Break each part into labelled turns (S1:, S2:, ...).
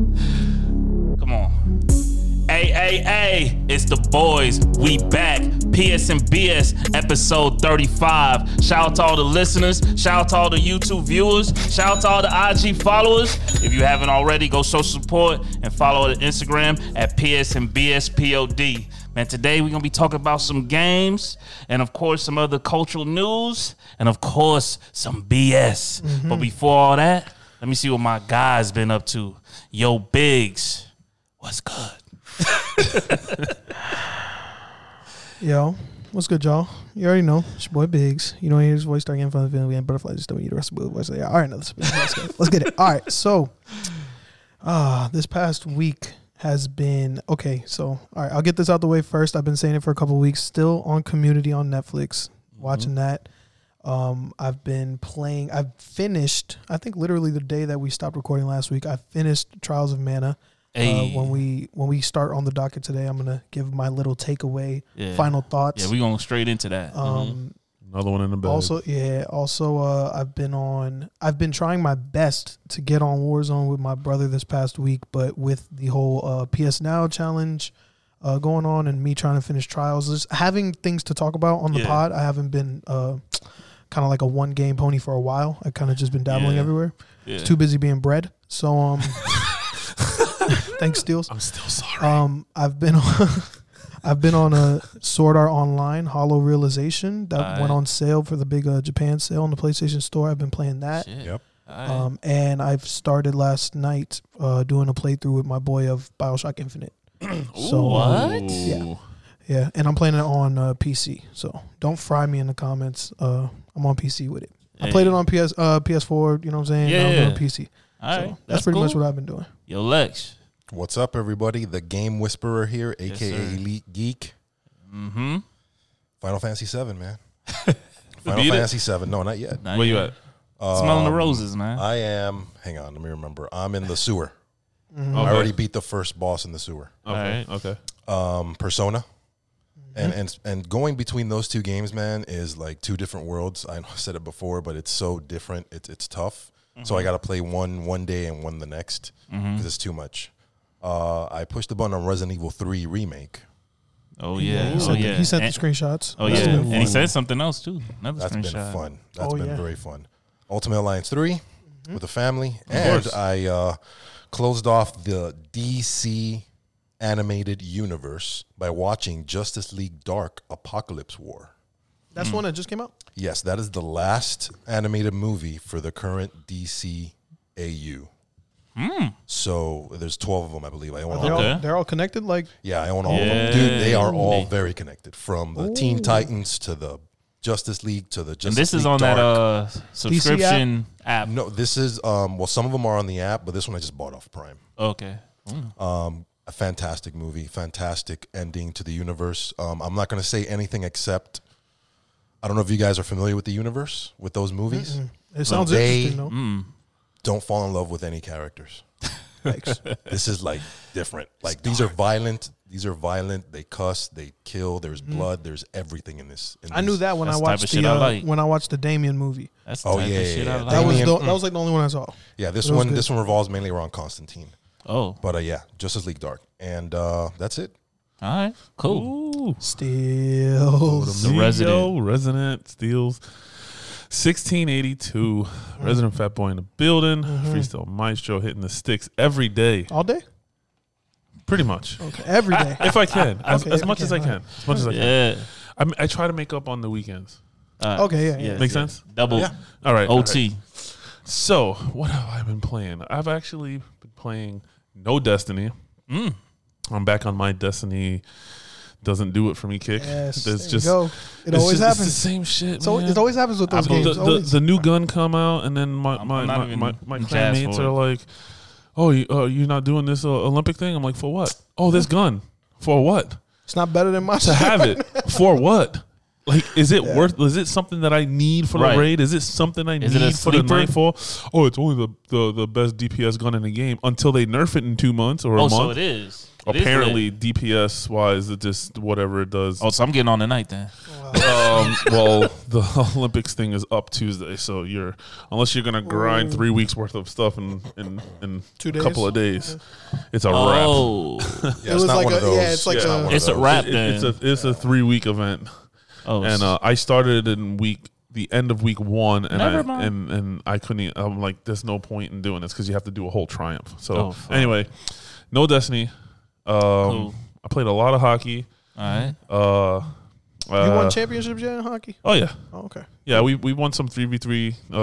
S1: Come on. AAA, it's the boys. We back. PS and BS, episode 35. Shout out to all the listeners. Shout out to all the YouTube viewers. Shout out to all the IG followers. If you haven't already, go show support and follow the Instagram at PS and BS POD. Man, today we're gonna be talking about some games and of course some other cultural news and of course some BS. But before all that, let me see what my guy's been up to. Yo, Biggs, what's good?
S2: Yo, what's good, y'all? You already know it's your boy Biggs. You know when you hear his voice start getting fun, feeling we had butterflies just don't eat the rest of the voice. Yeah, all right, no, let's, let's, get, it. let's get it. All right, so uh this past week has been okay. So all right, I'll get this out the way first. I've been saying it for a couple weeks. Still on Community on Netflix, watching that. Um, I've been playing. I've finished. I think literally the day that we stopped recording last week, I finished Trials of Mana.
S1: Hey.
S2: Uh, when we when we start on the docket today, I'm gonna give my little takeaway,
S1: Yeah.
S2: final thoughts.
S1: Yeah, we going straight into that.
S2: Um,
S3: Another one in the bag.
S2: Also, yeah. Also, uh, I've been on. I've been trying my best to get on Warzone with my brother this past week, but with the whole uh, PS Now challenge uh, going on and me trying to finish trials, just having things to talk about on the
S1: Yeah.
S2: pod. I haven't been uh, kind of like a one game pony for a while. I kind of just been dabbling
S1: Yeah.
S2: everywhere.
S1: Yeah.
S2: Too busy being bred. So um, thanks, Steels.
S3: I'm still sorry.
S2: Um, I've been on, I've been on a Sword Art Online Hollow Realization that
S1: Alright.
S2: went on sale for the big uh, Japan sale on the PlayStation Store. I've been playing that,
S1: Shit.
S3: Yep.
S1: Alright.
S2: um, and I've started last night uh, doing a playthrough with my boy of Bioshock Infinite.
S1: Mm-hmm.
S2: so uh,
S1: what?
S2: Yeah. yeah, and I'm playing it on uh, PC. So don't fry me in the comments. Uh, I'm on PC with it. I played it
S1: Hey.
S2: on PS uh, PS4. You know what I'm saying? Now I'm
S1: Yeah.
S2: on PC.
S1: All
S2: so
S1: right.
S2: that's, pretty
S1: cool.
S2: much what I've been doing.
S1: Yo, Lex.
S4: What's up, everybody? The Game Whisperer here,
S1: Yes,
S4: aka
S1: sir.
S4: Elite Geek.
S1: Mm-hmm.
S4: Final Fantasy VII, man. Final
S1: Beat it?
S4: Fantasy VII. No, not yet.
S1: Now
S3: Where
S1: you-
S3: you at?
S1: Smelling the
S4: Um,
S1: roses, man.
S4: I am. Hang on, let me remember. I'm in the sewer.
S2: Mhm.
S1: Oh,
S3: Okay.
S4: I already beat the first boss in the sewer.
S3: Okay. Okay.
S4: Um, Persona. And, and and going between those two games, man, is like two different worlds. I know I said it before, but it's so different. It's it's tough. So
S1: Mm-hmm.
S4: I got to play one one day and one the next because it's too much. Uh, I pushed the button on Resident Evil Three remake.
S1: oh yeah.
S2: he
S1: oh
S2: sent, the-
S1: yeah.
S2: he sent
S1: And-
S2: the screenshots.
S1: Oh yeah.
S2: That's
S1: And
S2: been
S1: he
S2: fun.
S1: said something else too. Another
S4: That's
S1: screenshot.
S4: been fun. That's
S2: Oh,
S4: been
S2: yeah. Mm-hmm.
S4: very fun. Ultimate Alliance 3 with the family. and
S3: course.
S4: I uh, closed off the DC animated universe by watching Justice League Dark Apocalypse War.
S2: That's one that just came out.
S4: Yes, that is the last animated movie for the current DC AU.
S1: Hmm.
S4: So there's 12 of them, I believe. I own all
S2: They're,
S1: Okay.
S2: all, they're all connected. Like
S4: yeah, I own all of them. Dude, they are all
S1: Yay.
S4: very connected from the Teen Titans to the Justice League to the Justice
S1: And this is
S4: League
S1: on that
S4: Dark.
S1: uh subscription app.
S4: No, this is um well some of them are on the app, but this one I just bought off Prime.
S1: Okay.
S4: Um a fantastic movie, fantastic ending to the universe. Um I'm not going to say anything except I don't know if you guys are familiar with the universe with those movies.
S2: It sounds
S4: they-
S2: interesting though.
S4: Don't fall in love with any characters.
S2: Thanks.
S4: This is like different. Like these are violent. These are violent. They cuss, they kill, there's blood, there's everything in this. in
S2: Mm. I knew
S4: these.
S2: that when
S1: That's
S2: I
S1: the type
S2: watched
S1: of
S2: the,
S1: shit I
S2: uh,
S1: like.
S2: when I watched the Damien movie.
S1: That's the
S4: Oh,
S1: type
S4: yeah,
S1: of
S4: yeah,
S1: shit I
S4: yeah.
S1: like.
S2: That was
S4: Damien,
S2: the, that was like the only one I saw.
S4: Yeah, this
S2: That was
S4: one
S2: good.
S4: this one revolves mainly around Constantine.
S1: oh. All
S4: But uh, yeah, Justice League Dark. And uh that's it.
S1: right. Cool.
S3: Ooh.
S2: Still,
S1: The resident.
S3: Yo, resident steals. 1682, resident fat boy in the building,
S2: Mm-hmm.
S3: freestyle maestro hitting the sticks every day,
S2: all day,
S3: pretty much.
S2: okay, every day.
S3: If I can, as,
S2: Okay,
S3: as
S2: if
S3: much
S2: you
S3: as I
S2: can,
S3: can, as much as I can.
S1: Yeah.
S3: I, mean, I try to make up on the weekends.
S1: All right.
S2: Okay, yeah, yeah.
S1: Yes,
S3: Make
S1: yes.
S3: sense?
S1: Double
S4: Yeah.
S3: All right. all right.
S1: OT.
S3: So, what have I been playing? I've actually been playing no Destiny.
S1: Mm.
S3: I'm back on my Destiny doesn't do it for me kick.
S2: Yes,
S3: There's
S2: there you
S3: just
S2: go. It
S3: it's
S2: always
S3: just-
S2: happens.
S3: It's the same shit.
S2: so
S3: man.
S2: it always happens with
S1: I
S2: those
S1: believe-
S2: games.
S3: the, the,
S2: always.
S3: the new gun come out, and then my
S1: I'm-
S3: my
S1: I'm not
S3: my,
S1: even
S3: my, my
S1: jazzed
S3: clanmates
S1: for it.
S3: are like, "Oh, you, oh, you're not doing this uh, Olympic thing?" I'm like, "For what? Oh, this gun for what?
S2: it's not better than my
S3: To have it for what? Like, is it
S2: Yeah.
S3: worth? Is it something that I need for
S1: Right.
S3: the raid? Is it something I
S1: Is it a
S3: need for the
S1: sleeper?
S3: nightfall? Oh, it's only the, the the best DPS gun in the game until they nerf it in two months or a
S1: Oh,
S3: month.
S1: so it is. It is
S3: Apparently, DPS wise, it just whatever it does.
S1: Oh, so I'm getting on tonight then.
S3: Um, well, the Olympics thing is up Tuesday, so you're unless you're gonna grind three weeks worth of stuff in in, in
S2: Two
S3: a couple of days, it's a wrap.
S1: Oh,
S4: Yeah,
S2: It
S4: it's
S2: was
S4: not
S2: like
S4: one of
S2: a-
S4: those.
S2: yeah, it's like
S4: not
S2: a-
S4: one of
S1: it's a
S4: those.
S1: wrap
S3: It-
S1: then.
S3: it's a it's a three week event,
S1: oh,
S3: and uh, I started in week the end of week one, and
S1: Never
S3: I
S1: mind.
S3: and, and I couldn't. e- I'm like, there's no point in doing this because you have to do a whole triumph. So
S1: Oh, fuck.
S3: anyway, no Destiny. Um,
S1: Cool.
S3: I played a lot of hockey.
S1: all right.
S3: Uh,
S2: You
S3: uh,
S2: won championships yet in hockey?
S3: Oh yeah,
S2: Oh, okay.
S3: yeah. We we won some three v three uh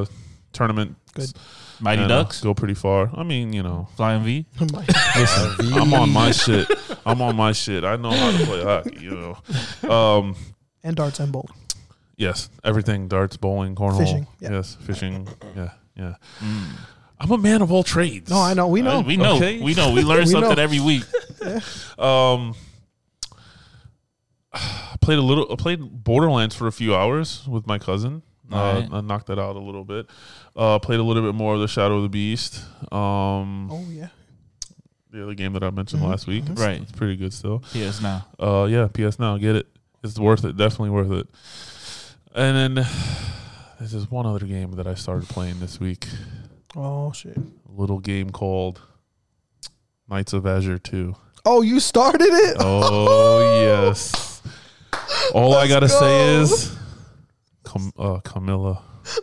S3: uh tournament.
S2: Good.
S1: Mighty
S3: and, uh,
S1: Ducks,
S3: go pretty far. I mean, you know,
S1: Flying V.
S3: listen, I'm on my shit. I'm on my shit. I know how to play hockey. You know, um,
S2: and darts and bowling.
S3: yes, everything: darts, bowling, cornhole,
S2: Fishing, yeah.
S3: yes, fishing, yeah, yeah. I'm a man of all trades.
S2: No, I know. We know.
S1: Uh, Mm. we know.
S3: Okay.
S1: We know. We learn
S2: We
S1: something
S2: know.
S1: every week.
S3: Um, I played a little. I played Borderlands for a few hours with my cousin. Uh,
S1: Alright.
S3: I knocked that out a little bit. Uh, played a little bit more of the Shadow of the Beast. Um,
S2: oh yeah.
S3: the other game that I mentioned
S2: Mm-hmm.
S3: last week. It's-
S1: Right.
S3: it's pretty good still.
S1: Yes, now.
S3: Uh, yeah, PS Now, get it. It's worth it. Definitely worth it. And then this is one other game that I started playing this week.
S2: Oh shit.
S3: A little game called Knights of Azure Two.
S2: Oh, you started it.
S3: Oh yes. All I gotta say is, Cam- uh, Camilla.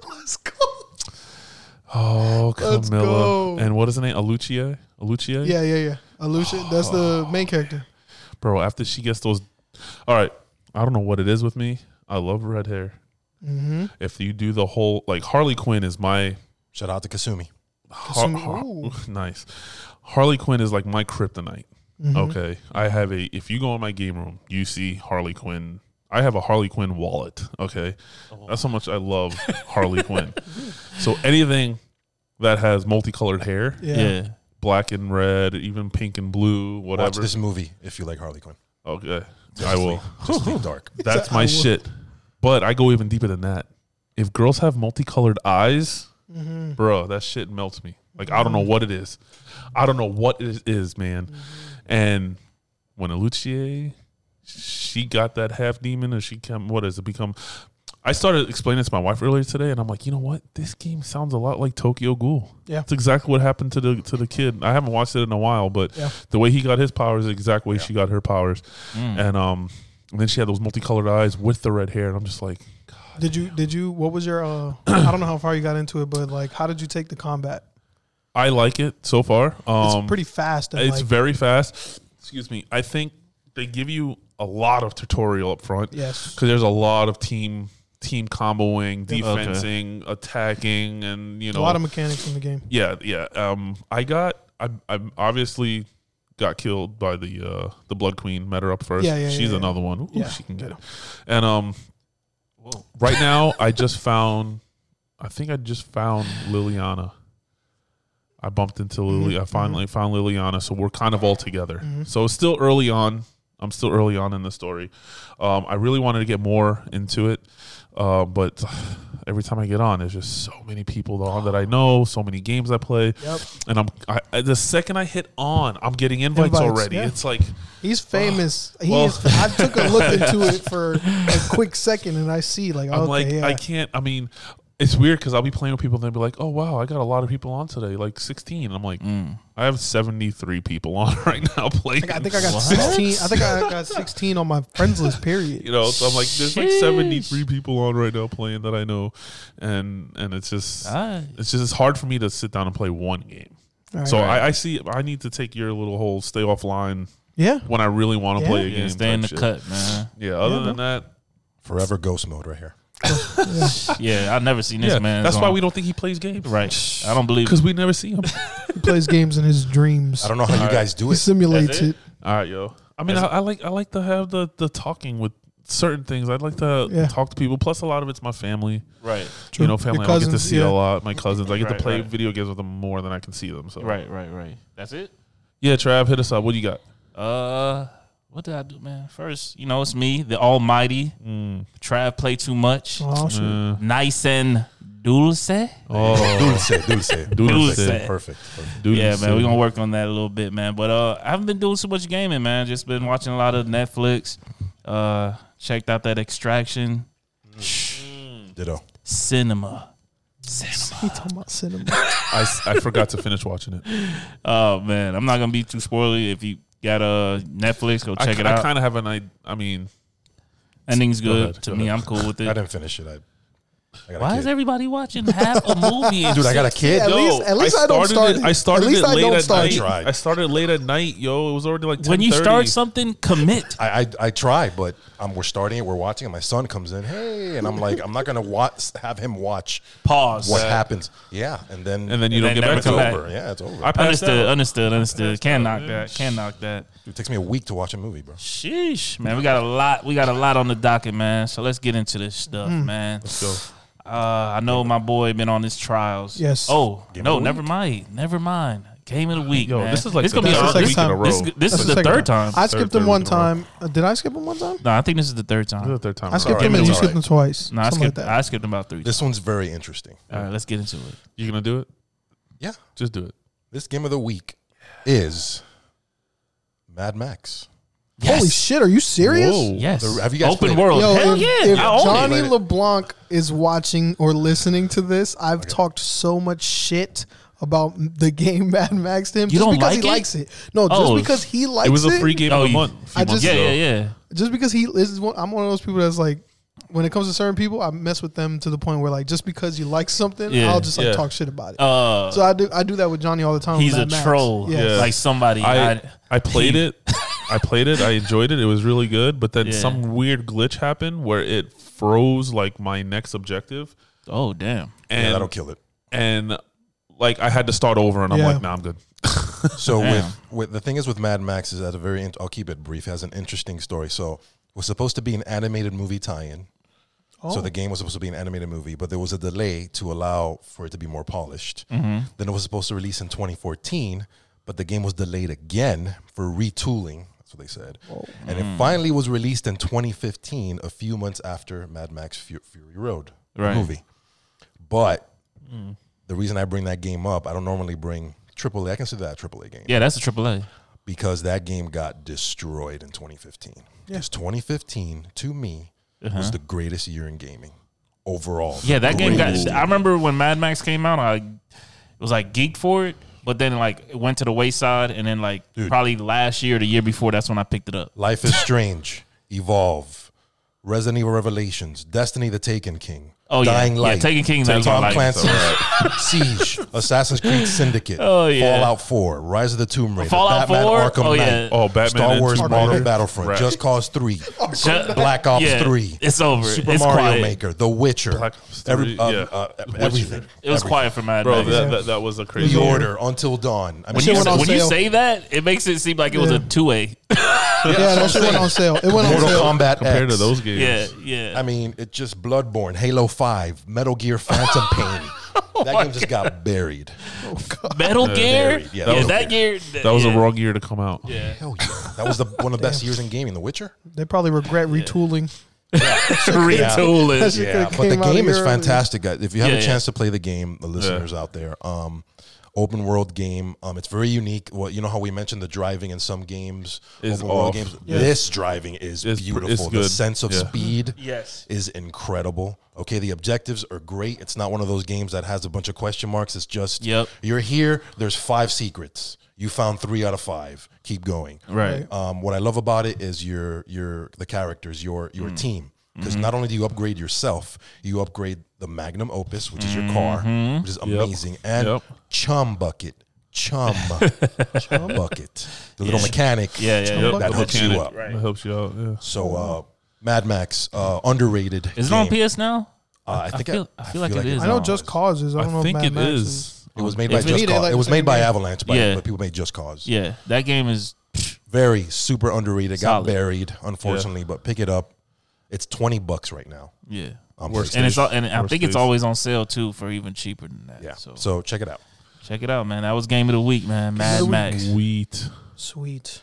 S2: Let's go.
S3: Oh,
S2: Let's
S3: Camilla.
S2: go.
S3: And what is the name? Alucia. Alucia.
S2: Yeah, yeah, yeah. Alucia, that's the main character.
S3: Bro, after she gets those, all right. I don't know what it is with me. I love red hair.
S2: Mm-hmm.
S3: If you do the whole like Harley Quinn is my
S4: Shout out to Kasumi.
S3: Har-
S2: Kasumi-
S3: Har-
S2: ooh.
S3: nice. Harley Quinn is like my kryptonite.
S2: Mm-hmm.
S3: Okay, I have a. If you go in my game room, you see Harley Quinn. I have a Harley Quinn wallet. Okay, that's how much I love Harley Quinn. So anything that has multicolored hair,
S2: Yeah.
S1: Yeah.
S3: black and red, even pink and blue,
S4: Watch
S3: whatever.
S4: this movie if you like Harley Quinn.
S3: okay, I will.
S4: Just leave dark.
S3: That's my shit. But I go even deeper than that. If girls have multicolored eyes,
S2: Mm-hmm.
S3: bro, that shit melts me. Like I don't know what it is. I don't know what it is, man.
S2: Mm-hmm.
S3: And when Alucie, she got that half demon, or she came. What has it become? I started explaining this to my wife earlier today, and I'm like, you know what? This game sounds a lot like Tokyo Ghoul.
S2: Yeah.
S3: that's exactly what happened to the to the kid. I haven't watched it in a while, but
S2: Yeah.
S3: the way he got his powers, is the exact way she got her powers, and um, and then she had those multicolored eyes with the red hair, and I'm just like,
S2: Did you? Did you? What was your? Uh, I don't know how far you got into it, but like, how did you take the combat?
S3: I like it so far.
S2: It's
S3: Um,
S2: pretty fast. And
S3: It's
S2: like,
S3: very fast. Excuse me. I think they give you a lot of tutorial up front.
S2: Yes.
S3: Because there's a lot of team team comboing,
S2: Yeah.
S1: Okay.
S3: defensing, attacking, and you know
S2: a lot of mechanics in the game.
S3: yeah, yeah. Um, I got I I obviously got killed by the uh the Blood Queen. Met her up first.
S2: Yeah, yeah,
S3: She's
S2: yeah,
S3: another one. Ooh,
S2: Yeah.
S3: she can get it. And um, right now I just found. I think I just found Liliana. I bumped into
S2: Mm-hmm,
S3: Lily. I finally found Liliana, so we're kind of all together. So it's still early on. I'm still early on in the story. Um, I really wanted to get more into it, uh, but every time I get on, there's just so many people on that I know, so many games I play,
S2: Yep.
S3: and I'm I, I- the second I hit on, I'm getting invites,
S2: Invites,
S3: already.
S2: yeah.
S3: It's like
S2: He's famous. He
S3: Well-
S2: is. I took a look into it for a quick second, and I see like,
S3: I'm
S2: okay,
S3: like
S2: yeah.
S3: I can't. I mean, it's weird because I'll be playing with people, and they'll be like, "Oh wow, I got a lot of people on today, like 16." I'm like, I have 73 people on right now playing.
S2: I think I got sixteen. I think I got sixteen on my friends list. Period.
S3: you know, so I'm like, there's like
S1: Sheesh.
S3: 73 people on right now playing that I know, and and it's just
S1: Nice.
S3: it's just it's hard for me to sit down and play one game.
S2: All right.
S3: So I, I see. I need to take your little whole stay offline
S2: yeah.
S3: when I really want to
S2: Yeah.
S3: play a
S1: Yeah,
S3: game.
S1: stay in the
S3: type shit.
S1: cut, man.
S3: Yeah. Other
S2: Yeah,
S3: than that,
S4: Forever ghost mode right here.
S1: Yeah, I've never seen this
S3: yeah.
S1: man.
S3: That's why
S1: on-
S3: we don't think he plays games,
S1: Right. I don't believe.
S3: Because we never see him.
S2: He plays games in his dreams.
S4: I don't know how you guys do
S2: He
S4: it.
S2: simulates
S1: That's it?
S2: it.
S3: All right, yo. I mean, I,
S1: As-
S3: I like I like to have the the talking with certain things. I'd like to
S2: Yeah.
S3: talk to people. Plus, a lot of it's my family.
S1: Right.
S2: True.
S3: You know,
S2: Your
S3: family I get to
S2: cousins,
S3: see
S2: yeah.
S3: a lot. My cousins, I get
S1: Right,
S3: to play
S1: right.
S3: video games with them more than I can see them. So
S1: Right. Right. Right. That's it.
S3: yeah, Trav, hit us up. What do you got?
S1: Uh, what did I do, man? First, you know, it's me, the Almighty.
S3: Mm.
S1: Trav play too much.
S2: Oh, shoot.
S3: Uh,
S1: Nice and dulce.
S3: oh,
S4: Dulce, dulce.
S3: Dulce.
S4: Perfect. Perfect. perfect.
S3: dude,
S1: yeah,
S3: it's
S1: man,
S3: so-
S1: we're gonna work on that a little bit, man. But uh, I haven't been doing so much gaming, man. Just been watching a lot of Netflix. Uh, checked out that Extraction
S3: Mm.
S4: Ditto.
S1: cinema. Cinema.
S2: He talking about cinema.
S3: I, s- I forgot to finish watching it.
S1: Oh man, I'm not gonna be too spoily. If you got uh Netflix, go
S3: I,
S1: check it
S3: I
S1: out.
S3: kind of have an idea. I mean,
S1: Ending's good
S3: ahead,
S1: to
S3: go
S1: me.
S3: ahead.
S1: I'm cool with
S4: I
S1: it.
S4: didn't finish it. I, I got
S1: Why
S4: a
S1: is
S4: kid.
S1: everybody watching half a movie? in
S4: Dude, I got a
S1: six-
S4: kid.
S2: At
S3: no,
S2: least- at least I don't
S3: started
S2: start
S3: it-
S2: it.
S3: I started
S2: At least
S3: it
S2: I
S3: late
S2: don't
S3: at
S2: start
S3: night.
S2: it.
S4: I tried.
S3: I started late at night, yo. It was already like 10,
S1: When you start something, commit.
S4: I, I I try, but um, we're starting it. We're watching it. My son comes in, hey, and I'm like, I'm not gonna watch, have him watch
S1: Pause. Uh,
S4: what happens. Yeah, and then
S3: and then you
S1: and then
S3: don't get back
S1: never
S4: it's
S3: to
S1: come
S3: it.
S1: back.
S4: over. Yeah, it's over.
S3: I passed
S1: Understood,
S3: out.
S1: understood, understood. Can knock
S3: man.
S1: that. Can knock that.
S4: it takes me a week to watch a movie, bro.
S1: Sheesh, man, we got a lot. We got a lot on the docket, man. So let's get into this stuff, man.
S3: So,
S1: Uh, I know my boy been on his trials.
S2: Yes.
S1: Oh
S4: Game
S1: no,
S4: of the
S1: never mind. Never mind. Game of the week,
S3: yo,
S1: man.
S3: this is like
S1: this
S3: the
S1: gonna be
S2: that's
S1: our,
S3: third
S1: this,
S2: second
S3: week in a
S2: time.
S3: row.
S1: this, this
S2: That's
S1: is
S2: the
S1: the
S2: second
S1: third time.
S2: I skipped
S3: third
S2: him one
S3: week in a row.
S2: time. Uh, did I skip him one time?
S1: no, I think this is the third
S3: This is
S1: time.
S3: the third time.
S2: I
S3: in a row.
S2: skipped
S4: Alright,
S2: him and you
S4: alright.
S2: skipped him twice.
S1: No, I
S2: Something like
S1: skipped.
S2: that.
S1: I skipped about three.
S4: This one's very interesting.
S1: All right, let's get into it.
S3: You gonna do it?
S4: Yeah,
S3: Just do it.
S4: this game of the week is Mad Max.
S2: Holy
S1: Yes.
S2: shit, are you serious?
S3: Whoa.
S1: Yes.
S4: The- have you guys
S1: Open
S4: played it?
S1: world.
S2: Yo,
S1: Hell
S2: if,
S1: yeah.
S2: if
S1: I own it.
S2: Johnny LeBlanc is watching or listening to this, I've talked so much shit about the game Mad Max to him
S1: You
S2: just
S1: don't
S2: because
S1: like
S2: he
S1: it?
S2: likes it. No, just
S1: Oh.
S2: because he likes
S3: It was a free game
S1: Oh,
S3: of the
S1: you-
S3: month. a few
S2: I
S3: months
S2: just-
S1: Yeah,
S3: ago.
S1: yeah, yeah.
S2: Just because he this is one, I'm one of those people that's like when it comes to certain people, I mess with them to the point where like just because you like something,
S1: Yeah,
S2: I'll just like
S3: yeah.
S2: talk shit about it.
S1: Uh,
S2: so I do I do that with Johnny all the time. with
S1: he's a
S2: Mad Max.
S1: troll.
S2: Yes.
S3: Yeah.
S1: Like somebody.
S3: I,
S1: I-
S3: I played it. I played it. I enjoyed it. It was really good. But then
S1: Yeah.
S3: some weird glitch happened where it froze like my next objective,
S1: oh damn.
S4: Yeah,
S3: and
S4: that'll kill it.
S3: and like I had to start over, and I'm
S2: Yeah.
S3: like, nah, I'm good.
S4: So
S1: Damn.
S4: with, with the thing is with Mad Max is at a very int- I'll keep it brief has an interesting story. So it was supposed to be an animated movie tie-in.
S1: Oh.
S4: So the game was supposed to be an animated movie, but there was a delay to allow for it to be more polished.
S1: Mm-hmm.
S4: Then it was supposed to release in 2014, but the game was delayed again for retooling. That's what they said. And
S1: Mm.
S4: it finally was released in 2015, a few months after Mad Max Fu- Fury Road the
S1: Right. Mm.
S4: movie. But the reason I bring that game up, I don't normally bring AAA. I consider that a AAA game
S1: Yeah, that's a triple A.
S4: because that game got destroyed in 2015. Because 2015, to me, was the greatest year in gaming overall.
S1: Uh-huh. Yeah, that game got.
S4: Greatest year.
S1: I remember when Mad Max came out, I was like geeked for it, but then like it went to the wayside, and then like probably last year, the year before, that's when I picked it up.
S4: Life is Strange, Evolve, Resident Evil Revelations, Destiny the Taken King,
S1: Oh, yeah.
S4: Dying
S1: Yeah,
S4: Light,
S1: Taken King, that
S4: Tom
S1: was my life,
S4: Clancy's Siege, Assassin's Creed Syndicate,
S1: Oh, yeah.
S4: Fallout 4, Rise of the Tomb Raider,
S1: Fallout
S4: Batman
S1: 4?
S4: Arkham
S1: Oh,
S4: Knight,
S1: yeah.
S3: Oh, Batman!
S4: Star
S3: and
S4: Wars
S3: Tomb
S4: Modern
S3: Raider.
S4: Battlefront,
S3: Right.
S4: Just Cause 3,
S1: Shut-
S4: Black Ops
S1: Yeah,
S4: 3,
S1: It's over.
S4: Super
S1: It's
S4: Mario
S1: quiet.
S4: Maker, The Witcher,
S3: Black Ops
S4: every,
S3: 3,
S4: uh,
S3: yeah.
S4: uh,
S3: Witcher.
S4: everything.
S1: It was
S4: Everything.
S1: quiet for Mad
S3: bro.
S1: Max.
S3: That, that, that was a crazy.
S4: The Order, Until Dawn. I
S1: when
S4: mean,
S1: you,
S2: shit went on
S1: when you
S2: sale.
S1: say that, it makes it seem like it was
S2: Yeah.
S1: a two way.
S2: yeah, that shit went on sale. It went on
S4: Mortal
S2: sale.
S4: Kombat
S3: compared
S4: X.
S3: to those games.
S1: Yeah, yeah.
S4: I mean, it just Bloodborne, Halo Five, Metal Gear Phantom Pain. that game just got buried.
S1: Metal Gear.
S4: Buried,
S1: Yeah,
S4: yeah,
S1: that,
S4: Metal
S1: year.
S3: That was
S1: yeah.
S3: the wrong year to come out.
S1: Yeah.
S4: Hell yeah, that was the one of the best years in gaming. The Witcher.
S2: They probably regret retooling.
S1: Retooling.
S2: That shit could've
S4: but the
S2: came out a
S4: game
S2: year
S4: is
S2: earlier.
S4: fantastic, guys. If you have
S1: Yeah,
S4: a
S1: yeah.
S4: chance to play the game, the listeners out there, um, open world game. Um, it's very unique. Well, you know how we mentioned the driving in some games,
S3: Is
S4: open world
S3: off.
S4: games. This driving is
S3: It's pr-
S4: beautiful.
S3: it's
S4: the
S3: good.
S4: sense of
S3: Yeah.
S4: speed,
S1: Yes.
S4: is incredible. Okay, the objectives are great. It's not one of those games that has a bunch of question marks. It's just
S1: Yep.
S4: you're here. There's five secrets. You found three out of five. Keep going.
S1: Right.
S4: Um, what I love about it is your your the characters, your your
S1: Mm.
S4: team.
S1: Mm-hmm.
S4: Because not only do you upgrade yourself, you upgrade the magnum opus, which is your car,
S1: Mm-hmm.
S4: which is amazing, and
S3: Yep.
S4: chum bucket, chum, chum bucket, the little mechanic,
S1: Yeah, yeah, yeah.
S4: that
S3: The
S4: hooks
S3: mechanic.
S4: you up.
S3: That helps you out. Yeah.
S4: So, uh, Mad Max, uh, underrated.
S1: Is it on
S4: game.
S1: PS now?
S4: Uh, I
S1: I
S4: think
S1: feel- I feel like it is.
S2: I know Just Cause is. I don't know
S3: I
S2: if
S3: think
S2: Mad
S3: it
S2: Max
S3: is.
S4: It was made
S1: If
S4: by
S1: it
S4: Just
S2: needed,
S4: Cause.
S2: like,
S4: it was
S2: the
S4: made by
S2: game.
S4: Avalanche, by,
S1: Yeah.
S4: but people made Just Cause.
S1: Yeah, that game is.
S4: Very super underrated.
S1: Solid.
S4: Got buried, unfortunately, but pick it up. It's twenty bucks right now. Um,
S1: Yeah.
S4: On
S3: Worst
S1: And
S4: PlayStation.
S1: it's all, and I
S3: Worst
S1: think it's
S3: case.
S1: always on sale too for even cheaper than that.
S4: yeah.
S1: So,
S4: So. check it out.
S1: check it out, man. That was game of the week, man. Mad Max.
S3: Sweet.
S2: Sweet.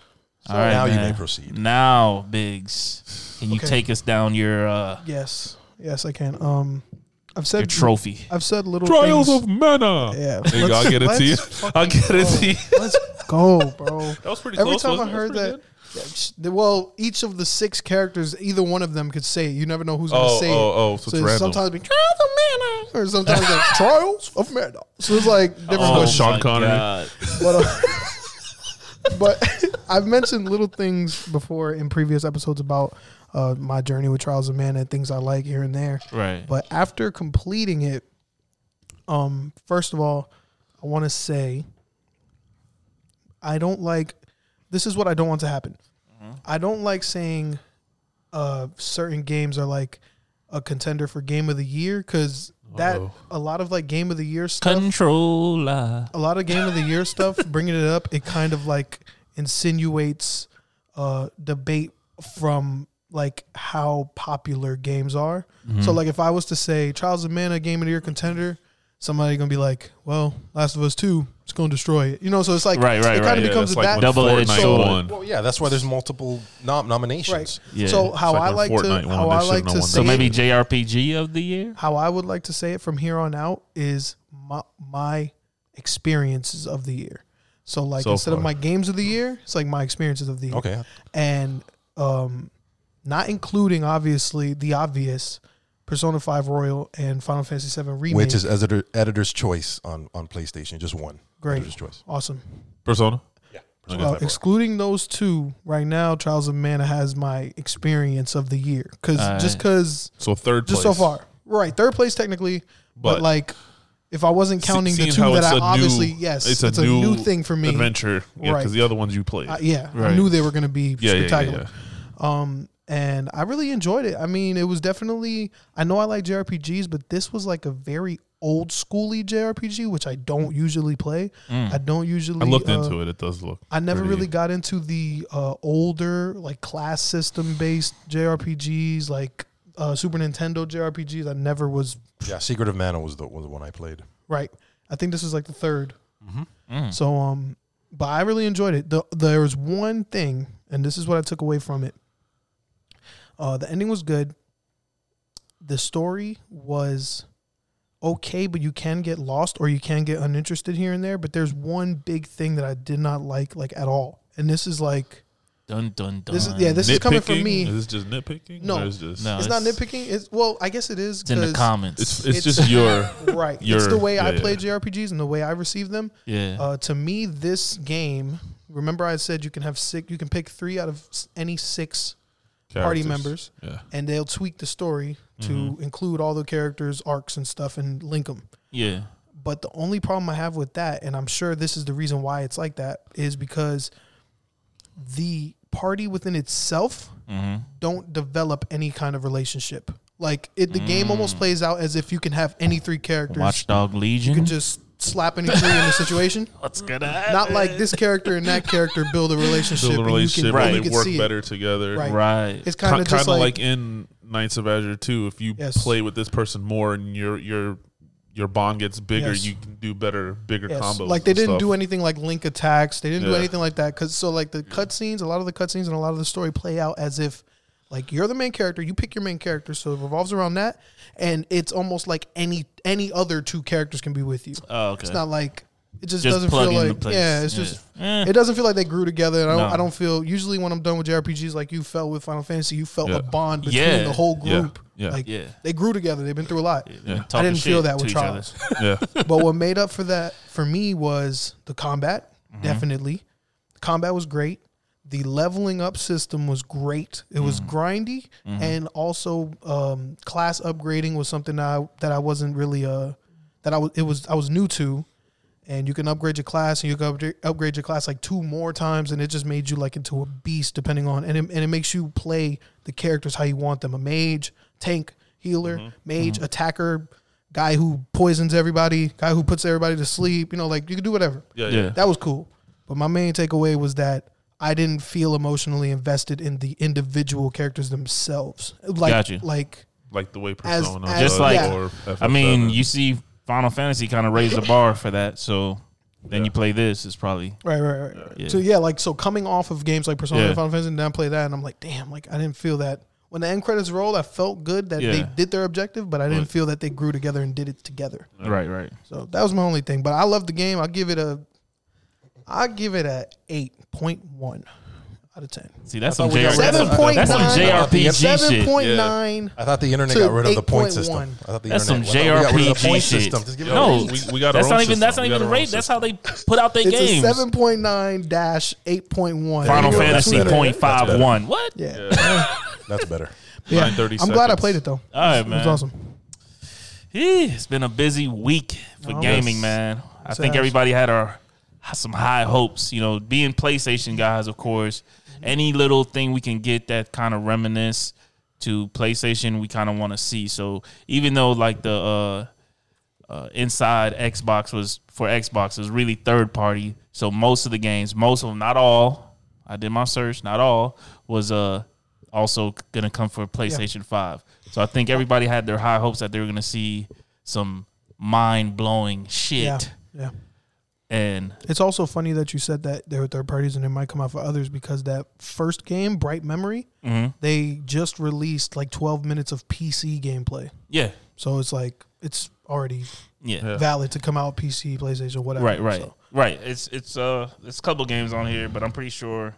S1: All right,
S4: now you
S1: man.
S4: may proceed.
S1: Now, Biggs, can you
S2: Okay.
S1: take us down your uh,
S2: Yes, yes, I can. Um, I've
S1: your
S2: said
S1: trophy?
S2: I've said little
S3: Trials
S2: things.
S3: of Mana.
S2: yeah,
S3: There you go.
S2: let's-
S3: I'll get it to you.
S2: let's
S3: I'll
S2: fucking
S3: get it
S2: go.
S3: to you.
S2: Let's go, bro.
S3: That was pretty
S2: Every
S3: close.
S2: time I
S3: wasn't it?
S2: heard
S3: was pretty
S2: that, yeah, sh- the- well, each of the six characters, either one of them could say it. You never know who's
S3: Oh,
S2: gonna say
S3: oh,
S2: it.
S3: oh, so it's random.
S2: sometimes it'd be trials of mana, or sometimes like trials of mana. So it's like different
S3: Oh,
S2: questions.
S3: Sean
S1: my
S3: Connery.
S1: God.
S2: But, uh, but I've mentioned little things before in previous episodes about uh, my journey with Trials of Mana and things I like here and there.
S1: Right.
S2: But after completing it, um, first of all, I want to say I don't like. This is what I don't want to happen. I don't like saying uh, certain games are like a contender for game of the year because that
S3: Uh-oh.
S2: a lot of like game of the year stuff
S1: Controller.
S2: a lot of game of the year stuff bringing it up it kind of like insinuates uh debate from like how popular games are so like if i was to say trials of mana game of the year contender somebody gonna be like well last of us 2 it's gonna destroy it you know so it's like
S1: Right, right,
S2: it
S1: right.
S2: kind of
S1: Yeah,
S2: becomes
S3: that's
S2: a that
S3: when
S1: Double-edged
S3: Fortnite
S1: sword.
S3: won.
S4: Well, yeah, that's why there's multiple nom-
S2: right
S4: nominations.
S1: Yeah.
S2: so how
S3: like
S2: i
S3: when
S2: like
S3: Fortnite
S2: to
S3: won,
S2: how
S3: they
S2: i
S3: shouldn't
S2: like
S3: have
S2: to
S3: won
S2: say
S1: So maybe
S2: it-
S1: JRPG of the year.
S2: how i would like to say it from here on out is my, my experiences of the year so like
S3: So
S2: instead of
S3: far.
S2: my games of the year it's like my experiences of the year
S4: Okay,
S2: and um, not including obviously the obvious Persona 5 Royal and Final Fantasy 7 remake.
S4: which is editor, editor's choice on, on PlayStation, just one.
S2: Great.
S4: Editor's choice.
S2: awesome.
S3: Persona.
S4: Yeah.
S2: Uh, excluding those two right now, Trials of Mana has my experience of the year because
S1: Alright.
S2: just because
S3: So third
S2: just
S3: place.
S2: so far, right? Third place technically, but,
S3: But-
S2: like if I wasn't
S3: Se-
S2: counting the
S3: seeing
S2: two
S3: how
S2: that
S3: it's
S2: I
S3: a
S2: obviously
S3: new-
S2: yes, it's, a, new, thing for me.
S3: Adventure. Yeah, because
S2: Right.
S3: the other ones you played.
S2: I- yeah, I
S1: Right.
S2: knew they were going to be
S3: yeah, yeah, yeah,
S2: spectacular.
S3: yeah.
S2: um and i really enjoyed it i mean it was definitely i know i like jrpgs but this was like a very old schooly jrpg which i don't usually play i don't usually
S3: Mm. I looked
S2: uh,
S3: into it. It does look.
S2: i never
S3: pretty-
S2: really got into the uh, older like class system based jrpgs like uh, super nintendo jrpgs i never was
S4: Yeah, Secret of Mana was the, was the one I played.
S2: Right. I think this is like the 3rd So um, but I really enjoyed it. The, there was one thing, and this is what I took away from it. Uh, the ending was good. The story was okay, but you can get lost or you can get uninterested here and there. But there's one big thing that I did not like, like at all. And this is like,
S1: Dun dun dun.
S2: This is- yeah, this is coming from
S3: Nitpicking?
S2: me.
S3: Is this just nitpicking?
S2: No.
S3: Or is this,
S1: No.
S2: it's, not nitpicking. It's well, I guess it is.
S1: it's in the
S2: 'cause-
S1: comments.
S3: It's, it's
S2: It's-
S3: just your.
S2: right. It's
S3: Your-
S2: the way I
S3: yeah,
S2: play JRPGs and the way I receive them.
S1: yeah.
S2: Uh, to me, this game. Remember, I said you can have six. You can pick three out of s- any six, Party
S3: characters.
S2: members.
S3: Yeah.
S2: and they'll tweak the story to include all the characters, arcs, and stuff, and link them.
S1: yeah.
S2: But the only problem I have with that, and I'm sure this is the reason why it's like that, is because the party within itself don't develop any kind of relationship. Like it, the game almost plays out as if you can have any three characters.
S1: Watchdog Legion.
S2: You can just slap any three in the situation
S1: What's gonna happen?
S2: not like this character and that character build a relationship.
S3: Build a relationship
S2: and
S3: and
S2: you
S1: Right.
S2: can, and you
S3: they
S2: can
S3: work
S2: see
S3: better together.
S2: Right.
S1: Right.
S2: It. It's kind
S3: Kind
S2: of
S3: of
S2: just
S3: like,
S2: like,
S3: in Knights of Azure too. If you
S2: Yes.
S3: play with this person more and your your your bond gets bigger,
S2: Yes.
S3: you can do better, bigger
S2: yes.
S3: combos.
S2: like they
S3: and
S2: didn't
S3: stuff.
S2: do anything like link attacks. They didn't do
S3: Yeah.
S2: anything like that because so like the cutscenes, a lot of the cutscenes and a lot of the story play out as if like you're the main character. You pick your main character, so it revolves around that, and it's almost like any any other two characters can be with you.
S1: oh, okay.
S2: It's not like it just,
S1: Just
S2: doesn't
S1: plug
S2: feel
S1: in the
S2: like
S1: place.
S2: yeah. It's
S1: Yeah.
S2: just
S1: Eh.
S2: it doesn't feel like they grew together. And I don't
S1: No.
S2: I don't feel usually when I'm done with JRPGs like you felt with Final Fantasy, you felt
S3: Yeah.
S2: a bond between
S1: Yeah.
S2: the whole
S3: Yeah.
S2: group.
S3: Yeah.
S2: Like
S1: Yeah.
S2: they grew together. They've been through a lot.
S1: Been
S3: Yeah.
S1: talking
S2: I didn't feel
S1: shit
S2: that
S1: to
S2: with
S1: each other.
S2: Charles.
S3: Yeah.
S2: but what made up for that for me was the combat.
S1: Mm-hmm.
S2: Definitely, combat was great. The leveling up system was great. It was grindy, and also um, class upgrading was something that I, that I wasn't really uh that I was it was I was new to. And you can upgrade your class, and you can upgra- upgrade your class like two more times, and it just made you like into a beast, depending on, and it, and it makes you play the characters how you want them: a mage, tank, healer, mage, attacker, guy who poisons everybody, guy who puts everybody to sleep. You know, like you can do whatever.
S3: Yeah.
S1: Yeah.
S3: Yeah.
S2: That was cool. But my main takeaway was that I didn't feel emotionally invested in the individual characters themselves. Like,
S1: Got you.
S2: like
S3: Like the way Persona.
S2: as-
S3: does
S1: Just like-
S3: or
S1: I mean,
S3: FF7.
S1: you see, Final Fantasy kind of raised the bar for that. So Then you play this. It's probably
S2: Right, right, right, right.
S1: Uh, Yeah.
S2: So yeah, like so coming off of games like Persona
S1: Yeah.
S2: and Final Fantasy, and then I play that, and I'm like, damn, like I didn't feel that when the end credits roll. I felt good that they
S1: Yeah.
S2: did their objective, but I didn't
S1: Right.
S2: feel that they grew together and did it together.
S1: right, right.
S2: So that was my only thing. But I love the game. I give it a, I give it a eight point one out of ten.
S1: See, that's
S4: I
S1: some
S4: thought we got
S1: JRPG.
S4: rid of
S1: That's
S4: that.
S1: some- that's some
S2: 7.9.
S1: JRPG
S2: Seven
S1: shit.
S2: point nine.
S4: I thought the internet
S2: To
S4: got rid of the point system.
S2: 8.1.
S4: I thought the
S1: That's some
S4: internet I thought we got rid of the
S1: JRPG
S4: point
S1: shit.
S4: system. Just give it
S1: No,
S4: a rating.
S3: we, we got our
S1: That's
S3: own
S1: not even that's not
S3: system. We
S1: even
S3: got
S1: a
S3: our own
S1: rate. That's
S3: system.
S1: how they put out their
S2: It's
S1: games.
S2: a seven point nine dash eight point one.
S4: There
S1: Final
S4: you go, that's
S1: Fantasy
S4: better.
S1: point five one. What?
S2: Yeah.
S4: That's better.
S2: Yeah.
S3: 9:30
S2: I'm glad I
S3: seconds.
S2: played it though.
S1: All right,
S2: It was
S1: man.
S2: awesome.
S1: Yee, it's been a busy week for
S2: No,
S1: gaming,
S2: Oh, yes.
S1: man. I
S2: It's
S1: think
S2: has.
S1: everybody had our some high hopes. You know, being PlayStation guys, of course. Any little thing we can get that kind of reminisce to PlayStation, we kind of want to see. So even though like the uh, uh, inside Xbox was for Xbox was really third party, so most of the games, most of them, not all. I did my search, not all was uh also gonna come for PlayStation Five. So I think everybody had their high hopes that they were gonna see some mind blowing shit.
S2: Yeah. Yeah.
S1: And
S2: It's also funny that you said that there were third parties and it might come out for others because that first game, Bright Memory,
S1: mhm.
S2: they just released like 12 minutes of PC gameplay.
S1: yeah,
S2: So it's like it's already
S1: yeah,
S3: Yeah.
S2: valid to come out PC, PlayStation, whatever.
S1: right, right,
S2: So,
S1: right. It's it's uh it's a couple games on here, but I'm pretty sure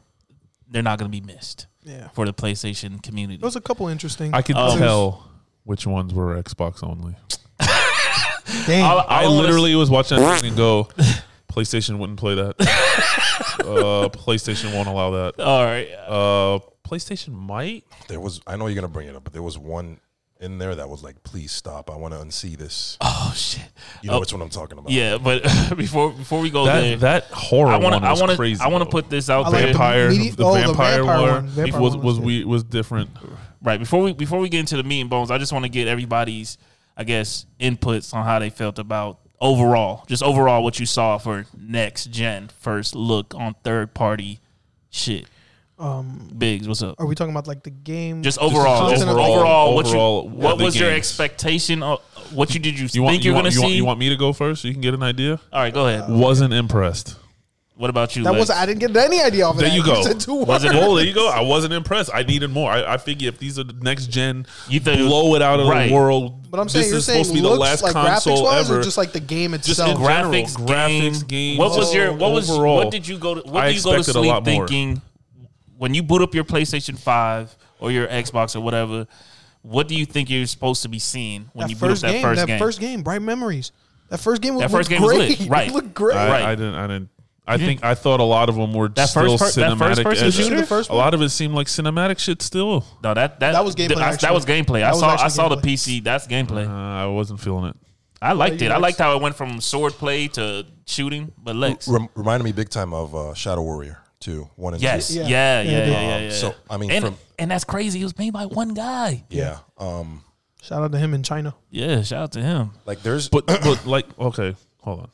S1: they're not gonna be missed
S2: yeah.
S1: for the PlayStation community.
S2: There was a couple interesting.
S3: I could
S1: Um,
S3: tell which ones were Xbox only.
S2: Damn.
S1: All- all
S3: I
S1: wanna
S3: literally was watching that thing and go, PlayStation wouldn't play that. uh, PlayStation won't allow that.
S1: s- all right.
S3: Uh, PlayStation might.
S4: There was. I know you're gonna bring it up, but there was one in there that was like, "Please stop. I want to unsee this."
S1: Oh shit.
S4: You know
S1: Oh.
S4: which one I'm talking about.
S1: Yeah, but before before we go there,
S3: That that horror
S1: I want
S3: one
S1: to I
S3: was
S1: want
S3: crazy.
S1: to I want to
S3: though.
S1: put this out
S2: I like
S1: there.
S2: the
S3: vampire. The,
S2: medi- oh, the
S3: vampire,
S2: vampire
S3: war
S2: one. Vampire
S3: was
S2: one
S3: was
S2: was
S3: we was different.
S1: right before we before we get into the meat and bones i just want to get everybody's i guess inputs on how they felt about overall just overall what you saw for next gen first look on third party shit
S2: um,
S1: biggs what's up
S2: are we talking about like the game?
S1: just overall
S2: content
S1: just
S2: of the-
S1: overall, what you
S3: overall of
S1: what
S3: the
S1: was your
S3: games.
S1: expectation of what you did you,
S3: You
S1: think
S3: want you
S1: you're
S3: want
S1: gonna see
S3: you, want you want me to go first so you can get an idea?
S1: all right go ahead
S3: Wasn't impressed.
S1: what about you
S2: Uh, That was
S1: Lex?
S2: I didn't get any idea off of
S3: There
S2: that.
S3: you go.
S2: said two
S1: Was
S2: words.
S1: it-
S3: Well, there you go. I wasn't impressed. I needed more. I, I figure if these are the next gen,
S1: You think-
S3: blow it out of
S1: right.
S3: the world.
S2: But I'm saying
S3: this
S2: you're
S3: is
S2: saying
S3: supposed to be the
S2: looks
S3: last
S2: like graphics
S3: console
S2: wise
S3: ever.
S2: or just like the game
S3: Just in
S2: itself.
S3: general,
S1: graphics, game,
S3: graphics, games,
S1: What was your what was
S3: overall,
S1: what did you go to what
S3: I
S1: do you go to
S3: expected a
S1: sleep
S3: lot more.
S1: thinking when you boot up your PlayStation Five or your Xbox or whatever? What do you think you're supposed to be seeing when you boot up that
S2: game,
S1: first
S2: that
S1: game?
S2: first game, bright memories. That first game was
S1: That first
S2: looked
S1: game was
S2: great.
S1: lit, right.
S2: It looked great.
S3: I,
S1: Right.
S3: I didn't. I didn't. I think I thought a lot of them were
S1: That
S3: still
S1: first per- that
S3: cinematic.
S1: first person
S3: as-
S1: shooter?
S2: The first
S3: a lot of it seemed like cinematic shit. Still,
S1: no, that, that
S2: That was
S1: th-
S2: gameplay,
S1: I- that
S2: actually.
S1: was gameplay. I
S2: That was
S1: saw I
S2: actually
S1: saw the
S2: gameplay.
S1: PC. That's gameplay.
S3: uh, I wasn't feeling it.
S1: I liked
S2: you
S1: it. I
S2: Lex.
S1: liked how it went from sword play to shooting. But Lex,
S4: Rem- reminded me big time of uh, Shadow Warrior two, one and
S1: yes,
S4: two. Um,
S1: yeah,
S2: Yeah.
S1: yeah, yeah,
S2: Yeah,
S1: yeah.
S2: it did.
S1: yeah,
S4: So I mean,
S1: and
S4: from
S1: and that's crazy. It was made by one guy.
S4: yeah, um,
S2: Shout out to him in China.
S1: Yeah, shout out to him.
S4: like there's
S3: But but like okay, hold on.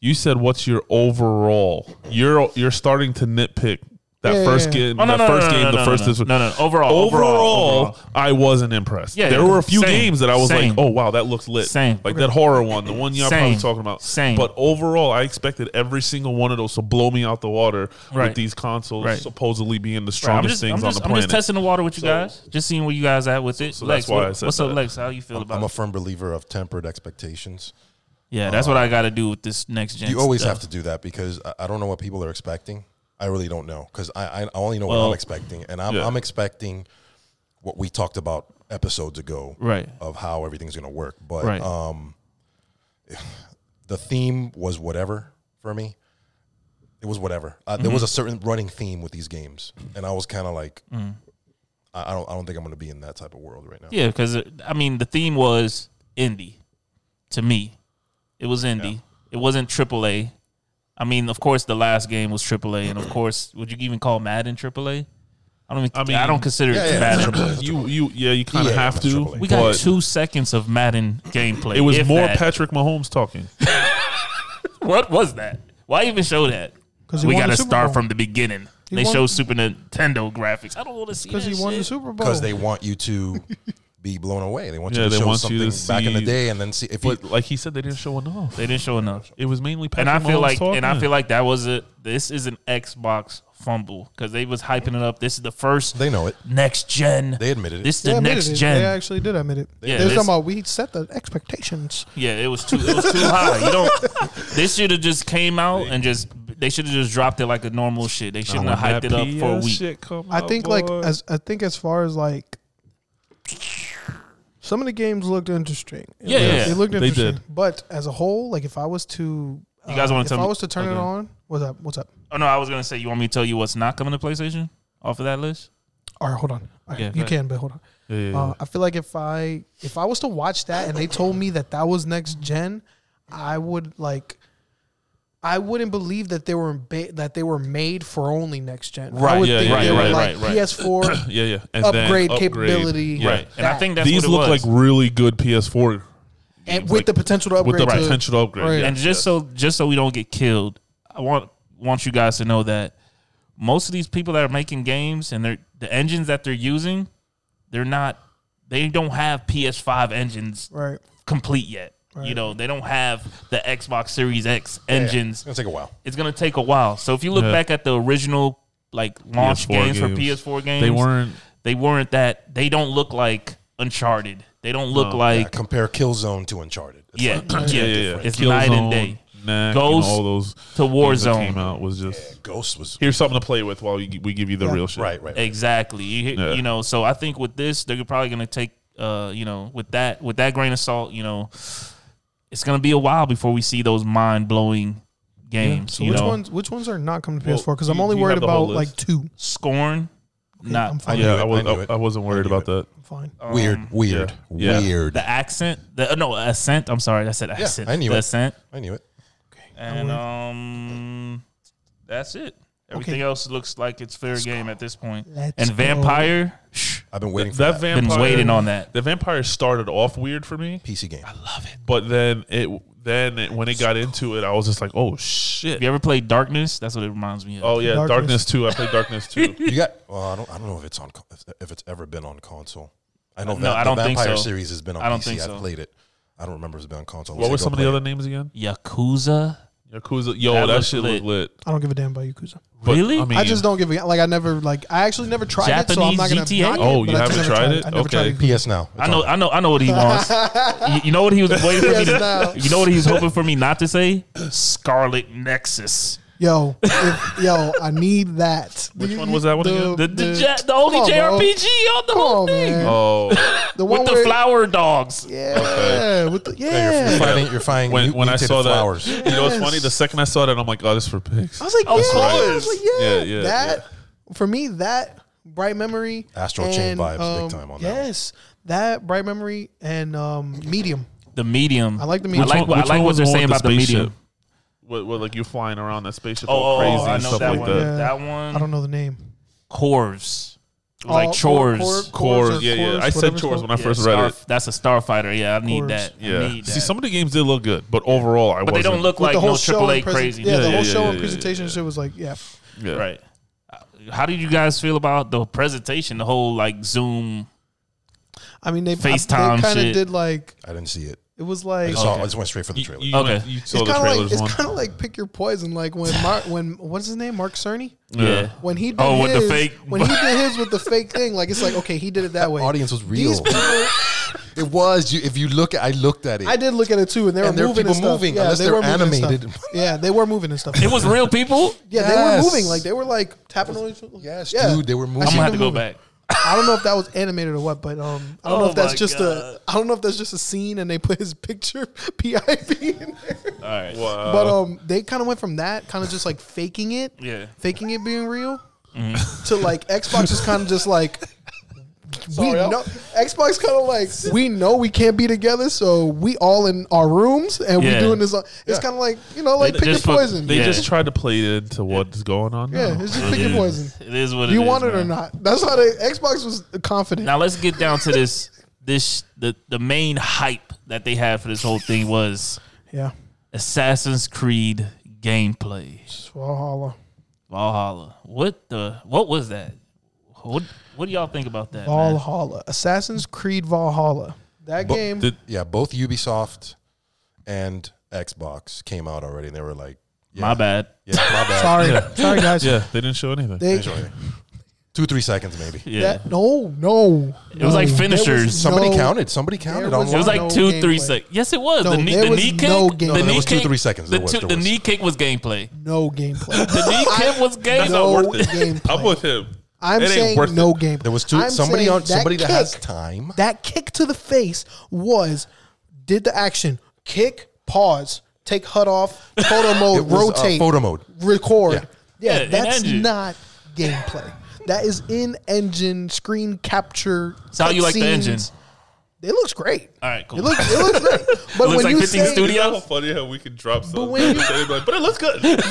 S3: You said what's your overall? You're you're starting to nitpick that
S2: Yeah, yeah,
S3: first
S2: yeah.
S3: game,
S1: Oh no, no,
S3: the first
S1: no, no,
S3: game,
S1: no,
S3: the
S1: no,
S3: first
S1: no,
S3: this
S1: no, no, no. Overall,
S3: overall,
S1: overall.
S3: I wasn't impressed.
S1: Yeah,
S3: there
S1: yeah.
S3: were a few
S1: Same.
S3: games that I was
S1: Same.
S3: like, oh wow, that looks lit.
S1: Same.
S3: Like that horror one, the one y'all
S1: Same.
S3: probably talking about.
S1: Same.
S3: But overall, I expected every single one of those to blow me out the water
S1: Right.
S3: with these consoles
S1: Right.
S3: supposedly being the strongest
S1: Right, I'm just,
S3: things
S1: I'm
S3: on
S1: just,
S3: the
S1: I'm
S3: planet.
S1: just testing the water with you guys, just seeing where you guys at with it.
S3: so
S1: Lex,
S3: that's why
S1: what-
S3: I said
S1: what's up,
S3: that.
S1: Lex? How you feel about
S4: I'm a
S1: it?
S4: firm believer of tempered expectations.
S1: Yeah, that's what I got to do with this next gen.
S4: uh, You always
S1: stuff.
S4: have to do that because I, I don't know what people are expecting. I really don't know because I, I only know what
S1: Well,
S4: I'm expecting, and I'm,
S3: yeah.
S4: I'm expecting what we talked about episodes ago
S1: Right.
S4: of how everything's going to work. But
S1: Right.
S4: um, the theme was whatever for me. It was whatever. Uh, There was
S3: Mm-hmm.
S4: a certain running theme with these games, and I was kind of like,
S3: Mm.
S4: I, I don't, I don't think I'm going to be in that type of world right now.
S1: Yeah, because I mean, the theme was indie. To me, it was indie. It wasn't AAA. I mean, of course, the last game was AAA, and of course, would you even call Madden AAA? I don't. Even, I
S3: I mean-
S1: I don't consider
S4: Yeah,
S1: it
S4: yeah,
S1: Madden.
S4: it's triple-
S3: You you yeah, you kind of
S4: Yeah,
S3: have
S4: that's
S3: to.
S4: AAA.
S1: We got
S3: but
S1: two seconds of Madden gameplay.
S3: It was
S1: if
S3: more
S1: that.
S3: Patrick Mahomes talking.
S1: What was that? Why even show that?
S2: 'Cause he
S1: we
S2: won
S1: got to
S2: the Super
S1: start
S2: Bowl.
S1: from the beginning.
S2: He
S1: they
S2: won-
S1: show Super Nintendo graphics. I don't want to see that
S2: Because he won the
S1: shit.
S2: Super Bowl.
S4: because they want you to be blown away. They want
S3: Yeah,
S4: you to
S3: they
S4: show
S3: want
S4: something
S3: you to
S4: back in the
S3: see-
S4: day and then see if you,
S3: But like he said, they didn't show enough.
S1: They didn't show enough.
S3: It was mainly Patrick
S1: and I feel
S3: Mahomes
S1: like
S3: talking.
S1: and I feel like that was a this is an Xbox fumble because they was hyping it up. This is the first
S4: they know it.
S1: next gen.
S4: They admitted it.
S1: This
S2: They
S1: the
S2: admitted
S1: next
S2: it.
S1: gen.
S2: They actually did admit it.
S1: Yeah,
S2: they was
S1: this-
S2: talking about we set the expectations.
S1: yeah, it was too it was too high. You don't. They should have just came out and just they should have just dropped it like a normal shit. They shouldn't have hyped it up for a week.
S2: I think like as I think as far as like some of the games looked interesting. It
S1: Yeah,
S2: looked-
S1: yeah.
S2: they looked
S3: They
S2: interesting.
S3: did.
S2: But as a whole, like if I was to, uh,
S1: You guys wanna
S2: if
S1: tell
S2: I
S1: me-
S2: was to turn it
S1: okay.
S2: on, what's up? What's up?
S1: Oh no, I was gonna say you want me to tell you what's not coming to PlayStation off of that list.
S2: All right, hold on. All right,
S1: Yeah, go
S2: you
S1: ahead.
S2: can, but hold on.
S3: yeah, yeah, yeah.
S2: Uh, I feel like if I if I was to watch that and they told me that that was next gen, I would like. I wouldn't believe that they were ba- that they were made for only next gen. I
S1: Right,
S2: would
S3: yeah,
S2: think
S3: yeah,
S2: they
S3: yeah,
S2: were
S3: right,
S2: like
S1: right, right.
S2: PS4
S3: yeah, yeah. And then
S2: upgrade, capability.
S3: Yeah.
S1: Right, and I
S2: That.
S1: think that's
S3: These
S1: what it
S3: look like
S1: was.
S3: really good PS4
S2: and
S3: games,
S2: with
S3: like,
S2: the potential to
S3: with
S2: upgrade
S3: the
S2: to,
S3: potential to upgrade.
S2: Right.
S3: yeah.
S1: and just so just so we don't get killed, I want want you guys to know that most of these people that are making games and they're the engines that they're using, they're not they don't have PS5 engines
S2: right.
S1: complete yet. You
S2: Right.
S1: know, they don't have the Xbox Series X
S4: Yeah, yeah.
S1: engines.
S4: It's gonna take a while.
S1: It's gonna take a while. So if you look
S3: Yeah.
S1: back at the original like launch
S3: PS4
S1: games,
S3: games,
S1: for PS4 games,
S3: They weren't.
S1: they weren't that they don't look like Uncharted. They don't look
S4: Yeah,
S1: like
S4: compare Killzone to Uncharted. It's
S1: yeah,
S4: like,
S1: yeah,
S3: Yeah, yeah, yeah.
S1: It's night and
S3: Killzone,
S1: day.
S3: Knack,
S1: Ghost
S3: and all those
S1: To
S3: games that came
S1: Warzone.
S3: out was just
S4: Ghost was
S3: here's something to play with while you, we give you the
S2: Yeah.
S3: real shit.
S4: right, right.
S1: Exactly. You, hit-
S3: Yeah.
S1: you know, so I think with this, they're probably going to take, uh, you know, with that with that grain of salt, you know, it's going to be a while before we see those mind blowing games.
S2: So
S1: you
S2: which
S1: know,
S2: ones which ones are not coming to
S3: Well,
S2: PS4? Because
S3: you-
S2: I'm only
S3: you have
S2: worried
S3: the whole
S2: about like
S3: list.
S2: two.
S1: scorn, not
S2: I'm fine.
S3: Yeah, Uh,
S4: knew
S3: I,
S4: it,
S3: was,
S4: I knew it.
S3: I, I wasn't worried
S4: I knew
S3: about that.
S2: I'm fine.
S4: weird, weird,
S3: Um, yeah.
S4: weird.
S1: the accent. The uh, no ascent. I'm sorry, I said accent.
S4: I knew
S1: the
S4: it.
S1: Ascent,
S4: I knew it.
S1: and um, that's it. Everything else looks like it's fair game at this point.
S2: Let's
S1: and
S2: go.
S1: vampire, shh,
S4: I've been waiting for
S3: That
S4: that,
S1: been
S3: vampire.
S1: waiting on that.
S3: The vampire started off weird for me,
S4: PC game.
S3: but then it then it, when it got into it, I was just like, oh shit.
S1: Have you ever played Darkness? That's what it reminds me of.
S3: Oh yeah,
S2: Darkness.
S3: Darkness Two. I played Darkness Two.
S4: You got? Well, I don't. I don't know if it's on. co- if- If it's ever been on console. I know
S1: No,
S4: that
S1: I don't
S4: the
S1: think
S4: Vampire
S1: so.
S4: series has been on
S1: I don't
S4: PC.
S1: think so.
S4: I've played it. I don't remember if it's been on console.
S3: What
S4: Let's
S3: were
S4: go
S3: some of the
S4: play
S3: other names again?
S1: Yakuza.
S3: Yakuza. Yo,
S1: That
S3: that,
S1: looked
S3: shit
S1: lit.
S3: looked lit.
S2: I don't give a damn about Yakuza.
S3: But,
S1: Really?
S3: I mean,
S2: I just don't give a like. I never like. I actually never tried it, so I'm
S1: Japanese
S2: not gonna.
S1: GTA?
S2: knock it,
S3: Oh,
S2: but
S3: you
S2: I just
S3: haven't
S2: never
S3: tried
S2: I
S3: it?
S2: never tried
S3: Okay.
S2: Yakuza.
S4: it. PS Now. It's
S1: I know,
S4: on.
S1: I know, I know what he wants. you, you know what he was waiting for me
S2: Yes,
S1: to.
S2: now.
S1: You know what he was hoping for me not to say. Scarlet Nexus.
S2: Yo, if, yo, I need that.
S3: Which one was that one again?
S1: The the,
S2: the-
S1: J- the only
S2: come on, bro.
S1: JRPG on the
S2: Come
S1: whole
S2: on,
S1: thing
S2: man.
S3: Oh,
S2: The one
S1: with the
S2: where,
S1: flower dogs.
S2: Yeah, with the
S4: You're,
S2: yeah.
S4: finding, you're finding
S3: when
S4: mu-
S3: when I
S4: mutated
S3: saw
S4: flowers.
S3: that, you know what's
S2: Yes.
S3: funny? The second I saw that, I'm like, oh, this is for pigs.
S2: I was like, yeah.
S1: Of
S2: I was
S1: course.
S2: like, yeah.
S3: Yeah, yeah,
S2: that for me, that bright memory, um,
S4: Astral Chain vibes big time on that one.
S2: Yes, that bright memory and um, medium.
S1: The medium.
S2: I like the
S1: I
S2: medium.
S1: like, what-
S3: Which one-
S1: I
S3: which
S1: like
S3: one
S1: what
S3: was
S1: they're
S3: the one
S1: saying
S3: with
S1: about
S3: the
S1: the medium.
S3: spaceship? What, what, like you flying around that spaceship
S1: Oh,
S3: all
S1: oh,
S3: crazy
S1: oh, I
S3: and
S1: know
S3: stuff
S1: that
S3: like
S1: one.
S3: that.
S2: Yeah.
S1: That one.
S2: I don't know the name.
S1: Corvs. It was like
S2: Oh,
S1: chores.
S2: Cor- Cor-
S3: Chores,
S2: Chores or
S3: yeah, yeah.
S2: Chores,
S3: I
S2: whatever
S3: said
S2: it's
S3: chores
S2: called.
S3: when I
S1: Yeah,
S3: first
S1: Star-
S3: read it.
S1: That's a starfighter. Yeah, I need
S2: Corvs.
S1: that. I
S3: Yeah.
S1: need
S3: See,
S1: that.
S3: some of the games did look good, but overall, I
S1: but they
S3: wasn't.
S1: don't look
S2: With
S1: like
S2: the whole
S1: no
S2: show
S1: AAA
S2: and presen-
S1: crazy.
S2: Yeah, the
S3: Yeah,
S2: whole
S3: yeah,
S2: show
S3: yeah,
S2: and
S3: yeah,
S2: presentation
S3: yeah.
S2: shit was like, yeah.
S3: Yeah.
S1: Right. How did you guys feel about the presentation? The whole like Zoom.
S2: I mean, they
S1: FaceTime
S2: they kind of
S1: shit.
S2: did like
S4: I didn't see it.
S2: it was
S4: I
S2: like
S4: just, saw, I just went straight for the
S3: You,
S4: trailer.
S3: you,
S1: Okay.
S3: okay. you saw
S2: it's
S3: the
S2: kind of like
S3: trailers
S2: it's
S3: one.
S2: kind of like pick your poison. Like when Mar- when what's his name, Mark Cerny,
S1: Yeah.
S2: when he did
S1: Oh, with
S2: his,
S1: the fake-
S2: when he did his with the fake thing. Like it's like okay, he did it that way.
S4: Audience was
S2: These
S4: real.
S2: people,
S4: It was. You, if you look, at, I looked at it.
S2: I did look at it too, and they were
S4: And there are
S2: moving.
S4: people
S2: and stuff.
S4: moving,
S2: yeah,
S4: unless
S2: they
S4: they're
S2: were moving and
S4: animated.
S2: stuff. yeah, they were moving and stuff.
S1: It was real people.
S2: yeah, they were
S4: Yes.
S2: moving. Like they were like tapping on each other.
S4: yes,
S2: yeah.
S4: dude, they were moving.
S1: I'm gonna have to go
S2: moving.
S1: back.
S2: I don't know if that was animated or what, but um, I don't
S1: Oh
S2: know if that's
S1: my
S2: just
S1: God.
S2: a. I don't know if that's just a scene, and they put his picture PIV in there.
S1: All right.
S3: Wow.
S2: But
S1: Uh,
S2: um, they kind of went from that, kind of just like faking it,
S1: Yeah. Mm-hmm.
S2: faking it being real, to like Xbox is kind of just like. We know, Xbox kind of like we know we can't be together, so we all in our rooms and
S1: Yeah.
S2: we doing this. uh, It's kind of like you know, like
S1: They
S2: pick your
S1: just put-
S2: poison.
S3: They
S1: Yeah.
S3: just tried to play into what's going on.
S2: yeah,
S3: now.
S2: it's just pick your poison.
S1: It is what
S2: Do you
S1: it
S2: want
S1: is,
S2: it or
S1: man.
S2: not? That's how they Xbox was confident.
S1: Now let's get down to this. This the the main hype that they had for this whole thing was
S2: yeah,
S1: Assassin's Creed gameplay.
S2: Swallow.
S1: Valhalla. What the? What was that? What What do y'all think about that? man?
S2: Valhalla, Assassin's Creed Valhalla. That
S4: Bo-
S2: game.
S3: Did,
S4: Yeah, both Ubisoft and Xbox came out already, and they were like, yeah,
S1: My bad.
S4: Yeah, my bad.
S2: sorry, sorry guys.
S3: yeah, they didn't show anything.
S2: They
S4: Enjoy. Two, three seconds maybe.
S1: Yeah.
S2: that no no.
S1: It was like
S2: no. There
S1: finishers.
S4: Somebody
S2: no-
S4: counted. Somebody counted
S2: There
S4: on
S2: was
S1: it was
S4: one.
S1: like
S2: no
S1: two, three
S2: gameplay.
S1: seconds. Yes, it was.
S2: No,
S1: the knee,
S2: there
S1: the
S2: was
S1: knee kick.
S2: no
S1: the
S2: gameplay. No,
S1: knee
S2: there
S4: was two,
S1: kick-
S4: three seconds.
S1: The,
S4: There was,
S1: two-
S4: there
S1: the
S4: was.
S1: knee kick was gameplay.
S2: No gameplay.
S1: The knee kick was gameplay.
S2: No gameplay.
S3: I'm with him.
S2: I'm
S3: It ain't
S2: saying
S3: worth
S2: no
S3: it.
S2: gameplay.
S4: There was two.
S2: I'm
S4: somebody
S2: saying
S4: on somebody that has
S2: kick-
S4: time.
S2: That kick to the face was did the action kick pause take HUD off photo mode
S4: It was, uh,
S2: rotate
S4: photo mode.
S2: record
S1: Yeah,
S2: yeah,
S1: in
S2: that's
S1: engine.
S2: not gameplay that is in engine screen capture
S1: So how you like the
S2: cutscenes.
S1: engine?
S2: it looks great
S1: All right, cool.
S2: it looks it looks great but
S1: looks
S2: when
S1: like
S2: you
S1: 15
S2: say,
S1: studio-
S3: Isn't that funny how we can drop something.
S2: when
S3: and
S2: you-
S3: they'd be like, but it looks good.
S2: Yeah,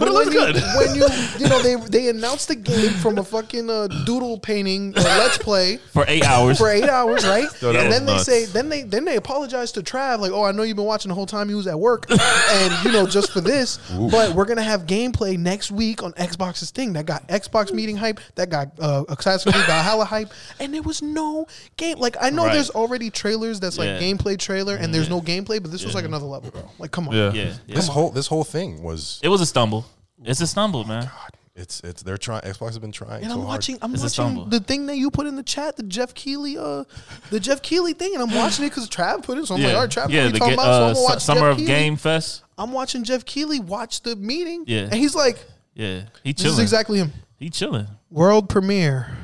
S1: it looks
S2: when you,
S1: good.
S2: When you you know they they announced the game from a fucking uh, doodle painting uh, let's play
S1: for eight hours.
S2: for eight hours, right?
S3: Yo, that
S2: and
S3: was
S2: then they
S3: nuts.
S2: say, then they then they apologize to Trav, like, oh, I know you've been watching the whole time you was at work, and you know just for this, but we're gonna have gameplay next week on Xbox's thing that got Xbox meeting hype, that got uh, Assassin's Creed Valhalla hype, and there was no game. Like I know
S1: Right.
S2: there's already trailers that's
S1: Yeah.
S2: like gameplay trailer, and there's no gameplay, but this was like another level, bro. Like come on,
S3: Yeah.
S1: Yeah, yeah.
S4: This whole this whole thing was
S1: It was a stumble. It's a stumble, man.
S4: it's it's they're trying. Xbox has been trying.
S2: And
S4: so
S2: I'm
S4: hard.
S2: watching. I'm
S1: It's a stumble.
S2: watching the thing that you put in the chat, the Jeff Keeley, uh, the Jeff Keeley thing, and I'm watching it because Trav put it. So I'm like, all right, Trav,
S1: yeah.
S2: what are
S1: The
S2: you talking
S1: ga-
S2: about? So
S1: uh,
S2: I'm gonna watch
S1: su- summer
S2: Jeff
S1: of
S2: Keighley.
S1: Game Fest.
S2: I'm watching Jeff Keeley watch the meeting.
S1: Yeah.
S2: and he's like,
S1: Yeah, he
S2: this is
S1: chilling.
S2: exactly him.
S1: he chilling.
S2: World premiere.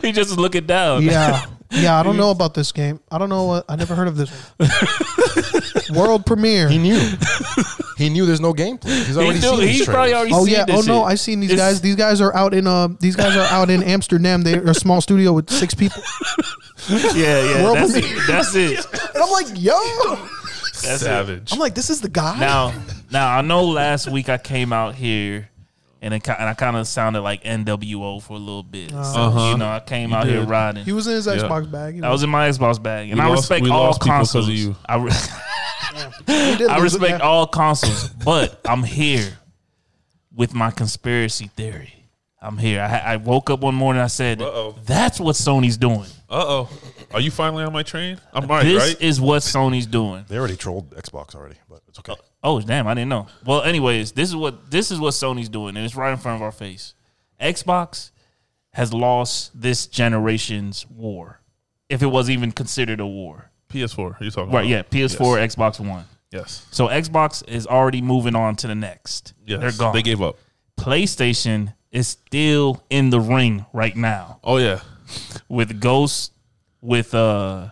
S1: He just is looking down.
S2: Yeah, yeah. I don't know about this game. I don't know. What, I never heard of this one. World premiere.
S4: He knew. he knew there's no gameplay. He's
S1: he
S4: already
S1: knew,
S4: seen these
S1: he probably already.
S4: trailers.
S2: Oh
S1: seen
S2: yeah.
S1: This
S2: Oh no.
S1: shit.
S2: I seen these
S1: It's-
S2: guys. These guys are out in uh. These guys are out in Amsterdam. They are a small studio with six people.
S1: Yeah, yeah.
S2: World
S1: That's it.
S2: premiere.
S1: That's it.
S2: And I'm like, yo.
S1: That's it.
S3: Savage.
S2: I'm like, this is the guy.
S1: Now, now I know last week I came out here and it, ki- and I kind of sounded like NWO for a little bit. So,
S3: Uh-huh.
S1: you know, I came out here
S3: did.
S1: riding.
S2: He was in his
S3: Yeah.
S2: Xbox bag. He
S1: I was in my Xbox bag, and
S3: We
S1: I
S3: lost-
S1: respect
S3: we
S1: all
S3: lost people 'cause of
S1: consoles.
S3: you.
S1: I, re-
S2: He did
S1: I
S2: lose it,
S1: respect
S2: yeah.
S1: all consoles, but I'm here with my conspiracy theory. I'm here. I, I woke up one morning. I said,
S3: Uh-oh.
S1: "That's what Sony's doing.
S3: Uh oh. Are you finally on my train? I'm right,
S1: this
S3: right?
S1: is what Sony's doing."
S4: They already trolled Xbox already, but it's okay.
S1: Oh damn, I didn't know. Well, anyways, this is what this is what Sony's doing, and it's right in front of our face. Xbox has lost this generation's war, if it was even considered a war.
S3: PS4. You're talking
S1: Right?
S3: about.
S1: Yeah, PS4, Xbox One.
S3: Yes.
S1: So Xbox is already moving on to the next.
S3: Yes.
S1: They're gone.
S3: They gave up.
S1: PlayStation is still in the ring right now
S3: Oh, yeah.
S1: with Ghost, with uh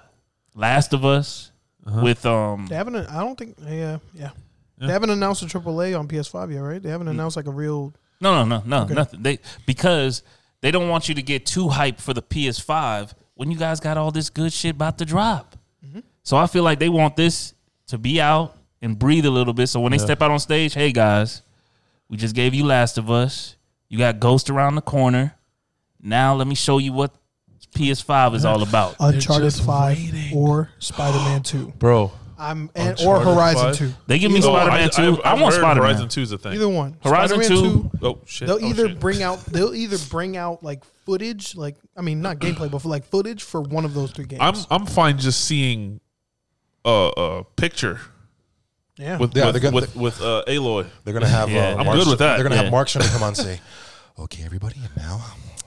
S1: Last of Us, with um
S2: They haven't. I don't think. Yeah, yeah. They haven't announced a AAA on PS5 yet, right? They
S1: Mm.
S2: haven't announced like a real.
S1: No, no, no, no, nothing. They because they don't want you to get too hyped for the PS5 when you guys got all this good shit about to drop. So I feel like they want this to be out and breathe a little bit. So when they step out on stage, hey guys, we just gave you Last of Us. You got Ghost around the corner. Now let me show you what PS5 is all about.
S2: Uncharted
S3: just
S2: Five
S3: waiting.
S2: or Spider Man Two.
S3: Bro.
S2: I'm and, or
S3: Uncharted
S2: Horizon
S3: 5?
S2: Two.
S1: They give me
S3: Oh,
S1: Spider Man
S3: I-
S1: Two.
S3: I've-
S1: I,
S3: I've
S1: want
S3: heard
S1: Spider
S3: Horizon
S1: Man.
S3: 2 is a thing.
S2: Either one.
S1: Horizon
S2: Spider-Man
S1: 2.
S3: oh, shit.
S2: They'll
S3: Oh,
S2: either
S3: shit.
S2: bring out. They'll either bring out like footage, like I mean, not gameplay, but for like footage for one of those three games.
S3: I'm, I'm fine just seeing a, a picture
S2: yeah.
S3: with,
S4: Yeah,
S3: with,
S4: they're gonna-
S3: with, with uh, Aloy.
S4: They're gonna have.
S1: Yeah,
S4: uh,
S1: I'm
S4: Mark
S3: good with that.
S4: They're gonna
S1: Yeah.
S4: have Mark Shunner come on and say, "Okay, everybody, and now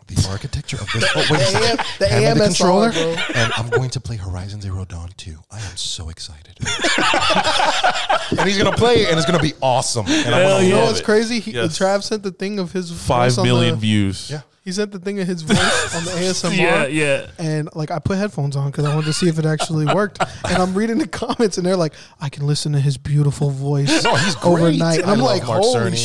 S4: the architecture of this. Oh, wait a
S2: The
S4: second.
S2: AM the
S4: Hand me the
S2: AMSR,
S4: controller,
S2: bro.
S4: and I'm going to play Horizon Zero Dawn 2. I am so excited. and he's gonna play, and it's gonna be awesome. And I'm
S3: Hell
S4: gonna
S2: You know
S4: love
S2: what's
S4: it.
S2: crazy? He,
S3: Yes.
S2: Trav sent the thing of his
S3: Five
S2: voice on
S3: million
S2: the,
S3: views.
S4: Yeah.
S2: He sent the thing of his voice on the ASMR.
S1: Yeah, yeah.
S2: and like I put headphones on because I wanted to see if it actually worked. and I'm reading the comments, and they're like, "I can listen to his beautiful voice
S4: No, he's great.
S2: overnight." And
S4: I
S2: I'm
S4: love
S2: like,
S4: Mark
S2: "Holy
S4: Cerny.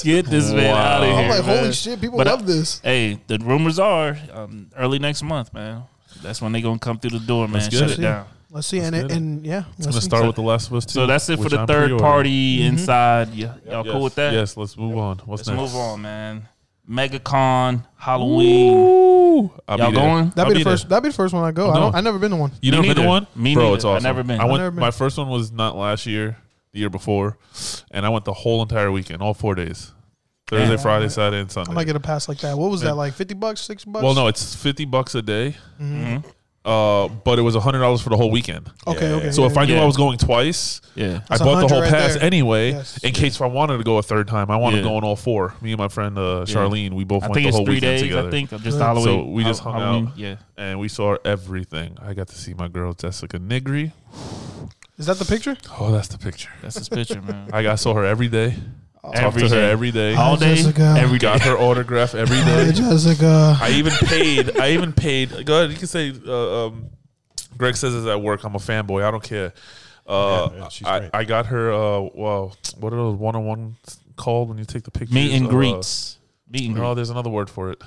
S2: shit!"
S1: Get this man
S3: Wow.
S1: out of here.
S2: I'm like,
S1: man.
S2: "Holy shit!" People
S1: But uh, I-
S2: love this.
S1: Hey, the rumors are um, early next month, man. That's when they gonna come through the door, man.
S3: Let's get
S1: Shut
S3: it.
S1: it down.
S2: Let's see, and,
S3: Let's
S2: it,
S3: get it.
S2: and yeah,
S3: I'm
S2: let's
S3: going to
S2: see.
S3: start with The Last of Us 2.
S1: So that's it for
S3: which
S1: the
S3: I'm
S1: 3rd
S3: pre-ordering.
S1: party
S2: Mm-hmm.
S1: inside. Y- y'all cool with that?
S3: Yes, let's move on. What's
S1: Let's
S3: next?
S1: move on, man. Megacon, Halloween.
S3: Ooh, I'll
S1: Y'all
S3: be there.
S1: going?
S3: I'll
S2: That'd be the
S3: there.
S2: first. That'd be the first one I go. I
S3: No.
S2: don't. I never been to one.
S3: You
S1: Me
S3: never been to
S1: neither.
S3: one?
S1: Me
S3: Bro,
S1: neither.
S3: it's
S1: I've
S3: awesome.
S1: never been.
S3: I
S1: I've
S3: went.
S2: never been.
S3: My first one was not last year, the year before, and I went the whole entire weekend, all four days. Thursday,
S2: Yeah.
S3: Friday, Saturday, and
S2: I
S3: Sunday.
S2: might get a pass like that. What was
S3: Yeah.
S2: that like? Fifty bucks, six bucks?
S3: well, no, it's fifty bucks a day,
S2: Mhm.
S1: Mm-hmm.
S3: uh, but it was hundred dollars for the whole weekend.
S2: Okay,
S4: Yeah.
S2: okay.
S3: So if I knew
S1: Yeah.
S3: I was going twice,
S1: Yeah.
S3: I
S2: That's
S3: bought the
S2: 100
S3: whole
S2: right
S3: pass
S2: there.
S3: anyway
S2: Yes.
S3: in case if I wanted to go a third time. I wanted
S1: Yeah.
S3: to go on all four. Me and my friend uh,
S1: Yeah.
S3: Charlene, we both
S1: I
S3: went
S1: think
S3: the
S1: it's
S3: whole
S1: three
S3: weekend
S1: days.
S3: together,
S1: I think of just
S2: So
S1: Halloween.
S3: we just hung
S1: Halloween,
S3: out.
S1: Yeah.
S3: and we saw everything. I got to see my girl Jessica Nigri.
S2: is that the picture?
S3: Oh, that's the picture.
S1: That's his picture, man.
S3: I got saw her every day. Talked
S1: Every
S3: to her
S1: day.
S3: every day.
S1: All day,
S2: Jessica.
S1: every day.
S3: Got her autograph every
S2: Hey,
S3: day.
S2: Jessica.
S3: I even paid. I even paid. Go ahead. You can say. Uh, um, Greg says it's at work. I'm a fanboy. I don't care. Uh,
S4: Yeah, yeah, she's
S3: I,
S4: great.
S3: I got her. Uh, well, what are those one on one called when you take the pictures?
S1: Meet and
S3: Uh,
S1: greets. Meet and
S3: No,
S1: greets.
S3: there's another word for it.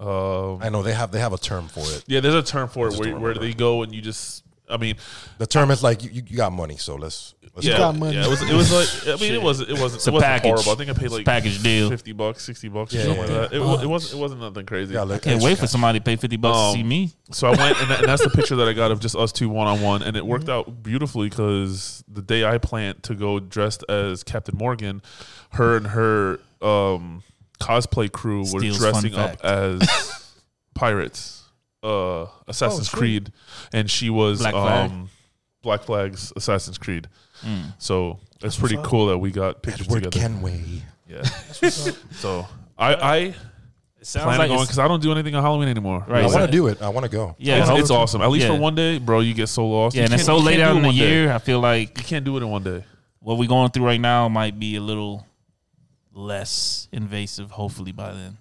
S3: Um,
S4: I know they have they have a term for it.
S3: yeah, there's a term for it
S4: Just
S3: where,
S4: don't
S3: where
S4: remember.
S3: they go and you just. I mean,
S4: The term is like you, you, you got money, so let's let's
S3: yeah,
S2: got money.
S3: yeah, it was it was like I mean it
S1: Shit.
S3: was it wasn't
S1: a
S3: it wasn't
S1: package.
S3: horrible. I think I paid like
S1: Package deal.
S3: fifty bucks, sixty bucks, or
S4: Yeah,
S3: something
S4: yeah,
S3: like that. It, was, it wasn't it wasn't nothing crazy.
S4: Yeah, look,
S1: Can't wait for
S4: extra
S1: somebody to pay fifty bucks
S3: Um,
S1: to see me.
S3: So I went, and, that, and that's the picture that I got of just us two one on one, and it worked
S1: Mm-hmm.
S3: out beautifully because the day I planned to go dressed as Captain Morgan, her and her um, cosplay crew were
S1: Steals fun
S3: dressing up
S1: fact. Oh,
S3: as pirates, uh, Assassin's
S2: sweet.
S3: Creed, and she was
S1: Black Flag.
S3: um, Black Flag's Assassin's Creed.
S1: Mm.
S3: So it's pretty
S2: what's up.
S3: cool that we got pictures
S4: Edward
S3: together.
S4: Kenway.
S3: yeah. so I I
S1: It
S3: plan
S1: sounds
S3: on
S1: like
S3: going
S1: it's-
S3: because I don't do anything on Halloween anymore.
S1: Right.
S4: I
S1: Is
S4: want
S1: that-
S4: to do it. I want to go.
S1: yeah,
S3: It's,
S1: it's-
S3: it's awesome. At least
S1: yeah.
S3: for one day, bro, you get so lost.
S1: Yeah,
S3: You
S1: and it's so
S3: can't- you
S1: late
S3: can't do
S1: out
S3: it
S1: in the
S3: one day.
S1: year. I feel like
S3: You can't do it in one day.
S1: what we're going through right now might be a little less invasive. Hopefully by then.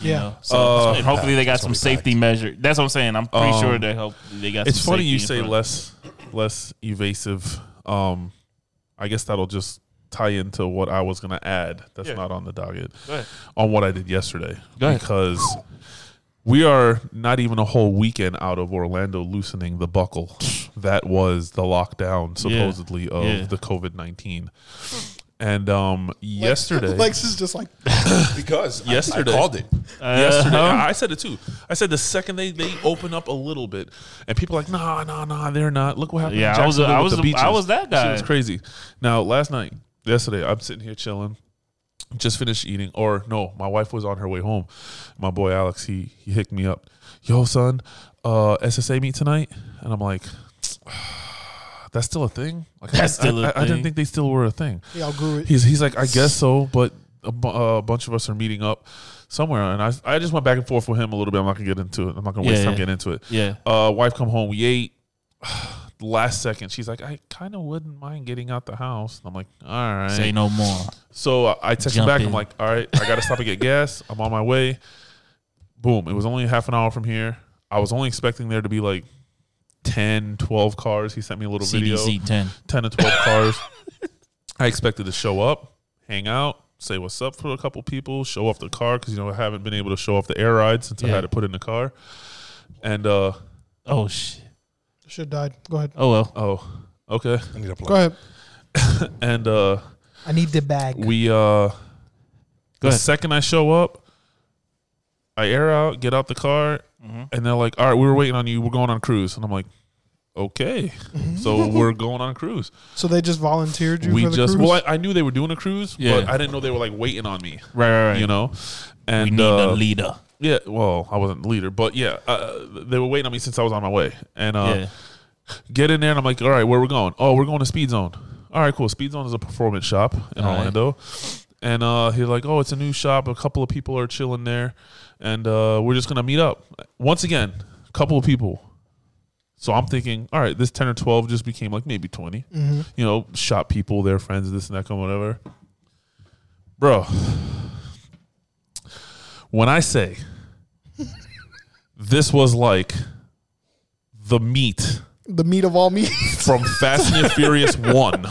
S1: You
S2: Yeah.
S1: know? So
S3: Uh,
S1: and hopefully they got
S4: It's
S1: some
S4: gonna be
S1: safety measure. That's what I'm saying. I'm pretty
S3: Um,
S1: sure that hopefully they got.
S3: It's
S1: some
S3: funny
S1: safety
S3: you
S1: in
S3: say
S1: front.
S3: less less evasive. Um, I guess that'll just tie into what I was gonna add. That's
S1: Yeah.
S3: not on the docket.
S1: Go ahead.
S3: On what I did yesterday,
S1: Go ahead.
S3: because we are not even a whole weekend out of Orlando loosening the buckle that was the lockdown supposedly of
S1: Yeah.
S3: the COVID nineteen. And um, yesterday,
S2: Lex is just like
S4: Because
S3: Yesterday.
S4: I, I called it.
S3: yesterday.
S1: Uh-huh.
S3: I I said it too. I said the second they they open up a little bit, and people are like, nah, nah, nah, they're not. Look what happened.
S1: Yeah,
S3: in
S1: I was-
S3: Jacksonville
S1: I
S3: with
S1: was-
S3: the beaches.
S1: I was that guy.
S3: It was crazy. Now, last night, yesterday, I'm sitting here chilling. Just finished eating, or no, my wife was on her way home. My boy Alex, he he hicked me up. Yo, son, uh, SSA meet tonight, and I'm like, that's still a thing. Like,
S1: That's
S3: I-
S1: still
S3: I-
S1: a
S3: I- I didn't
S1: thing.
S3: think they still were a thing.
S2: Yeah, I'll go with-
S3: He's he's like, I guess so, but a, bu- uh, a bunch of us are meeting up somewhere, and I I just went back and forth with him a little bit. I'm not gonna get into it. I'm not gonna waste
S1: Yeah,
S3: time
S1: yeah.
S3: getting into it.
S1: Yeah.
S3: Uh, wife come home. We ate. Last second, she's like, I kind of wouldn't mind getting out the house. And I'm like, all right.
S1: Say no more.
S3: So uh, I I text
S1: Jump
S3: him back.
S1: in.
S3: I'm like, all right, I gotta stop and get gas. I'm on my way. Boom. It was only half an hour from here. I was only expecting there to be like 10, 12 cars. He sent me a little video.
S1: CDC ten.
S3: 10 to 12 cars. I expected to show up, hang out, say what's up for a couple people, show off the car because, you know, I haven't been able to show off the air ride since I
S1: Yeah.
S3: had to put in the car. And, uh,
S1: Oh shit.
S2: should died. Go ahead.
S1: Oh well.
S3: oh, okay.
S4: I need a plug.
S2: Go ahead.
S3: And, uh,
S2: I need the bag.
S3: we, uh, the
S1: ahead.
S3: second I show up, I air out, get out the car, and they're like, all right, we were waiting on you. We're going on a cruise. And I'm like, okay. so we're going on a cruise.
S2: so they just volunteered you
S3: we
S2: for the
S3: just,
S2: cruise.
S3: well, I, I knew they were doing a cruise,
S1: Yeah.
S3: but I didn't know they were like waiting on me.
S1: Right, right, right.
S3: you know
S1: we
S3: and
S1: need
S3: uh,
S1: a leader.
S3: yeah well i wasn't the leader but yeah uh, they were waiting on me since i was on my way and uh,
S1: yeah.
S3: get in there and i'm like all right where we going oh we're going to speed zone all right cool speed zone is a performance shop in
S1: All right.
S3: orlando and uh, he's like oh it's a new shop a couple of people are chilling there and uh, we're just gonna meet up once again a couple of people so i'm thinking all right this 10 or 12 just became like maybe 20 you know shop people their friends this and that and whatever bro when I say this was like the meat
S2: the meat of all meat.
S3: from Fast and the Furious 1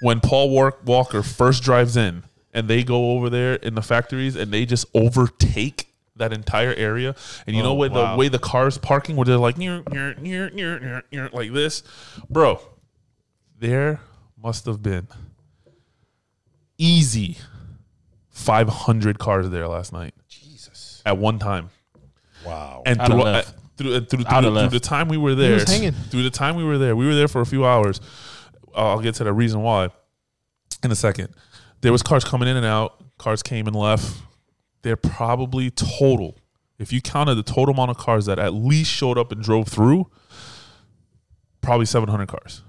S3: when Paul War- Walker first drives in and they go over there in the factories and they just overtake that entire area and you know
S1: Oh,
S3: where
S1: wow.
S3: the way the cars parking where they're like near near near near near near like this bro there must have been easy 500 cars there last night
S4: Jesus.
S3: at one time
S4: Wow.
S3: and
S1: Outta
S3: through, uh,
S1: left.
S3: through, uh, through,
S1: Outta
S3: through, through
S1: left.
S3: the time we were there,
S2: was hanging.
S3: through the time we were there, we were there for a few hours. Uh, I'll get to the reason why in a second. There was cars coming in and out. Cars came and left. They're probably total. If you counted the total amount of cars that at least showed up and drove through, probably 700 cars.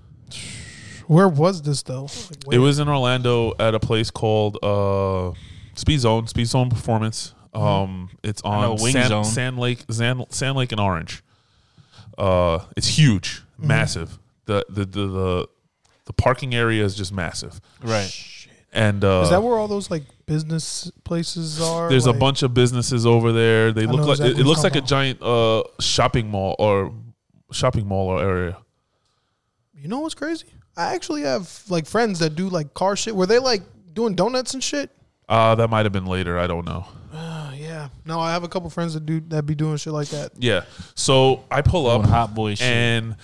S2: Where was this though? Like,
S3: It
S2: where-
S3: was in Orlando at a place called uh, Speed Zone, Speed Zone Performance.
S2: Mm-hmm.
S3: Um, it's
S1: know
S3: on
S1: Wing
S3: Sand,
S1: Zone.
S3: Sand Lake, Sand, Sand Lake and Orange. Uh, it's huge,
S2: Mm-hmm.
S3: massive. The, the the the the parking area is just massive,
S1: Right.
S3: and uh,
S2: Is that where all those like business places are?
S3: there's a
S2: Like,
S3: bunch of businesses over there. They
S2: know
S3: look like
S2: exactly
S3: it, it looks
S2: what
S3: like
S2: you're
S3: a giant uh, shopping mall or shopping mall or area.
S2: You know what's crazy? I actually have like friends that do like car shit. Were they like doing donuts and shit?
S3: Uh, that might have been later. I don't know.
S2: Uh, yeah. No, I have a couple friends that do that be doing shit like that.
S3: Yeah. So I pull up
S1: Doing hot boy shit.
S3: and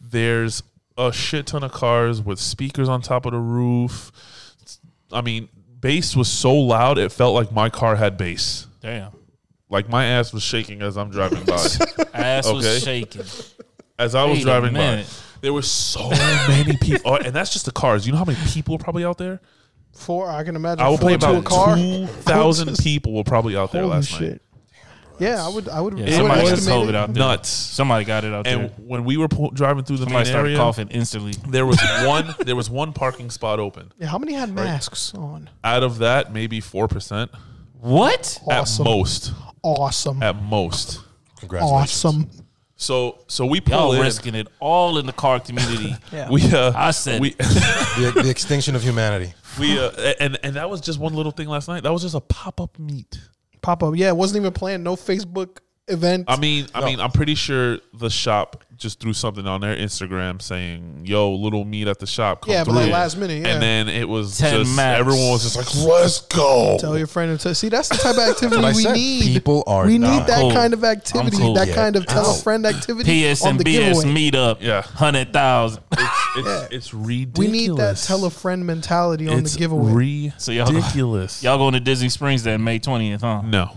S3: there's a shit ton of cars with speakers on top of the roof. I mean, bass was so loud it felt like my car had bass.
S1: Damn.
S3: Like my ass was shaking as I'm driving by.
S1: Ass
S3: Okay.
S1: was shaking.
S3: as I was
S1: Wait a
S3: driving by,
S1: minute.
S3: there were so many people, oh, and that's just the cars. You know how many people are probably out there?
S2: Four, I can imagine.
S3: I would
S2: four
S3: play
S2: to a
S3: about
S2: car.
S3: two thousand people were probably out there
S2: Holy
S3: last
S2: shit.
S3: night.
S2: yeah, I would. I would. I would
S1: somebody
S2: estimate
S1: just hove it out there.
S3: Nuts.
S1: Somebody got it out
S3: And
S1: there.
S3: when we were pu- driving through the
S1: Somebody
S3: main
S1: started
S3: area,
S1: coughing instantly.
S3: there was one there was one parking spot open.
S2: Yeah, how many had masks on?
S3: Out of that, maybe four percent
S1: What?
S3: at
S2: Awesome.
S3: most.
S2: Awesome.
S3: At most.
S4: Congratulations.
S2: Awesome.
S3: So so we pull
S1: Y'all
S3: in.
S1: risking it all in the car community.
S2: Yeah.
S3: We uh,
S1: I said
S3: we
S4: The, the extinction of humanity.
S3: we uh, and and that was just one little thing last night. That was just a pop up meet.
S2: Pop up. Yeah, it wasn't even planned. No Facebook event.
S3: I mean, I mean, I'm pretty sure the shop just threw something on their Instagram saying, "Yo, little meet at the shop." Come
S2: yeah, but
S3: through.
S2: like last minute. Yeah.
S3: And then it was
S1: Ten
S3: just
S1: max.
S3: everyone was just like,
S4: Let's go.
S2: Tell your friend and tell, see that's the type of activity
S4: I
S2: we
S4: said.
S2: need.
S4: People are
S2: we
S4: not
S2: need that
S1: cool.
S2: kind of
S1: I'm
S2: activity,
S1: cool.
S2: that
S4: Yeah,
S2: kind of
S4: it's
S2: tell a
S4: out.
S2: friend activity
S1: PS
S2: on
S1: and
S2: the
S1: BS
S2: giveaway.
S1: meetup.
S3: Yeah.
S1: Hundred thousand.
S3: "It's it's ridiculous."
S2: We need that tell a friend mentality on
S3: it's
S2: the giveaway.
S1: So y'all-
S3: ridiculous.
S1: Y'all going to Disney Springs then May twentieth, huh?
S3: no,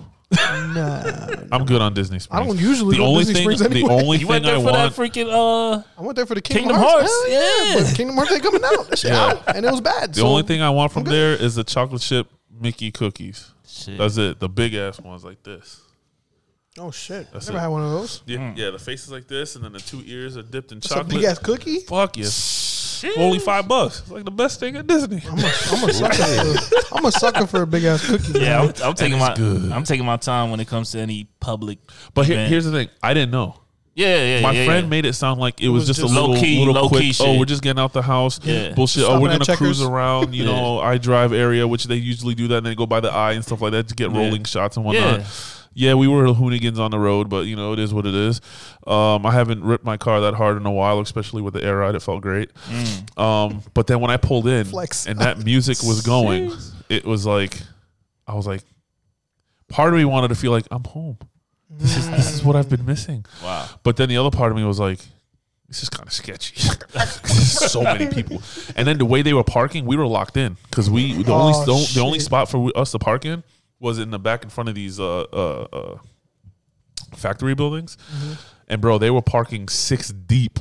S2: nah,
S3: I'm good on Disney Springs.
S2: don't usually
S3: the
S2: go to
S3: only
S2: Disney
S3: thing,
S2: Springs
S3: The
S2: anyway.
S3: only
S1: You
S3: thing
S1: went there
S3: I
S1: for that
S3: want.
S1: freaking uh
S2: I went there for the Kingdom,
S1: Kingdom
S2: Hearts.
S1: Hearts,
S2: Hell
S1: yeah.
S2: but Kingdom Hearts ain't coming out. That shit out, and it was bad.
S3: The only thing I want from there is the chocolate chip Mickey cookies.
S1: shit.
S3: That's it. The big ass ones like this.
S2: Oh shit!
S3: That's
S2: Never
S3: it.
S2: had one of those.
S3: Yeah, yeah. The face is like this, and then the two ears are dipped in
S2: It's Hmm. a
S3: chocolate.
S2: big ass cookie.
S3: Fuck yes. Only five bucks. It's like the best thing at Disney.
S2: I'm a, I'm a sucker. For, I'm a sucker for a big ass cookie.
S1: yeah, I'm,
S2: man.
S1: I'm taking
S3: it's
S1: my
S3: good.
S1: I'm taking my time when it comes to any public.
S3: But here,
S1: event.
S3: here's the thing. I didn't know.
S1: yeah, yeah, yeah,
S3: My
S1: yeah,
S3: friend
S1: yeah.
S3: made it sound like it was,
S2: was
S3: just,
S2: just
S3: a little,
S1: low-key,
S3: little
S1: low-key
S3: quick. Oh,
S1: shit.
S3: we're just getting out the house.
S1: Yeah.
S3: Bullshit. oh,
S2: Stopping
S3: we're
S2: at
S3: gonna cruise
S2: Checkers.
S3: around. You
S1: Yeah.
S3: know, I drive area, which they usually do that, and they go by the eye and stuff like that to get rolling shots and whatnot.
S1: Yeah.
S3: Yeah. we were hoonigans on the road, but you know it is what it is. Um, I haven't ripped my car that hard in a while, especially with the air ride. It felt great.
S1: Mm.
S3: Um, but then when I pulled in
S2: Flex.
S3: and that music was going, it was like I was like, part of me wanted to feel like I'm home. This is this is what I've been missing.
S1: Wow.
S3: But then the other part of me was like, this is kind of sketchy. so many people, and then the way they were parking, we were locked in because we the only
S2: Oh,
S3: the, only- the only
S2: shit.
S3: spot for us to park in was in the back in front of these uh uh, uh factory buildings,
S2: Mm-hmm.
S3: and bro, they were parking six deep.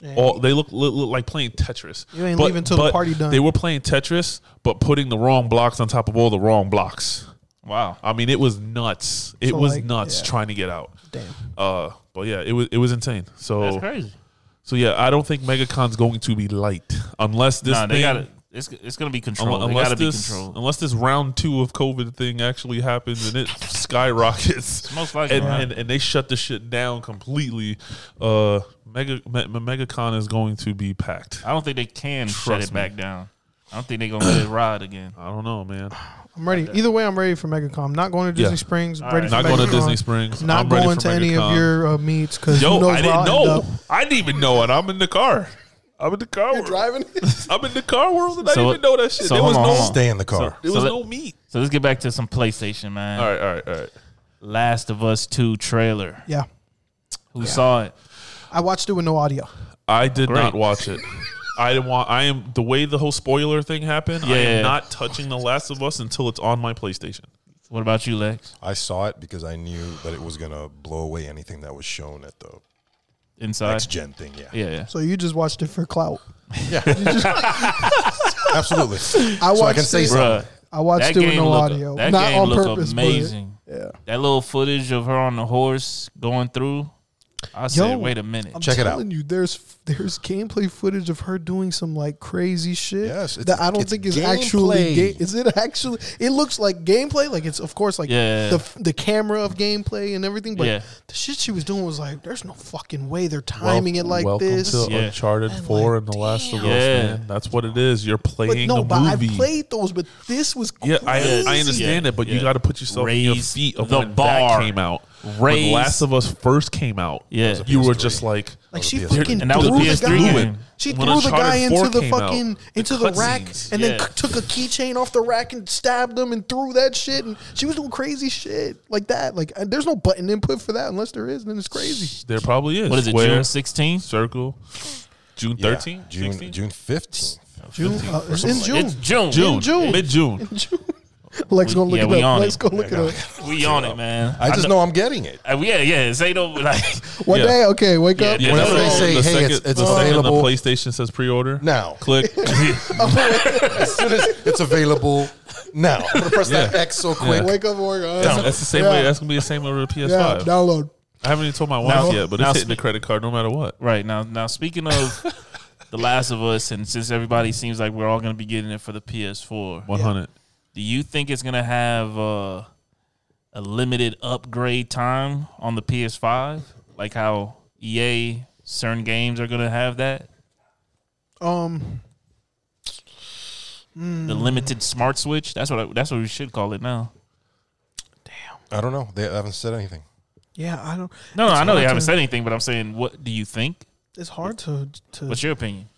S2: Yeah.
S3: All they look, look, look like playing Tetris.
S2: You ain't leaving till the party done.
S3: They were playing Tetris, but putting the wrong blocks on top of all the wrong blocks.
S1: Wow.
S3: I mean, it was nuts. It
S2: So,
S3: was
S2: like,
S3: nuts
S2: yeah.
S3: trying to get out.
S2: Damn.
S3: Uh, but yeah, it was it was insane.
S1: That's
S3: So
S1: crazy.
S3: so yeah, I don't think MegaCon's going to be light unless this
S1: Nah,
S3: thing,
S1: they got to It's it's gonna be
S3: unle-
S1: controlled. They
S3: unless
S1: gotta be
S3: this
S1: controlled.
S3: unless this round two of COVID thing actually happens and it skyrockets.
S1: most likely
S3: and,
S1: not.
S3: and and they shut the shit down completely. Uh, Mega Me- MegaCon is going to be packed.
S1: I don't think they can shut
S3: Trust
S1: it
S3: me.
S1: back down. I don't think they're gonna let it ride again.
S3: I don't know, man.
S2: I'm ready. Either way, I'm ready for MegaCon. I'm not going to Disney
S3: Yeah.
S2: Springs.
S1: All
S2: ready
S1: right.
S2: for
S3: Not going to
S2: MegaCon.
S3: Disney Springs.
S2: Not
S3: I'm ready
S2: going
S3: for
S2: to any of
S3: MegaCon.
S2: your uh, meets because
S3: Yo,
S2: who knows
S3: I didn't
S2: where I'll
S3: know.
S2: end up.
S3: I didn't even know it. I'm in the car. I'm in the car. world.
S2: driving.
S3: I'm in the car world, and I
S1: So-
S3: didn't even know that shit.
S1: so
S3: there
S1: hold
S3: was
S1: on,
S3: no,
S1: hold on.
S4: Stay in the car.
S3: there
S1: So
S3: was
S1: let-
S3: no meat.
S1: So let's get back to some PlayStation, man.
S3: All right, all right, all right.
S1: Last of Us Two trailer.
S2: yeah,
S1: Who saw it?
S2: I watched it with no audio.
S3: I did
S1: Great.
S3: not watch it. I didn't want. I am the way the whole spoiler thing happened. I
S1: Yeah.
S3: am not touching The Last of Us until it's on my PlayStation.
S1: What about you, Lex?
S4: I saw it because I knew that it was gonna blow away anything that was shown at the
S1: Inside.
S4: next gen thing. Yeah.
S1: Yeah, yeah.
S2: So you just watched it for clout.
S4: absolutely.
S2: I
S4: so I
S2: watched
S4: can say
S2: it.
S1: Bruh,
S4: something.
S2: I watched
S1: that
S2: it with
S1: game
S2: no
S1: look,
S2: audio.
S1: That
S2: Not
S1: game
S2: on
S1: look
S2: purpose, but-
S1: amazing.
S2: yeah.
S1: That little footage of her on the horse going through. I
S2: Yo,
S1: said, wait a minute.
S2: I'm
S4: Check it out.
S2: telling you, there's there's gameplay footage of her doing some like crazy shit.
S4: Yes, it's-
S2: that I don't
S4: it's
S2: think is actually.
S4: gameplay.
S2: Ga- is it actually? It looks like gameplay. Like it's of course like
S1: Yeah.
S2: the the camera of gameplay and everything. But
S1: Yeah.
S2: the shit she was doing was like, there's no fucking way they're timing it like
S3: welcome
S2: this.
S3: to
S1: Yeah.
S3: Uncharted
S2: I'm
S3: Four
S2: like,
S3: and The Last of Us,
S1: damn. Yeah.
S3: man. That's what it is. You're
S2: but
S3: playing
S2: no,
S3: a
S2: but
S3: movie.
S2: I played those. But this was
S3: yeah, I,
S2: crazy.
S3: I understand
S1: Yeah,
S3: it, but you
S1: yeah.
S3: got to put yourself in your
S1: Raise
S3: feet of
S1: the
S3: when
S1: bar.
S3: that came out. When
S1: Raise-
S3: The Last of Us first came out,
S1: Yeah.
S3: you were just like,
S2: Like she
S4: That was a PS3.
S2: fucking
S1: And that was a
S2: threw the
S1: PS3
S2: guy.
S1: game.
S2: She
S3: When
S2: threw the guy
S3: Uncharted 4
S2: into the
S3: came out,
S2: fucking
S3: the
S2: into the rack,
S3: cutscenes.
S2: and then
S1: Yeah.
S2: c- took a keychain off the rack and stabbed him and threw that shit. And she was doing crazy shit like that. Like uh, there's no button input for that unless there is, and then it's crazy.
S3: there probably is.
S1: what is it,
S3: Square,
S1: June 16th?
S3: Circle, June
S4: Yeah,
S3: 13th,
S4: June
S3: 16th?
S4: June fifteenth.
S2: June, uh, it's in
S4: something
S2: June.
S1: It's June.
S3: June,
S2: June.
S3: mid June.
S2: June. Lex gonna look
S1: yeah,
S2: it
S1: we
S2: up.
S1: on
S2: Lex
S1: it.
S2: gonna look it up.
S1: We on it, man.
S4: I just
S1: kn-
S4: know I'm getting it.
S1: Uh, yeah, yeah. It's ain't no like.
S2: One
S3: Yeah.
S2: day, okay, wake up.
S1: Yeah,
S4: Whenever
S1: no,
S4: they say,
S3: the
S4: "Hey,
S3: second,
S4: it's- it's
S3: the second the
S4: available."
S3: PlayStation says pre-order.
S4: Now.
S3: click.
S4: As soon as it's available now. I'm gonna press that X so quick.
S2: Wake up, work. Uh,
S3: That's, that's the same
S2: Yeah.
S3: way. That's gonna be the same over the
S2: yeah,
S3: PS5.
S2: download.
S3: I haven't even told my wife
S1: Now-
S3: yet, but
S1: now
S3: it's hitting the
S1: speak-
S3: credit card no matter what.
S1: Right now, now speaking of The Last of Us, and since everybody seems like we're all going to be getting it for the PS4,
S3: One hundred.
S1: do you think it's going to have uh, a limited upgrade time on the PS5, like how EA certain games are going to have that
S2: Um,
S1: the
S3: Hmm.
S1: limited smart switch? That's what I, that's what we should call it now.
S4: I don't know. They haven't said anything.
S2: yeah, I don't.
S1: No, no,
S2: It's
S1: I know
S2: hard
S1: they haven't
S2: to-
S1: said anything, but I'm saying, what do you think?
S2: It's hard to to
S1: What's your opinion?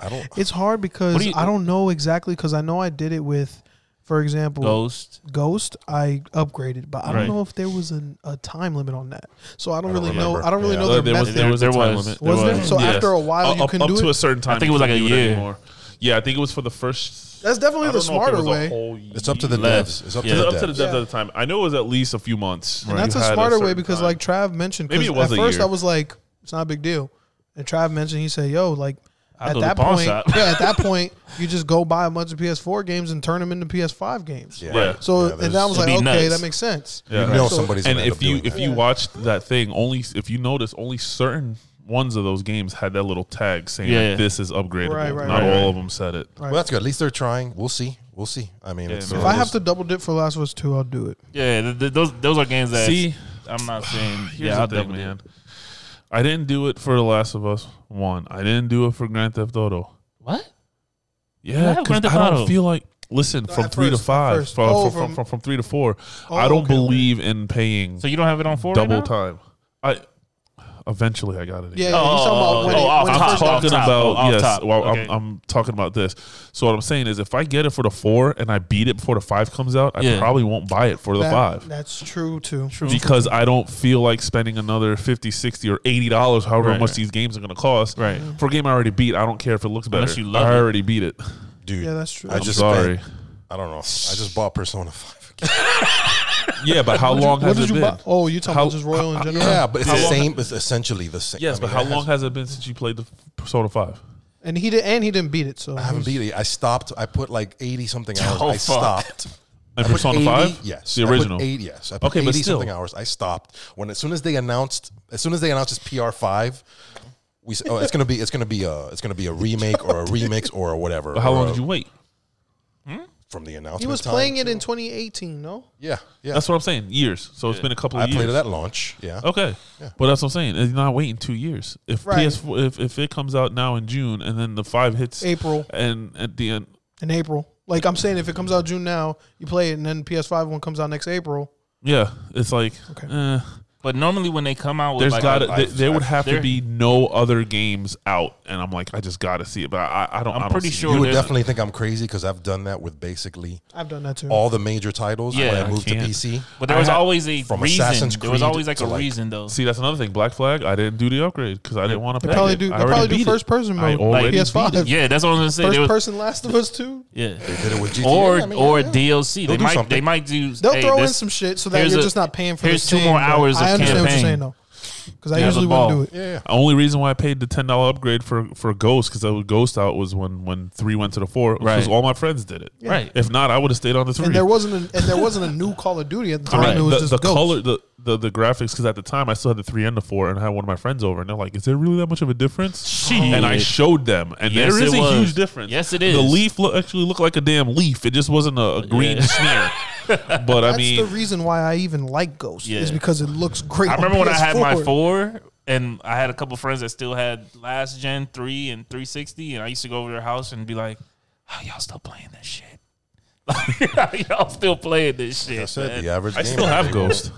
S4: I don't.
S2: It's hard because
S1: What do you-
S2: I don't know exactly because I know I did it with, for example,
S1: Ghost.
S2: Ghost, I upgraded, but I
S1: Right.
S2: don't know if there was an, a time limit on that. So I don't,
S4: I don't
S2: really know.
S4: remember.
S2: I don't really
S4: Yeah.
S2: know
S4: Uh,
S2: their
S3: there was
S2: method.
S1: there-
S3: there was a
S1: there
S3: time
S1: was.
S3: limit.
S1: Was
S2: there? So after a while,
S3: Uh,
S2: you
S3: up,
S2: can
S3: up
S2: do
S3: to
S2: it?
S3: a certain time.
S1: I think it
S3: you
S1: was like
S3: couldn't
S1: a
S3: do
S1: year.
S3: anymore. Yeah, I think it was for the first.
S2: That's definitely
S3: I
S2: the
S3: don't know if it
S2: smarter
S3: was a
S2: way.
S3: whole
S4: It's up to the
S3: year.
S1: Left.
S4: devs. It's up
S1: Yeah.
S4: to
S3: It's
S4: the
S3: up to the
S4: devs.
S3: devs at the time. I know it was at least a few months.
S2: And
S3: You
S2: that's a
S3: had
S2: smarter way
S3: certain
S2: because,
S3: time.
S2: like Trav mentioned,
S3: Maybe
S2: because
S3: it was
S2: at
S3: a
S2: first
S3: year.
S2: I was like, it's not a big deal. And Trav mentioned, he said, yo, like,
S1: I'll
S2: at
S1: go to
S2: that
S1: the pawn
S2: point,
S1: shop.
S2: yeah, at that point, you just go buy a bunch of PS4 games and turn them into PS5 games.
S4: Yeah.
S3: Right.
S2: So
S4: Yeah,
S2: and that was
S4: there's-
S2: like,
S1: It'd
S2: okay,
S1: be nuts.
S2: that makes sense.
S3: Yeah.
S4: You know
S2: So-
S4: somebody's
S3: and
S4: gonna end
S3: if
S4: up
S3: you
S4: doing
S3: if
S4: that.
S3: you watched that thing, only if you notice, only certain ones of those games had that little tag saying
S1: Yeah,
S3: that
S1: yeah.
S3: this is upgradable.
S2: Right, right,
S3: Not
S1: right,
S3: all
S1: right.
S3: of them said it.
S2: Right.
S4: well, that's good. At least they're trying. We'll see. We'll see. I mean,
S3: Yeah,
S4: it's,
S3: man.
S2: If I have to double dip for Last of Us 2, I'll do it.
S1: Yeah, th- th- those those are games that
S3: See,
S1: I'm not saying.
S3: Here's
S1: yeah, I'll
S3: the thing,
S1: double
S3: man.
S1: man.
S3: I didn't do it for The Last of Us One. I didn't do it for Grand Theft Auto.
S1: What? I
S3: Yeah,
S1: have
S3: 'cause
S1: Grand Theft
S3: I don't
S1: Auto.
S3: feel like listen from
S2: at
S3: three
S2: first,
S3: to
S2: at
S3: five
S2: first.
S3: from,
S2: Oh,
S3: from, from,
S2: from-
S3: from three to four.
S2: Oh,
S3: I don't
S2: okay, okay.
S3: believe in paying
S1: So you don't have it on four?
S3: double
S1: right now?
S3: time. I eventually I got it.
S2: Yeah,
S3: again.
S2: yeah he's talking about when
S1: oh,
S2: it-
S1: off
S2: when it
S1: top,
S2: first
S3: I'm
S1: off
S2: got
S3: talking
S1: top,
S3: about
S1: oh, off
S3: yes.
S1: top.
S3: Well,
S1: Okay.
S3: I'm, I'm talking about this. So what I'm saying is, if I get it for the four and I beat it before the five comes out, I
S1: Yeah.
S3: probably won't buy it for the
S2: that-
S3: five
S2: That's true too. True.
S3: because I don't feel like spending another 50 60 or 80 dollars however
S1: Right,
S3: much
S1: right.
S3: these games are going to cost
S1: Right.
S3: for a game I already beat I don't care if it looks better
S1: Unless you love
S3: I
S1: it.
S3: already beat it
S4: dude.
S2: Yeah, that's true.
S4: I
S2: I'm
S4: just
S3: sorry.
S4: spent- I don't know. I just bought Persona Five.
S3: yeah but how long
S2: What
S3: has it
S2: did you
S3: been
S2: buy? Oh, you talking
S3: How-
S2: about just Royal in general?
S4: Yeah, but it's the
S3: How long-
S4: same. It's essentially the same.
S3: yes
S4: I
S3: but
S4: mean,
S3: how
S4: it
S3: long has it been since you played the Persona 5
S2: And he did, and he didn't beat it. So
S4: I haven't beat it. I stopped. I put like eighty something hours.
S1: Oh,
S4: I
S1: fuck.
S4: stopped.
S3: and
S4: I put
S3: Persona
S4: 80
S3: 5
S4: Yes,
S3: the
S4: I put
S3: original
S4: eight, yes, I put
S3: Okay,
S4: okay,
S3: but
S4: eighty
S3: still.
S4: something hours. I stopped when as soon as they announced as soon as they announced it's PR five. We s- oh, it's gonna be it's gonna be a it's gonna be a remake or a remix or a whatever.
S3: but how
S4: or
S3: long
S4: a-
S3: did you wait
S4: from the
S2: He
S4: announcement?
S2: was
S4: time
S2: playing it
S4: to-
S2: in 2018. No,
S4: yeah yeah.
S3: that's Oh. what I'm saying years so it's been a couple
S4: I
S3: of years
S4: played it at launch. Yeah.
S3: Okay,
S4: Yeah.
S3: but that's what I'm saying. It's not waiting two years. If
S2: Right.
S3: PS4, if, if it comes out now in June and then the five hits
S2: April.
S3: and at the end,
S2: in April. Like I'm saying, if it comes out June now, you play it, and then PS5 one comes out next April.
S3: yeah, it's like
S2: Okay.
S3: eh,
S1: But normally when they come out with
S3: there's
S1: like
S3: got
S1: a-
S3: to there would have to
S1: there-
S3: be no other games out, and I'm like, I just got to see it. But I, I don't.
S1: I'm
S3: I don't
S1: pretty
S3: see it.
S1: sure
S4: You would
S1: there's-
S4: definitely think I'm crazy because I've done that with basically
S2: I've done that too.
S4: all the major titles
S1: Yeah,
S4: when
S1: I
S4: I moved
S3: can't.
S4: to PC.
S1: But there was
S3: I had-
S1: always a
S4: from
S1: reason.
S4: Assassin's
S1: There was
S4: Creed
S1: always like
S4: to,
S1: a
S4: like-
S1: reason though.
S3: See, that's another thing. Black Flag. I didn't do the upgrade because I didn't want to.
S2: they probably do. They probably do first person mode.
S3: already beat
S2: PS5.
S1: Yeah, that's what I was gonna say. They
S2: First
S1: would-
S2: person Last of Us 2.
S1: yeah.
S4: Did it with GTA.
S1: Or
S4: I mean,
S1: or
S4: yeah.
S1: DLC. They
S4: do
S1: might they
S4: something.
S1: might do.
S2: They'll
S1: hey,
S2: throw in
S1: this-
S2: some shit so that
S1: here's
S2: you're
S1: a-
S2: just not paying for.
S1: here's
S2: the
S1: two
S2: same,
S1: more
S2: but
S1: hours of
S2: I understand what
S1: campaign.
S2: you're saying though. because I
S3: Yeah, the
S2: usually wouldn't do
S3: ball.
S2: it.
S4: Yeah, yeah.
S3: Only reason why I paid the ten dollar upgrade for for Ghost because I was Ghost out was when when three went to the four because
S1: Right.
S3: all my friends did it.
S1: Right.
S3: If not, I would have stayed on the three.
S2: And there wasn't a, and there wasn't a new Call of Duty at the time.
S3: Right.
S2: It was
S3: the,
S2: just
S3: the
S2: Ghost.
S3: color, the, the the graphics, because at the time I still had the three and the four, and I had one of my friends over, and they're like, "Is there really that much of a difference?" And I
S1: Shit.
S3: showed them, and
S1: Yes,
S3: there is
S1: it
S3: a
S1: was.
S3: huge difference.
S1: Yes, it
S3: The
S1: is.
S3: leaf lo- actually looked like a damn leaf; it just wasn't a, a green
S1: Yeah.
S3: smear. But I
S2: That's
S3: mean,
S2: the reason why I even like Ghost is
S1: Yeah.
S2: because it looks great.
S1: I
S2: on
S1: remember when I had my
S2: PS4.
S1: four, and I had a couple friends that still had last gen three and three sixty, and I used to go over to their house and be like, "How y'all still playing this shit? Like, y'all still playing this shit?"
S4: That's it.
S1: man?"
S4: The average.
S3: I
S4: game
S3: still have
S4: nowadays-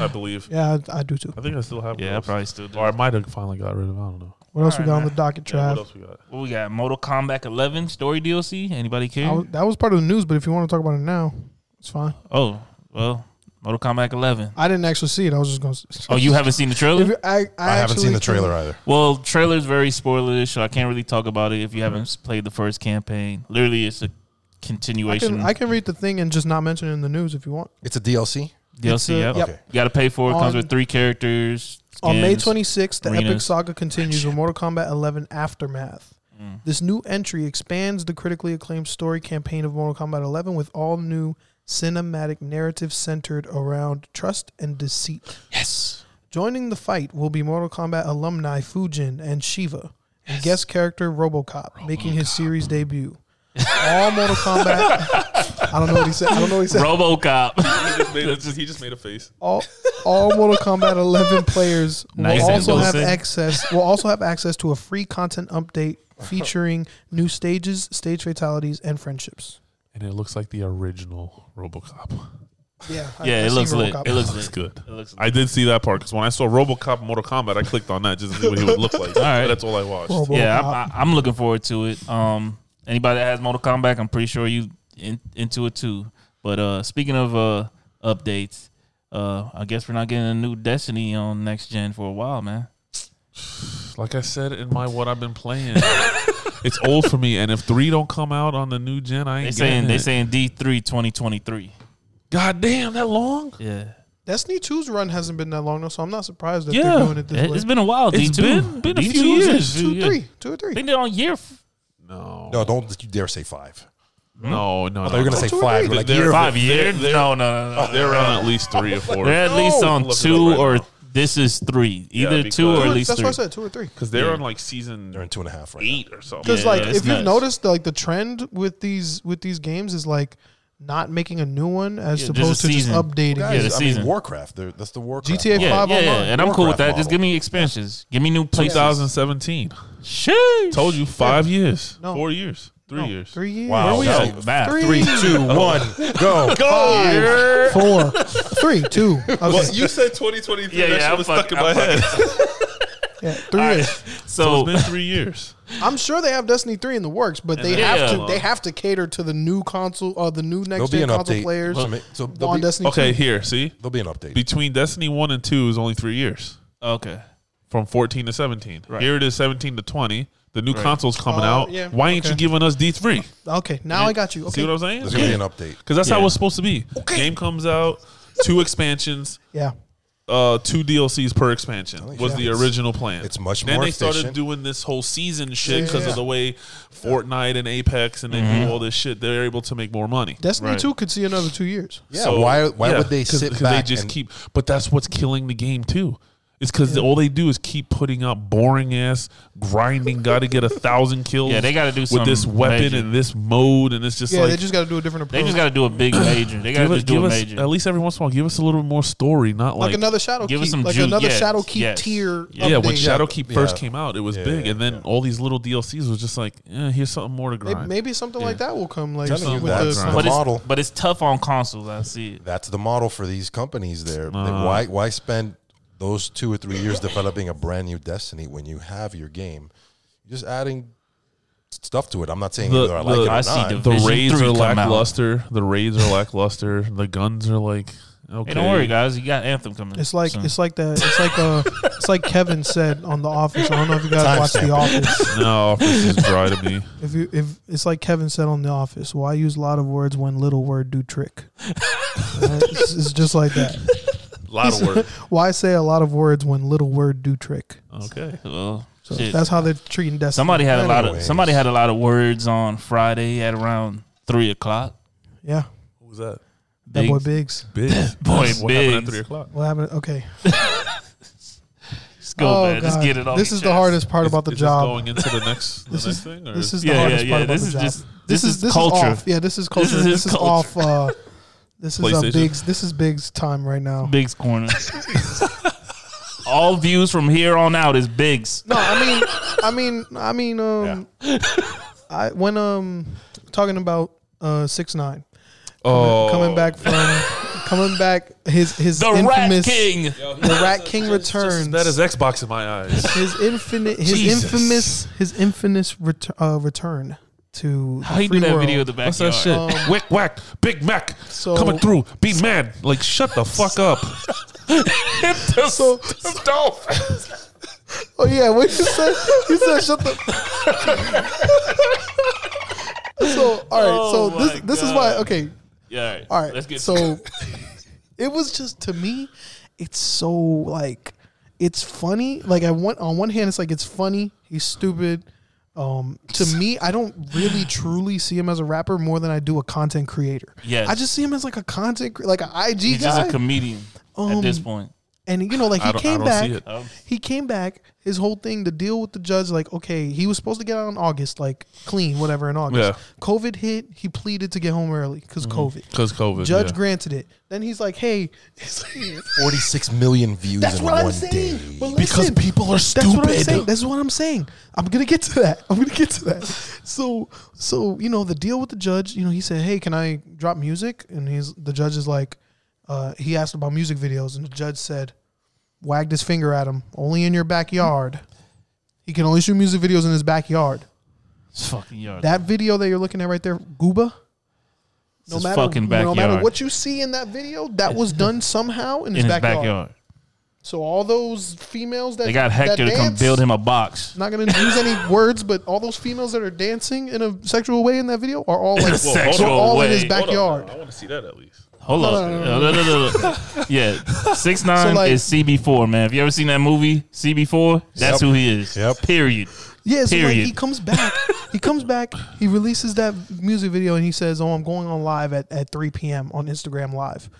S3: I believe.
S2: Yeah, I, I do too.
S3: I think I still have.
S1: Yeah, I
S3: Ghost.
S1: probably still do.
S3: Or I might have finally got rid of. it. I don't know.
S2: What else we
S1: Alright,
S2: got on
S1: man.
S2: the docket,
S3: Yeah,
S2: Trav?
S3: what else we got?
S1: What we got? Mortal Kombat 11 story DLC. Anybody care?
S2: I was- that was part of the news, but if you want to talk about it now, it's fine.
S1: oh, well, Mortal Kombat 11.
S2: I didn't actually see it. I was just going. to
S1: Oh, you haven't seen the
S2: If
S1: trailer?
S2: you, I, I,
S4: I, haven't
S2: actually
S4: seen the
S2: couldn't-
S4: trailer either.
S1: Well, trailer's very spoilerish, so I can't really talk about it if you haven't s- played the first campaign. Literally, it's a
S2: I
S1: continuation
S2: can, I can read the thing and just not mention it in the news if you want.
S4: It's a DLC.
S2: it's
S1: DLC.
S2: a-
S1: yep.
S2: yep.
S4: Okay.
S1: You got to pay for it. Comes
S2: On-
S1: with three characters.
S2: On May
S1: skins.
S2: 26th, the epic
S1: arenas.
S2: saga continues with Mortal Kombat 11 Aftermath.
S1: Mm.
S2: This new entry expands the critically acclaimed story campaign of Mortal Kombat 11 with all new cinematic narrative centered around trust and deceit.
S1: Yes.
S2: Joining the fight will be Mortal Kombat alumni Fujin and Shiva, and guest character RoboCop, making his series debut. all Mortal Kombat. I don't know what he said. I don't know what he said.
S1: RoboCop.
S3: He just made a- he just made a face.
S2: all all Mortal Kombat 11 players
S1: Nice
S2: will
S1: and
S2: also have
S1: dosing.
S2: access will also have access to a free content update featuring new stages, stage fatalities, and friendships.
S3: And it looks like the original RoboCop.
S2: Yeah,
S1: yeah, it looks lit. It looks
S3: It's
S1: lit.
S3: good.
S1: It looks lit.
S3: I did see that part because when I saw RoboCop Mortal Kombat, I clicked on that just to see what he would look like. all
S1: right.
S3: that's all I watched.
S1: Yeah, I'm, I- I'm looking forward to it. Um, anybody that has Mortal Kombat, I'm pretty sure you in, into it too. But uh, speaking of uh updates, uh, I guess we're not getting a new Destiny on next gen for a while, man.
S3: Like I said in my what I've been playing, it's old for me. And if three don't come out on the new gen, I ain't
S1: They
S3: getting
S1: saying
S3: it.
S1: they saying D3 2023.
S3: God damn, that long.
S1: Yeah,
S2: Destiny 2's run hasn't been that long though, so I'm not surprised that
S1: yeah.
S2: they're doing it this
S1: It-
S2: way.
S1: it's been a while.
S3: It's
S1: D2.
S3: been- been a
S1: D2
S3: few
S1: 's
S3: years.
S1: just a few
S2: two,
S1: years.
S2: three, two or three.
S1: Been there on year. f-
S3: No,
S4: No, don't you dare say five.
S3: no, no.
S4: I thought you were gonna say
S2: Two or
S4: five.
S2: three.
S4: Like
S3: They're
S4: you're-
S1: Five years? No, no, no, no.
S3: they're on at least three or four.
S1: They're at least on
S3: Look it up
S1: two
S3: right
S1: or
S3: now.
S1: this is three.
S3: Yeah,
S1: Either two
S3: because-
S1: or at
S2: That's
S1: least
S2: what
S1: three.
S2: I said, two or three.
S3: because they're
S1: Yeah.
S3: on like season
S4: They're in two and a half right
S3: eight or something.
S2: Because
S1: Yeah,
S2: like
S1: yeah,
S2: if
S1: it's
S2: you've
S1: nuts.
S2: noticed, like the trend with these with these games is like not making a new one as
S1: Yeah, just a
S2: opposed to just
S1: season.
S2: updating.
S4: now.
S1: Yeah,
S4: Guys,
S1: the
S4: I
S1: season.
S4: mean, Warcraft. they're- That's the Warcraft.
S2: GTA
S1: Yeah,
S2: five
S1: yeah, yeah,
S2: online.
S1: and I'm cool with
S4: Warcraft
S1: that. Just
S4: model.
S1: give me expansions. Give me new places.
S3: 2017.
S1: Sheesh.
S3: Told you five years,
S2: No.
S3: four years, three
S2: No,
S3: years.
S2: Three years.
S4: Wow.
S2: Where we
S4: That
S2: at?
S4: was
S1: bad.
S2: Three.
S4: Three, two, one, go.
S2: Five, four, three, two. Okay.
S3: you said 2023.
S1: Yeah, that yeah, shit I'm was fuck- stuck in I'm my fucking-
S2: Yeah, three years.
S1: So
S3: It's been three years.
S2: I'm sure they have Destiny three in the works, but they
S1: Yeah.
S2: have to they have to cater to the new console or the new
S4: There'll
S2: next
S4: be
S2: gen
S4: an
S2: console
S4: update.
S2: players
S4: So ma- so there'll
S2: on
S4: be-
S2: Destiny.
S3: Okay,
S2: 2.
S3: here, see,
S4: There'll be an update.
S3: between Destiny one and two is only three years,
S1: okay.
S3: from 14 to 17.
S1: Right.
S3: Here it is, 17 to 20. The new
S1: Right.
S3: console's coming
S2: Oh,
S3: out.
S2: yeah,
S3: Why ain't
S2: okay.
S3: you giving us D three?
S2: Okay, now I got you.
S3: See what
S2: Okay,
S3: I'm saying?
S4: There's gonna be
S3: Because
S4: an update.
S3: that's
S1: Yeah.
S3: how it's supposed to be. Game comes out, two expansions,
S2: yeah.
S3: uh, two DLCs per expansion was
S4: yeah.
S3: the original plan.
S4: it's much
S3: then
S4: more
S3: they started
S4: efficient.
S3: doing this whole season shit
S2: Yeah.
S3: because of the way Fortnite and Apex and they
S4: Mm-hmm.
S3: do all this shit. They're able to make more money.
S2: Destiny
S1: Right.
S2: two could see another two years.
S4: Yeah. why? Why
S3: yeah,
S4: would they
S3: 'cause-
S4: sit
S3: 'cause
S4: back?
S3: They just
S4: and-
S3: keep. But that's what's killing the game too. It's because all they do is keep putting up boring ass grinding. Got to get a thousand kills.
S1: Yeah, they gotta do
S3: with this
S1: something
S3: weapon
S1: major.
S3: and this mode, and it's just
S2: Yeah,
S3: like
S2: they just got to do a different approach.
S1: They just got to do a big major. They got to
S3: give, us-
S1: just do
S3: give
S1: a
S3: us
S1: major.
S3: at least every once in a while. Give us a little more story, not
S2: like,
S3: like,
S2: another Shadow
S1: give
S2: Keep,
S1: us some
S2: like
S1: juice.
S2: another
S1: Yes,
S2: Shadow Keep
S1: yes.
S2: tier.
S3: Yeah, when
S2: update.
S3: Shadowkeep
S4: Yeah.
S3: first came out, it was
S4: Yeah,
S3: big,
S4: yeah,
S3: and then all these little DLCs was just like, eh, here's something more to grind.
S2: Maybe, maybe something like that will come like with
S4: Telling you
S2: the
S4: that's
S1: but
S4: the
S1: it's
S4: model.
S1: but it's tough on consoles. I see it.
S4: That's the model for these companies. There. They-
S3: Uh.
S4: why? Why spend those two or three years developing a brand new Destiny when you have your game? Just adding stuff to it. I'm not saying
S3: The-
S4: whether I like
S3: the-
S4: it or
S1: I
S4: not.
S1: see
S3: the
S1: Vision
S3: raids
S1: 3
S3: are
S1: come out.
S3: lackluster. The raids are lackluster. The guns are like, okay.
S1: Hey, don't worry, guys. You got Anthem coming.
S2: It's like
S1: soon.
S2: it's like that. It's like uh, it's like Kevin said on The Office. I don't know if you guys
S4: Time
S2: watch The
S4: stamp.
S2: Office.
S3: No, office is dry to me.
S2: If you if it's like Kevin said on The Office, why Uh, use a lot of words when little word do trick? Right? it's, it's just like that.
S3: A lot of work.
S2: Why say a lot of words when little word do trick?
S3: Okay. Well,
S2: So
S1: Shit.
S2: uh, that's how they're treating Destiny.
S1: Somebody had a lot of
S4: Anyways.
S1: somebody had a lot of words on Friday at around three o'clock.
S2: yeah.
S3: who was that?
S2: That boy
S1: Biggs.
S2: Biggs.
S3: Biggs.
S1: Boy,
S3: What happened at
S1: Biggs.
S3: three o'clock?
S2: What happened? Okay.
S1: Let's go, man. Let's
S2: Oh, God.
S1: get it off.
S2: This
S1: your
S2: is the
S1: chest.
S2: hardest part about the
S3: Is this
S2: job.
S3: Going into the next, the
S2: This
S3: next
S2: is-
S3: thing. Or?
S2: This is the
S1: Yeah, yeah,
S2: hardest part
S1: yeah.
S2: about
S1: This
S2: the
S1: is
S2: job.
S1: just this, is,
S2: this
S1: culture.
S2: off. Yeah, this is culture.
S1: is
S2: This is,
S1: his culture.
S2: off. Uh, this is uh,
S3: PlayStation.
S2: Biggs. This is Biggs' time right now.
S1: Biggs corner. All views from here on out is Biggs.
S2: No, I mean, I mean, I mean, um, I when um talking about uh six nine
S3: oh,
S2: coming back from coming back his his
S1: The Rat
S2: infamous
S1: King.
S2: the Rat King
S3: Just
S2: returns
S3: as bad as Xbox in my eyes.
S2: his infinite his
S4: Jesus.
S2: infamous his infamous ret- uh, return to
S1: How you do that video in the backyard?
S3: What's that shit?
S2: Um,
S3: Wick whack, Big Mac
S2: so-
S3: coming through. Be mad, like shut the fuck up.
S2: so oh yeah what you said you said shut the so all right
S1: Oh,
S2: so this
S1: my
S2: this is why
S1: God.
S2: okay
S1: Yeah, all right.
S2: All right.
S1: Let's get to
S2: so it was just to me, it's so like it's funny. Like I want on one hand, it's like it's funny. He's stupid. Um, to me, I don't really truly see him as a rapper more than I do a content creator.
S1: Yes.
S2: I just see him as like a content, cre- like an IG
S1: He's
S2: E guy.
S1: just a comedian at
S2: Um,
S1: this point.
S2: and you know, like
S3: I
S2: he
S3: don't- I
S2: came
S3: don't see
S2: back.
S3: it.
S1: Um,
S2: He came back. His whole thing, the deal with the judge, like okay, he was supposed to get out in August, like clean, whatever, in August.
S3: Yeah. Mm-hmm.
S2: COVID hit. He pleaded to get home early because COVID.
S3: Because COVID.
S2: Judge
S3: yeah.
S2: granted it. Then he's like, "Hey, he's like,
S4: 46 million views
S2: that's
S4: in
S2: what
S4: one
S2: I'm saying."
S4: day.
S2: But
S4: because
S2: listen,
S4: people are
S2: that's what I'm
S4: stupid.
S2: saying. That's what I'm saying. I'm gonna get to that. I'm gonna get to that. So, so you know, the deal with the judge. You know, he said, "Hey, can I drop music?" And he's the judge is like, uh, he asked about music videos, and the judge said, wagged his finger at him. Only in your backyard. He can only shoot music videos in his backyard.
S1: it's fucking yard.
S2: That video that you're looking at right there, Gooba.
S1: It's his fucking
S2: no matter
S1: backyard.
S2: what you see in that video, that was done somehow in
S1: in
S2: his,
S1: his
S2: backyard.
S1: backyard.
S2: So all those females that
S1: They got
S2: that
S1: Hector to come
S2: dance,
S1: build him a box.
S2: Not going to use any words, but all those females that are dancing in a sexual way in that video are all like
S1: Whoa,
S2: they're
S1: sexual
S2: all in
S1: way.
S2: his
S3: Hold on,
S2: backyard.
S3: I want to see that at least.
S1: Hold up. No, no, no, no. yeah. Six nine
S2: So, like-
S1: is CB4, man. Have you ever seen that movie, CB4? That's
S4: Yep.
S1: who he is.
S4: Yep.
S1: Period.
S2: Yeah, so like
S1: Period.
S2: he comes back, he comes back, he releases that music video, and he says, "Oh, I'm going on live at, at 3 p.m. on Instagram Live,"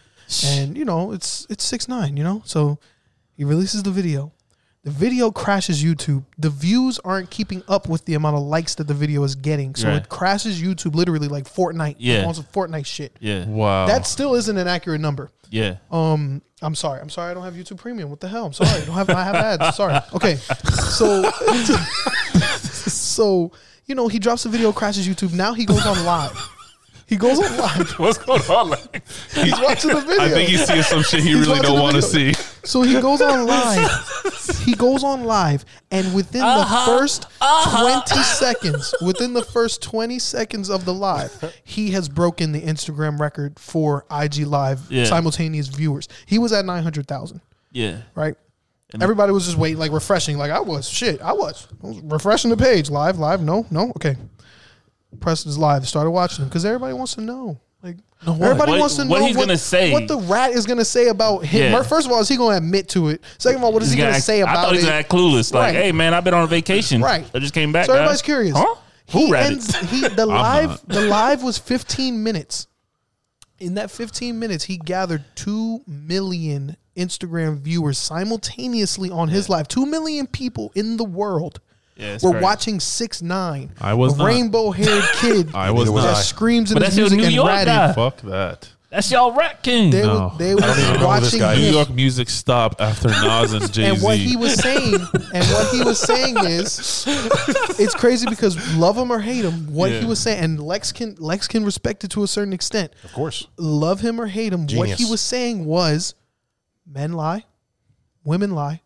S2: and you know it's it's six nine, you know. So he releases the video. The video crashes YouTube. The views aren't keeping up with the amount of likes that the video is getting, so
S1: Right.
S2: it crashes YouTube literally like Fortnite.
S1: Yeah.
S2: on some Fortnite shit.
S1: Yeah.
S3: Wow.
S2: That still isn't an accurate number.
S1: Yeah.
S2: Um, I'm sorry. I'm sorry. I don't have YouTube Premium. What the hell? I'm sorry. I don't have. I have ads. Sorry. Okay. So, so you know, he drops the video, crashes YouTube. Now he goes on live. He goes on live.
S3: What's going on? Like,
S2: He's watching the video.
S3: I think he's seeing some shit he
S2: He's
S3: really
S2: watching
S3: don't
S2: the
S3: want to see.
S2: video. So he goes on live. he goes on live, and within the first 20 seconds, within the first 20 seconds of the live, he has broken the Instagram record for IG Live
S1: Yeah.
S2: simultaneous viewers. He was at 900,000,
S1: Yeah.
S2: right? Everybody was just waiting, like refreshing, like I was. Shit, I was. I was refreshing the page. Live, live, no, no, okay. Press is live. Started watching him because everybody wants to know. Like, everybody
S1: What-
S2: wants to know
S1: what he's gonna say.
S2: What the rat is going to say about him.
S1: Yeah.
S2: First of all, is he going to admit to it? Second of all, what is
S1: He's
S2: he going
S1: gonna
S2: to
S1: act-
S2: say
S1: I
S2: about
S1: thought he was
S2: it?
S1: gonna act clueless. Like,
S2: Right.
S1: hey man, I've been on vacation.
S2: Right.
S1: I just came back.
S2: So everybody's
S1: guys.
S2: curious.
S1: Huh? Who
S2: He
S1: ratted?
S2: ends- he- the live the live was 15 minutes. In that 15 minutes, he gathered 2 million Instagram viewers simultaneously on his live. 2 million people in the world
S1: Yeah, it's
S2: were
S1: crazy.
S2: watching 6 9
S3: I was not.
S2: rainbow-haired kid
S3: I was
S4: Neither was
S3: not.
S2: that screams in
S1: But
S2: his
S1: that's your
S2: music
S1: New
S2: and
S1: York
S2: ratted.
S1: guy.
S3: Fuck that.
S1: That's y'all rat king.
S2: They
S3: No.
S2: were they
S3: I don't
S2: were
S4: even know who this
S2: watching
S4: guy
S3: New
S4: is.
S2: him.
S3: York music stopped after Nas and Jay Z.
S2: And what he was saying, and what he was saying is, it's crazy because love him or hate him, what
S3: Yeah.
S2: he was saying, and Lex can Lex can respect it to a certain extent.
S4: Of course.
S2: Love him or hate him, what he
S4: Genius.
S2: was saying was, men lie, women lie,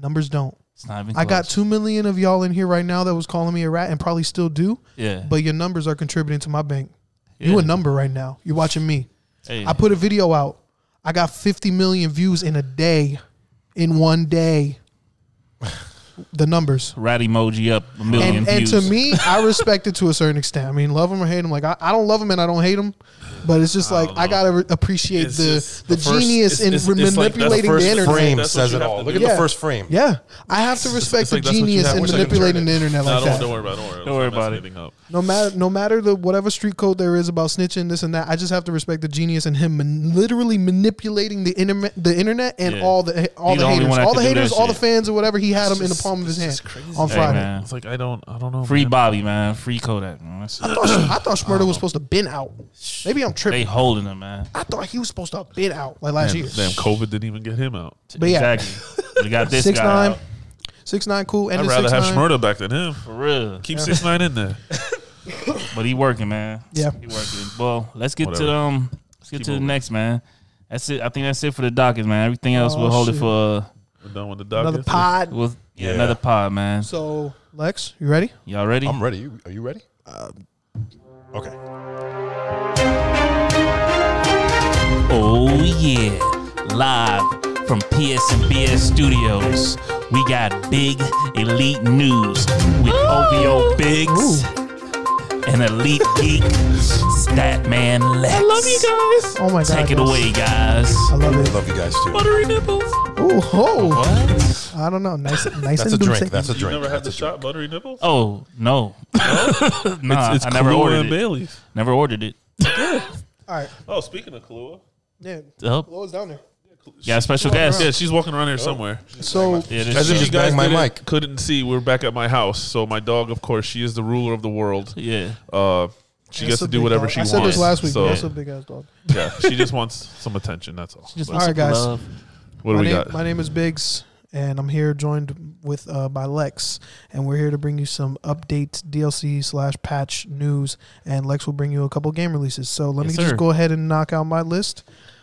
S2: numbers don't.
S1: It's not even
S2: I got
S1: close.
S2: two million of y'all in here right now that was calling me a rat and probably still do,
S1: Yeah.
S2: but your numbers are contributing to my bank. You
S1: Yeah.
S2: a number right now. You're watching me.
S1: Hey.
S2: I put a video out. I got 50 million views in a day, in one day. The numbers.
S1: rat emoji up a million
S2: And, and
S1: views.
S2: to me, I respect it to a certain extent. I mean, love him or hate him. Like, I, I don't love him and I don't hate him. But it's just like I, gotta re- appreciate
S3: It's
S2: the
S3: just
S2: the,
S3: the first-
S2: genius
S3: it's-
S2: in
S3: it's-
S2: re-
S3: it's like that
S2: manipulating
S3: first
S2: the internet.
S3: frame.
S4: frame
S3: That's what
S4: says
S3: you
S4: it
S3: have
S4: all.
S3: to
S4: Look
S3: do.
S4: at
S2: Yeah.
S4: the first frame.
S2: Yeah, I have to respect
S3: It's like
S2: the
S3: that's what you
S2: genius
S3: have.
S2: in
S3: Wish I could
S2: manipulating
S4: turn
S2: the
S4: it.
S2: internet
S3: No,
S2: like
S3: don't,
S2: that.
S3: don't worry about it. Don't worry,
S1: Don't worry
S3: It's not
S1: about
S3: messing anything up.
S2: No matter no matter the whatever street code there is about snitching this and that, I just have to respect the genius in him man- literally manipulating the internet, the internet and
S1: Yeah.
S2: all the all
S1: He's
S2: the
S1: the only
S2: haters,
S1: one that
S2: all
S1: can
S2: the
S1: do
S2: haters,
S1: that
S2: all the
S1: shit.
S2: fans or whatever. He had
S3: It's
S2: him in the
S3: just-
S2: palm of his
S3: it's
S2: hand
S3: just crazy.
S2: on
S1: Hey,
S2: Friday.
S1: man.
S3: It's like I don't, I don't know.
S1: Free
S3: man.
S1: Bobby, man. Free Kodak, man. That's-
S2: I thought Schmurda was supposed to been out. Maybe I'm
S1: they
S2: tripping.
S1: holding him, man.
S2: I thought he was supposed to have been out like last
S3: Damn,
S2: year.
S3: damn, COVID didn't even get him out.
S2: But yeah,
S1: Exactly. we got this
S2: six
S1: guy
S2: nine,
S1: out.
S2: six nine, cool. And
S3: I'd
S2: then
S3: rather
S2: six
S3: have
S2: nine.
S3: Schmurda back than him.
S1: for real.
S3: Keep six nine in there.
S1: But he working, man.
S2: Yeah.
S1: he working. Well, let's get to
S3: Whatever.
S1: the, um, let's get
S3: Keep
S1: to the
S3: moving.
S1: next, man. That's it. I think that's it for the docket, man. Everything else,
S2: Oh,
S1: we'll hold
S2: shit.
S1: it for
S3: We're done with the
S2: Another
S3: Dodgers.
S1: uh,
S2: pod.
S1: we'll, yeah,
S4: Yeah.
S1: another pod, man.
S2: So Lex, you ready?
S1: Y'all ready?
S4: I'm ready. You- Are you ready? Uh, okay.
S1: Oh yeah. Live from PSNBS Studios, we got big elite news with OVO Biggs and Elite Geek Statman Lex. I love you guys.
S2: Oh my god!
S1: Take it
S2: yes.
S1: away, guys.
S2: I love
S4: I
S2: it.
S4: love you guys too.
S1: Buttery nipples.
S2: Ooh, ho.
S1: What?
S2: I don't know. Nice, nice.
S4: That's
S2: and
S4: a
S2: dulce.
S4: drink. That's a
S3: You
S4: drink.
S3: never had the shot buttery nipples?
S1: Oh no, nah,
S3: it's
S1: Uh, I never
S3: Kahlua
S1: ordered
S3: and
S1: it.
S3: Bailey's.
S1: Never ordered it.
S2: All right.
S3: Oh, speaking of Kahlua,
S2: Yeah.
S1: Oh,
S2: Lois down there.
S1: got a special guest.
S3: yeah, she's walking around here somewhere.
S2: So
S1: Yeah, this
S4: As
S1: shit-
S4: if she- just banged my
S3: didn't-
S4: mic.
S3: couldn't see, we're back at my house. So my dog, of course, she is the ruler of the world.
S1: yeah.
S3: Uh, she
S2: That's
S3: gets to
S2: a
S3: do
S2: big
S3: whatever
S2: dog. I
S3: she wants.
S2: said this last week.
S3: So
S2: but That's a big ass dog.
S3: yeah, she just wants some attention. That's all.
S1: Just
S3: But
S1: want
S2: All right,
S1: some
S2: guys.
S1: love.
S3: what do
S2: my
S3: we
S2: name,
S3: got?
S2: My name is Biggs, and I'm here joined with uh, by Lex, and we're here to bring you some updates, DLC slash patch news, and Lex will bring you a couple game releases. So let
S1: Yes,
S2: me
S1: sir.
S2: just go ahead and knock out my list.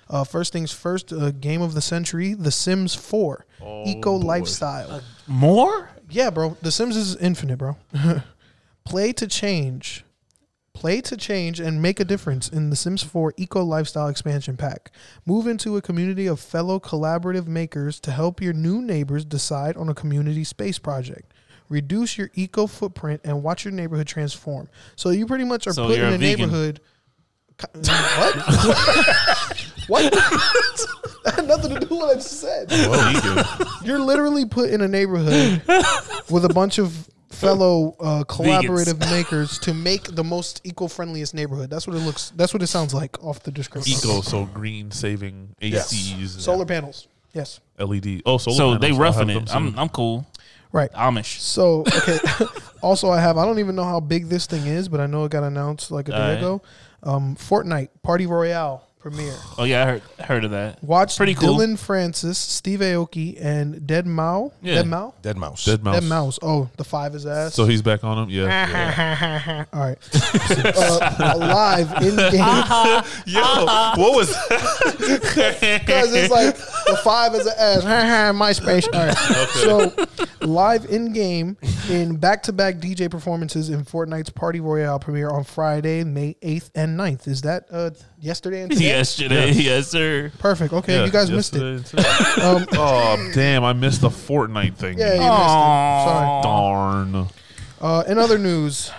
S2: Uh, first things first, uh, game of the century: The Sims 4, Eco
S3: Oh, boy.
S2: Lifestyle.
S1: More?
S2: Yeah, bro. The Sims is infinite, bro. Play to change. Play to change and make a difference in the Sims 4 Eco Lifestyle Expansion Pack. Move into a community of fellow collaborative makers to help your new neighbors decide on a community space project. Reduce your eco footprint and watch your neighborhood transform. So you pretty much are
S1: So
S2: put in
S1: you're
S2: a,
S1: a vegan.
S2: neighborhood. What? what? that had nothing to do with what I just said. You're literally put in a neighborhood with a bunch of fellow uh, collaborative makers to make the most eco-friendliest neighborhood. That's what it looks. That's what it sounds like off the description.
S3: Eco, so green saving
S4: Yes.
S3: ACs,
S2: solar panels. Yes.
S3: LED. Oh, solar.
S1: So
S3: panels.
S1: they
S3: I'll
S1: roughing
S3: have
S1: it.
S3: them
S1: I'm
S3: soon.
S1: I'm cool.
S2: Right.
S1: Amish.
S2: So okay. also, I have. I don't even know how big this thing is, but I know it got announced like a day
S1: Alright.
S2: ago. Um, Fortnite Party Royale premiere.
S1: Oh yeah, I heard heard of that.
S2: Watch
S1: Pretty cool.
S2: Dylan Francis, Steve Aoki, and Dead Mao.
S1: Yeah.
S2: Dead Mao.
S4: Dead mouse.
S3: Dead mouse.
S2: Dead Mouse. Oh, the five is ass.
S3: So he's back on him. Yeah. yeah.
S2: All right. uh, alive in game.
S3: Yo, what was that?
S2: Because it's like the five is an ass. MySpace. All right. So live in game in back to back DJ performances in Fortnite's Party Royale premiere on Friday, May 8th and 9th. Is that uh, yesterday and today?
S1: Yesterday, yes sir.
S2: Perfect. Okay.
S3: Yeah,
S2: you guys
S3: missed it.
S2: missed it. Um,
S3: oh damn! I missed the Fortnite thing.
S2: yeah, you missed it. Sorry.
S1: Aw.
S3: Darn.
S2: Uh, in other news,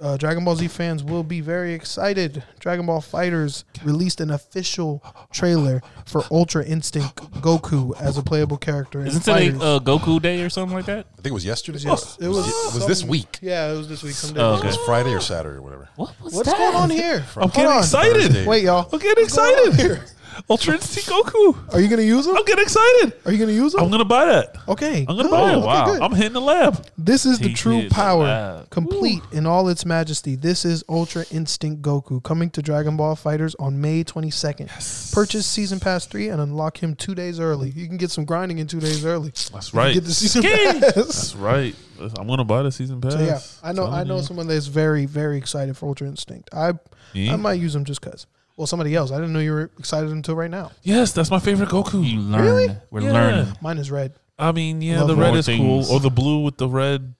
S2: uh, Dragon Ball Z fans will be very excited. Dragon Ball Fighters released an official trailer for Ultra Instinct Goku as a playable character. in
S1: Isn't today
S2: Fighters.
S1: uh, Goku Day or something like that?
S4: I think it was yesterday.
S2: Yes, it was.
S4: Was, this
S2: some-
S4: week?
S2: Yeah, it was this week. Someday.
S1: Oh,
S4: It was
S1: okay.
S4: Friday or Saturday or whatever.
S1: What was
S2: What's
S1: that?
S2: going on here?
S3: I'm
S2: Hold
S3: getting
S2: on.
S3: excited.
S4: Thursday.
S2: Wait, y'all.
S3: I'm getting excited. Ultra Instinct Goku.
S2: Are you gonna use them?
S3: I'm getting excited.
S2: Are you gonna use
S3: I'm
S2: them?
S3: gonna buy that.
S2: Okay.
S3: I'm gonna
S2: good.
S3: buy it.
S2: Okay, good.
S3: I'm hitting the lab.
S2: This is the
S1: He
S2: true
S1: is
S2: power,
S1: alive.
S2: complete in all its majesty. This is Ultra Instinct Goku coming to Dragon Ball Fighters on May 22nd. Purchase Season Pass 3 and unlock him two days early. You can get some grinding in two days early.
S3: That's right.
S2: Get the Season
S1: King.
S2: Pass.
S3: That's right. I'm gonna buy the season pass.
S2: So yeah, I know I
S3: Telling
S2: know
S3: you.
S2: someone that's very very excited for Ultra Instinct. I
S3: Me?
S2: I might use them just cuz. Well, somebody else. I didn't know you were excited until right now.
S3: Yes, that's my favorite
S1: You
S3: Goku.
S1: learn. We're
S3: Yeah.
S1: learning.
S2: Mine is red.
S3: I mean, yeah,
S2: Love
S3: the
S2: more
S3: red is
S1: things.
S3: cool, or the blue with the red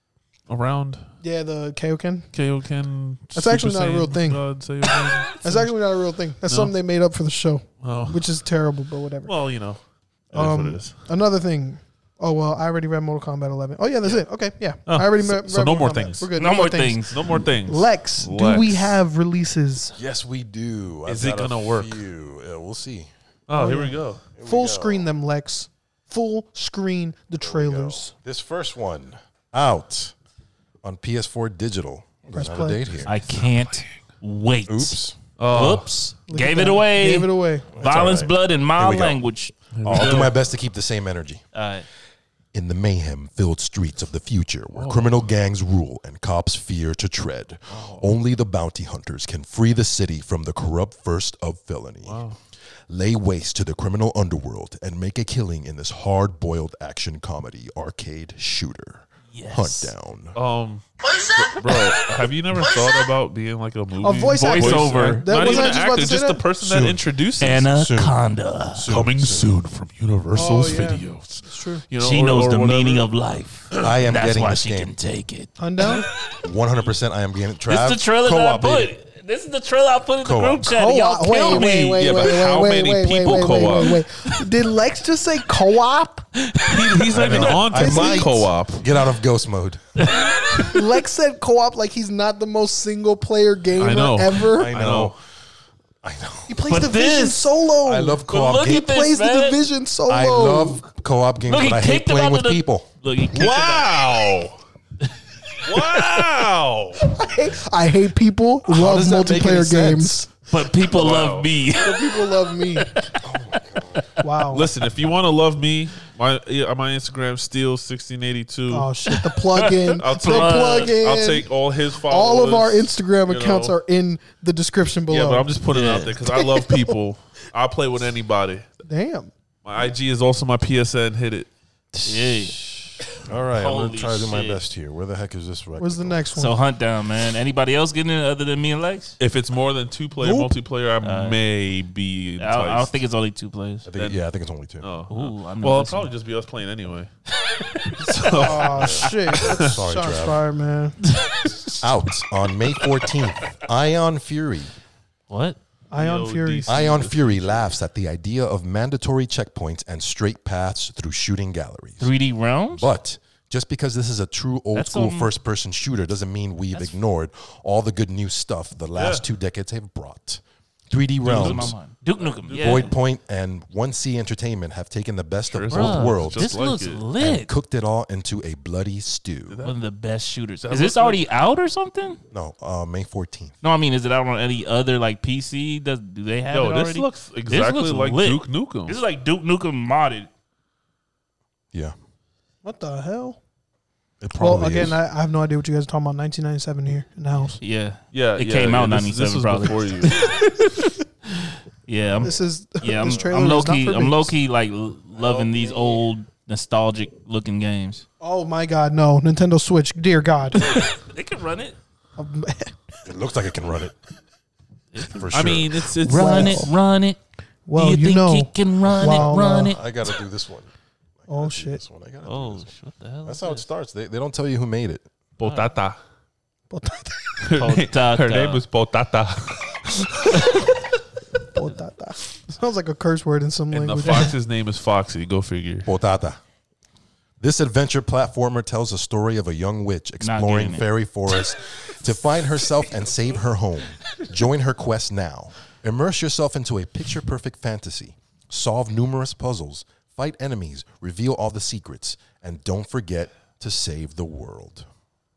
S3: around.
S2: Yeah, the Kaioken.
S3: Kaioken.
S2: That's actually not a real thing.
S3: God, Saiyan.
S2: That's actually not a real thing. That's
S3: No.
S2: something they made up for the show,
S3: oh.
S2: which is terrible, but whatever.
S3: well, you know, it is
S2: Um,
S3: what it is.
S2: Another thing, Oh well, I already read Mortal Kombat 11. Oh yeah, that's it. Okay, yeah, I already
S3: so-
S2: read.
S3: so no
S2: Mortal
S3: more
S2: Kombat.
S3: things.
S2: We're good.
S1: No more things.
S3: No more things.
S2: Lex, do
S3: Lex.
S2: we have releases?
S4: Yes, we do.
S3: Is it
S4: got a
S3: gonna work?
S4: few. Yeah, we'll see.
S3: Oh, here we go.
S2: Full screen them, Lex. Full screen the trailers.
S4: This first one out on PS4 digital.
S2: Press
S4: Press out of
S2: play.
S4: date here.
S1: I can't wait.
S4: Oops.
S3: Oh,
S1: Oops.
S2: Look at
S1: Gave
S2: that.
S1: it away.
S2: Gave it away.
S1: Violence,
S4: all right.
S1: blood, and
S4: Here
S1: my
S4: we go.
S1: language.
S4: I'll do my best to keep the same energy.
S1: Uh,
S4: In the mayhem filled streets of the future, where
S1: Oh.
S4: criminal gangs rule and cops fear to tread,
S1: Oh.
S4: only the bounty hunters can free the city from the corrupt first of felony. Lay waste to the criminal underworld and make a killing in this hard boiled action comedy arcade shooter.
S1: Yes.
S4: Hunt down.
S3: um, bro, have you never thought about being like a movie
S2: A voice actor.
S1: Voiceover.
S3: act-
S2: That
S3: Not
S2: wasn't
S3: even
S2: I
S3: an
S2: just about
S3: actor,
S2: to say
S3: just the
S2: that?
S3: person that introduces.
S1: Anaconda.
S3: Coming soon from Universal's
S2: Oh, yeah.
S3: videos.
S2: It's true.
S3: You know,
S1: She
S3: or-
S1: knows
S3: or
S1: the
S3: whatever.
S1: meaning of life.
S4: I am
S1: That's
S4: getting
S1: why
S4: this
S1: she
S4: game.
S1: can take it.
S2: Undown.
S4: 100% I am getting it.
S1: This
S4: Trav,
S1: is the trailer that I
S4: co-op,
S1: put.
S4: baby.
S1: This is the trailer I put in the
S4: Co-op.
S1: group chat.
S2: Oh,
S1: Y'all
S2: wait,
S1: kill
S2: wait,
S1: me.
S2: wait,
S3: Yeah,
S2: wait,
S3: but
S2: wait,
S3: how
S2: wait,
S3: many
S2: wait,
S3: people
S2: wait, wait,
S3: co-op?
S2: Wait, wait. Did Lex just say co-op?
S3: He's not even
S4: know.
S3: on
S4: I
S3: to see
S4: might.
S3: co-op.
S4: Get out of ghost mode.
S2: Lex said co-op like he's not the most single-player gamer
S3: I know.
S2: ever.
S4: I
S3: I
S4: know.
S3: know.
S4: I know.
S2: he plays
S1: But
S2: Division
S1: this-
S2: solo.
S4: I love
S1: But
S4: co-op
S1: look
S4: games.
S1: at this,
S2: plays the
S1: man.
S2: Division solo.
S4: I love co-op games,
S1: Look, he
S4: but I hate
S1: kicked him
S4: playing
S1: out of
S4: with
S1: the
S4: people.
S1: Look, he kicked him out.
S3: Wow. wow.
S2: I hate people. Love
S4: does that make any
S2: multiplayer
S4: sense?
S2: games.
S1: But people love me.
S2: People love me. Wow.
S3: Oh Listen, if you want to love me, my yeah, my Instagram steal sixteen eighty two.
S2: Oh shit! The plug-in.
S3: I'll
S2: the
S3: take-
S2: plug-in.
S3: I'll take all his followers.
S2: all of our Instagram
S3: you know.
S2: accounts are in the description
S3: Yeah,
S2: below.
S3: but I'm just putting it out there because I love people. I play with anybody.
S2: Damn.
S3: My IG is also my PSN. Hit it.
S1: Yeah.
S4: All right, I'm
S1: Holy
S4: gonna try to do my
S1: shit.
S4: best here. Where the heck is this record?
S2: Where's the next one?
S1: So hunt down, man. Anybody else getting it other than me and Lex?
S3: If it's more than two player
S2: Nope.
S3: multiplayer, I may be.
S1: Uh, I don't, I don't
S3: enticed.
S1: think it's only two players.
S4: I think, yeah, I think it's only two.
S3: Oh,
S1: Ooh, I know
S3: well, it'll
S1: this
S3: probably
S1: one.
S3: just be us playing anyway.
S2: oh shit! That's
S4: Sorry,
S2: shots
S4: Trav.
S2: fired, man.
S4: Out on May 14th, Ion Fury.
S1: What?
S2: Ion
S3: Yo,
S2: Fury.
S3: DC.
S4: Ion Fury laughs at the idea of mandatory checkpoints and straight paths through shooting galleries.
S1: 3D realms?
S4: But just because this is a true old
S1: That's
S4: school
S1: on-
S4: first person shooter doesn't mean we've ignored all the good new stuff the last two decades have brought.
S1: Blows
S4: 3D
S1: my
S4: Realms,
S1: mind. Duke Nukem. Yeah.
S4: Void Point, and 1C Entertainment have taken the best of
S3: Sure is
S4: both
S1: Bruh,
S4: worlds
S1: This
S3: Just like
S1: looks
S3: it.
S4: and
S1: lit.
S4: cooked it all into a bloody stew.
S1: One of the best shooters.
S3: that
S1: Is this
S3: look
S1: already out or something?
S4: No, uh, May 14th.
S1: No, I mean, is it out on any other like PC? Does do they have
S3: Yo,
S1: it
S3: this
S1: already?
S3: looks exactly
S1: looks
S3: like
S1: lit.
S3: Duke Nukem.
S1: This is like Duke Nukem modded.
S4: Yeah.
S2: What the hell?
S4: It
S2: Well,
S4: probably
S2: again,
S4: is.
S2: I, I have no idea what you guys are talking about. 1997 here in the house.
S1: Yeah,
S3: yeah,
S1: It
S3: yeah,
S1: came
S3: yeah.
S1: out
S3: This-
S1: 97
S3: This was
S1: probably.
S3: before you.
S1: yeah. I'm,
S2: This is
S1: yeah, I'm,
S2: this trailer
S1: I'm
S2: is
S1: low
S2: not for
S1: key. I'm
S2: babies.
S1: low key like l- loving these old nostalgic looking games.
S2: Oh my god, no! Nintendo Switch, dear God. Oh,
S1: They could run it.
S4: It looks like it can run it. For sure.
S3: I mean, it's it's
S1: Run it. Run it.
S2: well,
S1: do you,
S2: you,
S1: think
S2: know.
S1: he can run
S2: Wow,
S1: it? Run
S2: wow.
S1: it.
S4: I got to do this one.
S2: oh
S4: Do
S2: shit!
S4: This one. I gotta do
S1: Oh,
S4: this.
S1: shit, what the hell?
S4: That's
S1: is
S4: how it starts. They, they don't tell you who made it.
S1: it?
S3: Potata.
S1: Potata.
S3: Her name is Potata.
S2: Potata. Sounds like a curse word in some
S3: And the
S2: language.
S3: fox's name is Foxy. Go figure.
S4: Potata. This adventure platformer tells a story of a young witch exploring
S1: getting it.
S4: fairy forests to find herself and save her home. Join her quest now. Immerse yourself into a picture perfect fantasy. Solve numerous puzzles, fight enemies, reveal all the secrets, and don't forget to save the world.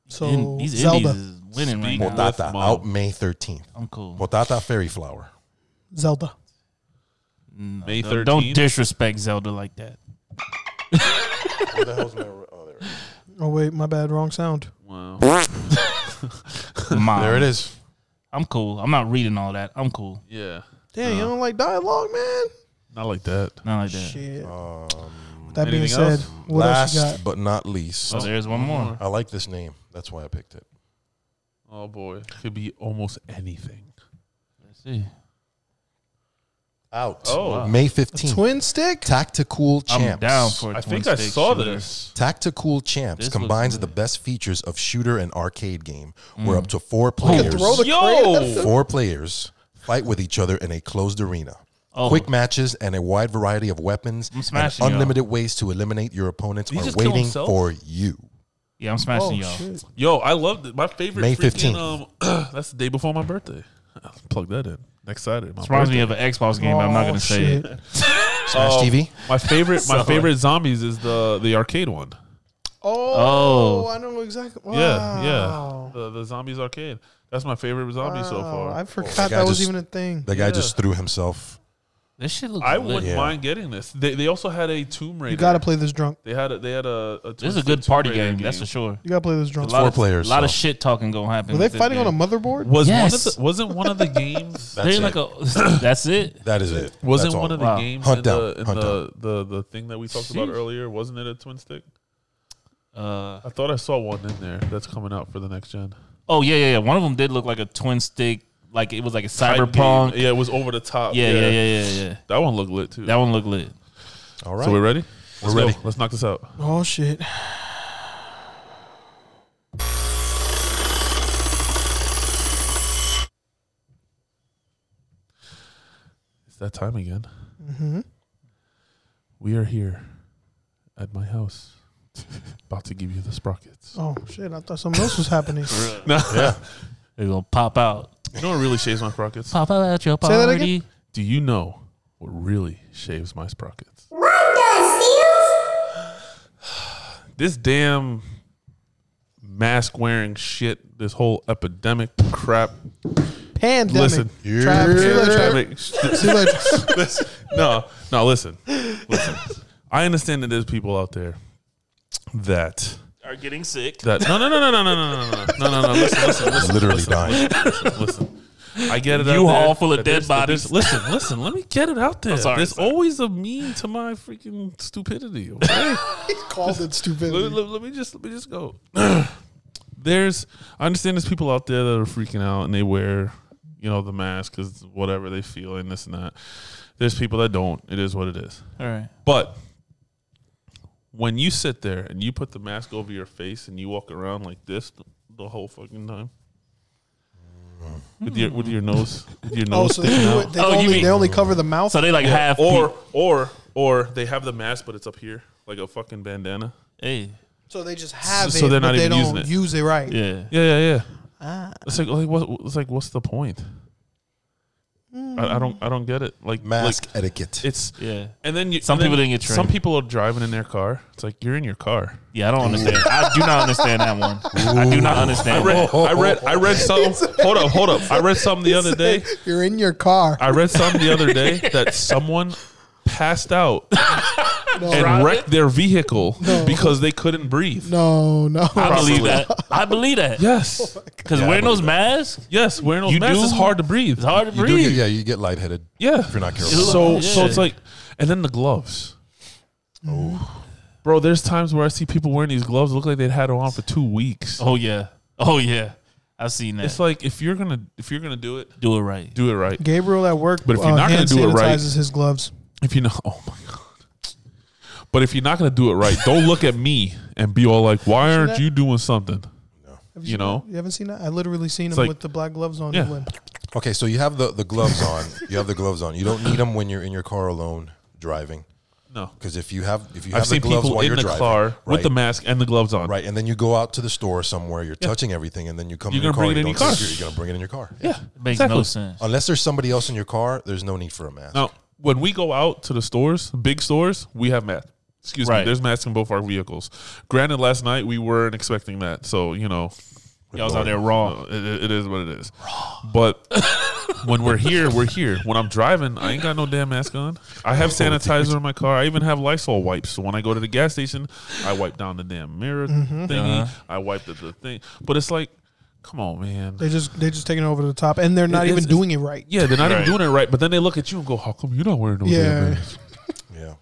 S2: so
S1: In- these
S2: Zelda,
S1: indies is winning right
S3: Speak
S1: now.
S3: of- That's
S4: Potata
S3: mom.
S4: out May 13th.
S1: I'm cool.
S4: Potata Fairy Flower.
S2: Zelda.
S3: May
S1: Don't-
S3: 13th.
S1: Don't disrespect Zelda like that.
S4: Where the hell's my? Oh, there it is.
S2: Oh wait, my bad. Wrong sound.
S3: Wow.
S1: Mom.
S4: There it is.
S1: I'm cool. I'm not reading all that. I'm cool.
S3: Yeah.
S2: Damn,
S3: Uh,
S2: you don't like dialogue, man.
S3: Not like that.
S1: Not like that.
S2: Shit. that being
S3: Um, anything
S2: said,
S3: else?
S2: what
S4: Last
S2: else you
S4: but not least,
S1: So Oh, there's one more.
S4: I like this name. That's why I picked it.
S3: Oh boy. Could be almost anything.
S1: Let's see.
S4: Out.
S3: Oh.
S4: May
S2: got?
S4: 15th.
S2: Twin stick.
S4: Tactical
S1: I'm
S4: Champs.
S1: down for. a
S3: I think I
S1: twin stick
S3: saw
S1: shooter.
S3: this.
S4: Tactical Champs
S1: This looks
S4: combines
S1: good. Mm.
S4: the best features of shooter and arcade game, where up to four players,
S2: throw the
S3: Yo!
S4: four players fight with each other in a closed arena.
S1: Oh.
S4: Quick matches and a wide variety of weapons
S1: I'm
S4: and
S1: smashing y'all.
S4: unlimited ways to eliminate your opponents
S5: Did he
S4: are
S5: just kill
S4: waiting
S5: himself?
S4: for you.
S1: Yeah, I'm
S2: Oh,
S1: smashing y'all.
S2: shit.
S3: Yo, I loved it. My favorite
S4: May
S3: freaking
S4: 15th.
S3: um that's the day before my birthday. Plug that in. Next Saturday. My
S1: This reminds
S3: birthday.
S1: me of an Xbox game, but I'm not
S2: Oh,
S1: gonna say
S2: shit.
S1: it.
S4: Smash
S1: Oh.
S4: TV.
S3: My favorite my
S1: Solid.
S3: favorite zombies is the the arcade one.
S2: Oh,
S1: Oh.
S2: I know exactly.
S3: Yeah, yeah.
S2: Wow.
S3: The the zombies arcade. That's my favorite zombie so
S2: Wow,
S3: far.
S2: I
S3: I,
S2: forgot
S4: guy
S2: that was
S4: just-
S2: even a thing.
S4: The guy
S3: Yeah.
S4: just threw himself.
S1: This shit looks. lit.
S3: wouldn't
S4: Yeah.
S3: mind getting this. They, they also had a Tomb Raider.
S2: You gotta play this drunk.
S3: They had a they had a,
S1: This is a
S3: a Twisted
S1: good
S3: Tomb
S1: party
S3: Raider
S1: game, That's for sure.
S2: You gotta play this
S1: A
S2: drunk.
S1: lot
S4: four
S1: of,
S4: players,
S1: A lot of
S4: so.
S1: shit talking gonna happen.
S2: Were they
S1: with this
S2: fighting on a
S1: game.
S2: motherboard?
S3: Was
S1: Yes.
S3: one of the, wasn't one of the games
S4: That's
S1: They
S4: it.
S1: like a. that's it.
S4: that is it.
S3: wasn't
S4: That's all.
S3: one of the
S1: Wow.
S3: games
S4: Hunt
S3: in,
S4: down,
S3: the, in
S4: hunt
S3: the, the the thing that we talked about
S1: Sheesh.
S3: earlier? Wasn't it a twin stick?
S1: Uh,
S3: I thought I saw one in there that's coming out for the next gen.
S1: oh yeah, yeah, yeah. One of them did look like a twin stick. Like it was like a
S3: Type
S1: cyberpunk.
S3: game. Yeah, it was over the top.
S1: Yeah, yeah, yeah, yeah, yeah.
S3: That one looked lit too.
S1: That one looked lit.
S4: All right.
S3: So we're ready.
S4: We're
S3: Let's go.
S4: ready.
S3: Let's knock this out.
S2: Oh shit.
S3: It's that time again.
S1: Mm-hmm.
S3: We are here at my house, about to give you the sprockets.
S2: Oh shit. I thought something else was happening. Say
S4: yeah.
S1: They're gonna pop out.
S3: You know what really shaves my sprockets?
S1: Pop out at your party.
S2: that again?
S3: Do you know what really shaves my sprockets? This damn mask wearing shit, this whole epidemic crap.
S2: Pandemic.
S3: Listen.
S2: Trav, see you later, Trav.
S3: Epidemic.
S2: See you later.
S3: Listen, no, no, listen. Listen. I understand that there's people out there that
S1: Are getting sick.
S3: that no no no no no no no no no no no no listen listen listen
S4: Literally
S3: listen,
S4: dying.
S3: listen, listen. I get it. out
S1: U-Haul
S3: there,
S1: full of
S3: that
S1: dead
S3: there's- that
S1: bodies.
S3: there's- Listen, listen. Let me get it out there.
S1: sorry,
S3: there's
S1: sorry.
S3: always a mean to my freaking stupidity. Okay.
S2: He called it
S3: let,
S2: stupidity.
S3: let- let me just let me just go. there's I understand there's people out there that are freaking out and they wear you know the mask because whatever they feel and this and that. There's people that don't. It is what it is.
S1: All right.
S3: But when you sit there and you put the mask over your face and you walk around like this th- the whole fucking time. With your with your nose, with your
S2: Oh,
S3: nose
S2: so they,
S3: sticking
S2: do
S3: out,
S2: it, they,
S1: Oh, you
S2: only,
S1: mean-
S2: they only cover the mouth.
S1: So they like half.
S3: or
S1: pe-
S3: or or they have the mask but it's up here like a fucking bandana.
S1: hey,
S2: So they just have
S3: So-
S2: it,
S3: so they're not
S2: but they
S3: even using
S2: don't
S3: it.
S2: use it right.
S1: yeah.
S3: Yeah, yeah, yeah.
S2: Ah.
S3: It's like, like what? It's like, what's the point? I, I don't, I don't get it. Like
S4: Mask
S3: like,
S4: etiquette.
S3: it's
S1: Yeah.
S3: and then you,
S1: Some
S3: and then
S1: people didn't get trained.
S3: Some people are driving in their car. It's like you're in your car.
S1: Yeah, I don't understand. I do not understand that one. I do not understand.
S3: I
S1: that.
S3: read, I read, I read something. hold up, hold up. I read something the other day.
S2: You're in your car.
S3: I read something the other day that someone passed out and
S1: Driving?
S3: wrecked their vehicle because they couldn't breathe.
S2: no, no.
S1: I believe
S3: Probably.
S1: that. I believe that.
S3: Yes,
S1: Because wearing those masks,
S3: yes. Wearing those
S1: Oh You
S3: masks
S1: do?
S3: is hard to breathe.
S1: it's hard to
S4: You do
S1: breathe.
S4: get, yeah, you get lightheaded
S3: Yeah,
S4: if you're not careful.
S1: It's
S3: So
S1: Yeah. Oh.
S3: so it's like, and then the gloves. Bro, there's times where I see people wearing these gloves look like they'd had them on for two weeks.
S1: Oh yeah. Oh yeah. I've seen that.
S3: It's like if you're gonna if you're gonna do it,
S1: do it right.
S3: do it right.
S2: Gabriel at work.
S3: But if you're
S2: uh,
S3: not gonna
S2: hand
S3: do it right-
S2: sanitizes his gloves.
S3: If you know, oh my god. But if you're not gonna do it right, don't look at me and be all like, "Why aren't you doing something?"
S2: Have
S3: You
S2: seen
S3: know?
S2: that? you haven't seen that. I literally seen him
S3: like-
S2: with the black gloves on.
S3: Yeah.
S2: He went,
S4: Okay, so you have the, the gloves on. You have the gloves on. You don't need them when you're in your car alone driving.
S3: No,
S4: Because if you have if you have
S3: I've
S4: the
S3: seen
S4: gloves
S3: people
S4: while
S3: in
S4: you're
S3: the
S4: driving,
S3: car with
S4: right,
S3: the mask and the gloves on.
S4: right, and then you go out to the store somewhere, you're touching everything, and then you come
S3: You're
S4: in your
S3: gonna
S4: car.
S3: bring it
S4: you
S3: in your
S4: don't take
S3: car.
S4: Your, you're gonna bring it in your car.
S3: Yeah,
S1: It makes
S3: exactly.
S1: no sense.
S4: Unless there's somebody else in your car, there's no need for a mask.
S3: Now, when we go out to the stores, big stores, we have masks. Excuse me,
S1: Right.
S3: there's masks in both our vehicles. Granted, last night we weren't expecting that, so you know,
S1: Y'all was out there raw.
S3: Oh, it, it- it is what it is. But when we're here, we're here. When I'm driving, I ain't got no damn mask on. I
S1: Oh,
S3: have sanitizer in my car. I even have Lysol wipes. So when I go to the gas station, I wipe down the damn mirror
S2: Mm-hmm.
S3: thingy.
S1: Uh-huh.
S3: I wipe the, the thing. But it's like, come on, man.
S2: they just they just taking it over the top, and they're not
S3: It is-
S2: even doing it right.
S3: yeah, they're not
S1: Right.
S3: even doing it right. But then they look at you and go, "How come you're not wearing no
S2: Yeah.
S3: damn mask?"
S4: Yeah.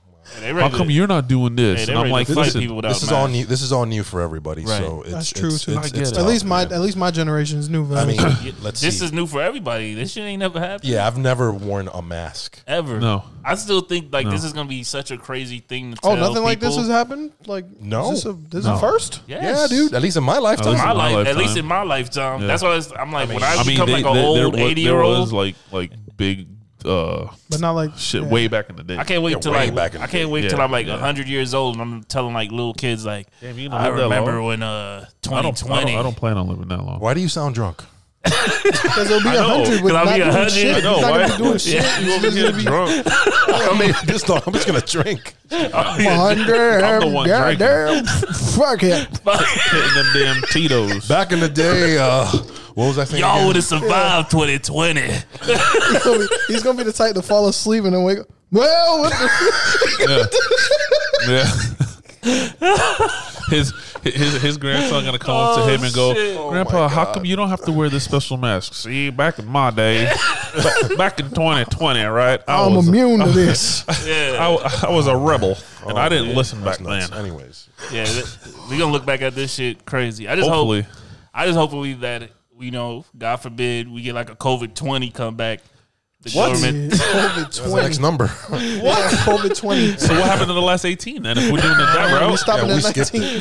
S1: They
S3: How
S1: ready
S3: come
S1: to-
S3: you're not doing this?
S1: Hey, they
S3: and I'm
S1: ready
S3: like,
S1: to fight
S3: listen,
S1: people without
S4: This is all
S1: masks.
S4: new. This is all new for everybody. So it's,
S2: That's true,
S4: It's,
S2: too.
S4: it's,
S3: I get
S4: it's
S3: it.
S2: At
S4: tough,
S2: least my
S4: man.
S2: at least my generation is new.
S4: I
S2: I
S4: mean,
S1: Yeah,
S4: let's
S1: this
S4: see.
S1: is new for everybody. This shit ain't never happened.
S4: yeah, I've never worn a mask.
S1: Ever.
S3: No.
S1: I still think like this is gonna be such a crazy thing to
S2: oh,
S1: tell
S2: nothing like this
S1: people.
S2: has happened. Like
S4: No.
S2: is this a, this
S3: No.
S2: a first.
S1: Yes.
S4: Yeah, dude. At least in my lifetime.
S3: least
S1: My
S3: in my
S1: life, at
S3: lifetime.
S1: least in my lifetime. That's why I was- I'm like, when I,
S3: I mean,
S1: become
S3: they,
S1: like an
S3: they- there
S1: old
S3: was- there
S1: eighty year
S3: was
S1: old,
S3: like like big uh,
S2: but not like
S3: shit
S2: yeah.
S3: way back in the day.
S1: I can't wait
S4: Yeah,
S1: till
S4: way
S1: like
S4: back in
S1: I
S4: the
S1: can't
S4: day.
S1: wait till
S3: Yeah,
S1: I'm like
S3: yeah.
S1: hundred years old and I'm telling like little kids like
S3: Damn, you don't
S1: I
S3: live that
S1: remember
S3: long.
S1: when uh
S3: I
S1: twenty
S3: don't, I don't.
S1: twenty.
S3: I don't plan on living that long.
S4: Why do you sound drunk?
S2: Because it'll be a hundred with
S1: I'll
S2: not
S1: be
S2: doing
S1: 100.
S2: shit.
S1: I
S2: He's
S1: know,
S2: not
S3: why?
S2: gonna be doing shit.
S3: Yeah, you over here drunk.
S4: I made it this long. I'm just gonna drink.
S2: Hundred.
S3: I'm the one drinking.
S2: goddamn. Fuck it.
S3: hitting them damn Tito's.
S4: Back in the day, uh, what was I saying?
S1: Y'all
S4: again?
S1: would have survived twenty twenty.
S2: He's gonna, be, he's gonna be the type to fall asleep and then wake up. Well, what the,
S3: Yeah. yeah. his, his his grandson gonna come up to him and go,
S1: Oh,
S2: Oh
S1: shit.
S3: Grandpa, how come you don't have to wear this special mask? See, back in my day, ba- back in 2020, right? I
S2: I'm
S3: was
S2: immune to this. Oh,
S1: Yeah,
S3: I, I was a rebel and I didn't listen back
S4: That's nuts.
S3: then.
S4: Anyways,
S1: yeah. th- We gonna look back at this shit crazy. I just
S3: Hopefully,
S1: hope. I just hopefully that you know, God forbid, we get like a COVID twenty comeback. The
S2: What?
S1: government.
S2: COVID
S4: that's the
S2: twenty.
S4: next number.
S2: What? COVID twenty.
S3: so what happened to the last 18? Then if we're doing it that
S2: We
S3: route,
S2: stopping
S4: Yeah, we
S2: at
S4: skipped it.
S2: nineteen.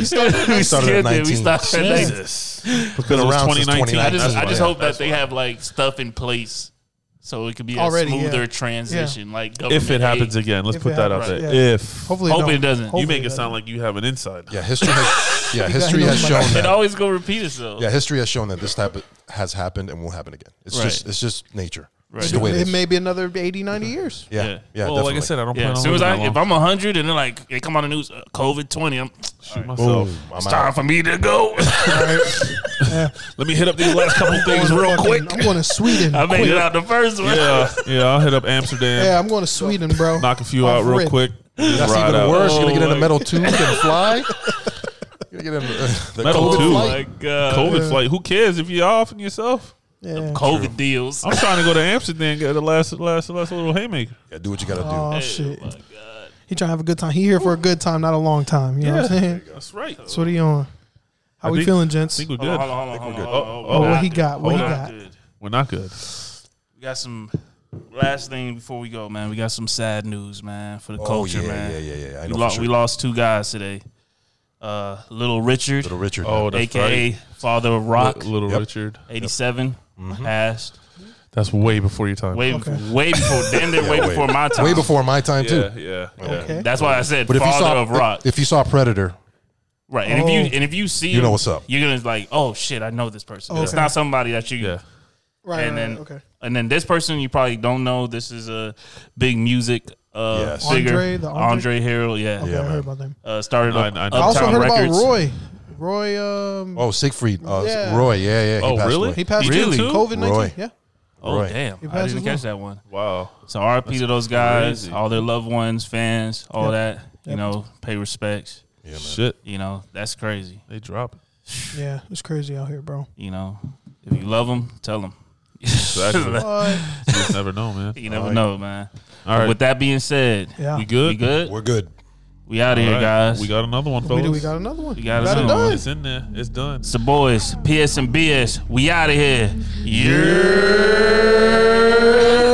S2: We stopped
S1: We
S2: at 19.
S4: started
S1: skipped
S4: at
S1: it. We
S4: 19.
S1: stopped at 19.
S3: Jesus. because it was
S4: around since
S3: 2019.
S4: 2019.
S1: I just, I
S4: That's
S1: just
S4: why.
S1: hope that they have like stuff in place so it could be a
S2: Already, yeah.
S1: smoother transition. Like
S3: if it
S1: government
S3: happens
S1: aid.
S3: again, let's
S2: If it
S3: put that out
S2: happens,
S3: there.
S2: yeah.
S3: If
S2: Hopefully,
S1: Hopefully
S2: don't.
S1: it doesn't. You
S2: Hopefully
S3: you make it
S2: doesn't.
S3: sound like you have an inside.
S4: Yeah, history has. Yeah, history
S2: he
S4: has
S2: knows my
S4: shown
S2: name.
S1: it
S4: that.
S1: always gonna repeat itself.
S4: Yeah, history has shown that this type of, has happened and will happen again. It's
S1: Right.
S4: just it's just nature. Right. It's
S1: Right.
S4: the way it
S2: It
S4: is.
S2: may be another 80, 90 years.
S4: Yeah, yeah.
S1: Yeah.
S3: well,
S4: definitely.
S3: like I said, I don't
S1: Yeah,
S3: plan
S1: as
S3: on
S1: soon as
S3: living
S1: I,
S3: that long.
S1: if I'm hundred and then like they come on the news, uh, COVID twenty, I'm it's
S3: shoot
S4: Boom,
S3: myself.
S4: I'm
S1: time
S4: out.
S1: for me to go.
S3: Let me hit up these last couple things
S2: I'm
S3: real
S2: going-
S3: quick.
S2: I'm going to Sweden.
S1: I made it out the first one.
S3: Yeah, yeah. I'll hit up Amsterdam,
S2: Yeah, I'm going to Sweden, bro.
S3: knock a few
S2: Off
S3: out real
S2: rip.
S3: quick.
S4: That's
S3: ride
S4: even
S3: out.
S4: worse. You're gonna get in
S3: Oh,
S4: a metal tube and fly. You're gonna get in the, the
S3: Metal
S4: COVID
S3: tube.
S4: flight.
S1: Oh my god,
S3: COVID flight. Who cares if you're off and yourself?
S2: Yeah.
S1: COVID deals.
S3: I'm trying to go to Amsterdam and get the last, last, last little haymaker.
S4: Yeah, do what you gotta do.
S2: Oh shit. He trying to have a good time. He here for a good time, not a long time. You know what I'm saying?
S3: That's right. Oh,
S2: So what are you on? How
S3: I
S2: we
S3: think-
S2: feeling,
S3: I
S2: gents?
S3: think we're
S1: Hold on,
S3: good.
S1: hold on, hold on, hold on, hold on. We're
S2: Oh, what
S1: not
S2: he
S1: good.
S2: got? What he
S1: We're not
S2: got?
S1: good.
S3: We're not good.
S1: We got some last thing before we go, man. We got some sad news, man, for the
S4: Oh,
S1: culture,
S4: yeah,
S1: man.
S4: yeah, yeah, yeah. I
S1: We,
S4: know for
S1: lo-
S4: sure.
S1: we lost two guys today. Uh, Little Richard,
S4: Little Richard.
S3: Oh, that's
S1: aka
S3: right.
S1: Father of Rock,
S3: Li- little
S4: Yep.
S3: Richard.
S1: 87,
S4: Mm-hmm.
S1: passed.
S3: That's way before your time.
S1: Way,
S2: Okay.
S1: way before, damn near
S4: Yeah,
S1: way before my time.
S4: Way before my time too.
S3: Yeah, yeah, yeah.
S2: Okay.
S1: That's why I said
S4: But if you
S1: Father
S4: saw
S1: of Rock.
S4: if you saw Predator,
S1: right, and if
S2: Oh.
S1: you and if you see,
S4: You know
S1: him,
S4: what's up.
S1: You're gonna like, oh shit, I know this person. It's
S2: Okay.
S1: not somebody that you.
S3: Yeah.
S2: Right.
S1: and
S2: right,
S1: then
S2: right, okay.
S1: and then this person you probably don't know. This is a big music uh
S4: Yes.
S1: figure,
S2: Andre, the Andre?
S1: Andre Harrell. Yeah,
S2: Okay,
S4: Yeah,
S2: I
S4: man.
S2: heard about them.
S1: Uh, started
S3: I-
S1: up,
S3: I- I
S2: I also
S1: Uptown
S2: heard
S1: Records.
S2: about Roy. Roy, um,
S4: oh Siegfried, uh,
S2: Yeah.
S4: Roy, yeah, yeah. he
S3: Oh,
S4: passed
S3: really?
S4: away.
S2: he passed
S3: Really?
S2: away. COVID nineteen.
S4: Roy.
S2: Yeah.
S1: Oh
S4: Roy.
S1: damn, I
S2: passed
S1: didn't
S2: as
S1: catch that one.
S3: Wow.
S1: So RP to those guys,
S3: crazy.
S1: all their loved ones, fans, all
S2: Yep.
S1: that. You
S2: Yep.
S1: know, pay respects.
S4: Yeah, man.
S3: Shit.
S1: You know, that's crazy.
S3: They drop. it.
S2: Yeah. It's crazy out here, bro.
S1: You know, if you love them, tell them.
S3: Exactly.
S2: But
S3: you just never know, man.
S1: you never know, man.
S3: All right.
S1: With that being said,
S2: yeah.
S3: We good?
S1: we good.
S4: We're good.
S1: We out of
S3: All
S1: here,
S3: right.
S1: guys.
S3: We got another one,
S2: we
S3: fellas.
S2: do. We got another one.
S1: We got
S2: it
S1: another one.
S2: done.
S3: It's in there. It's done.
S1: It's the boys, PS and BS. We out of here. Yeah.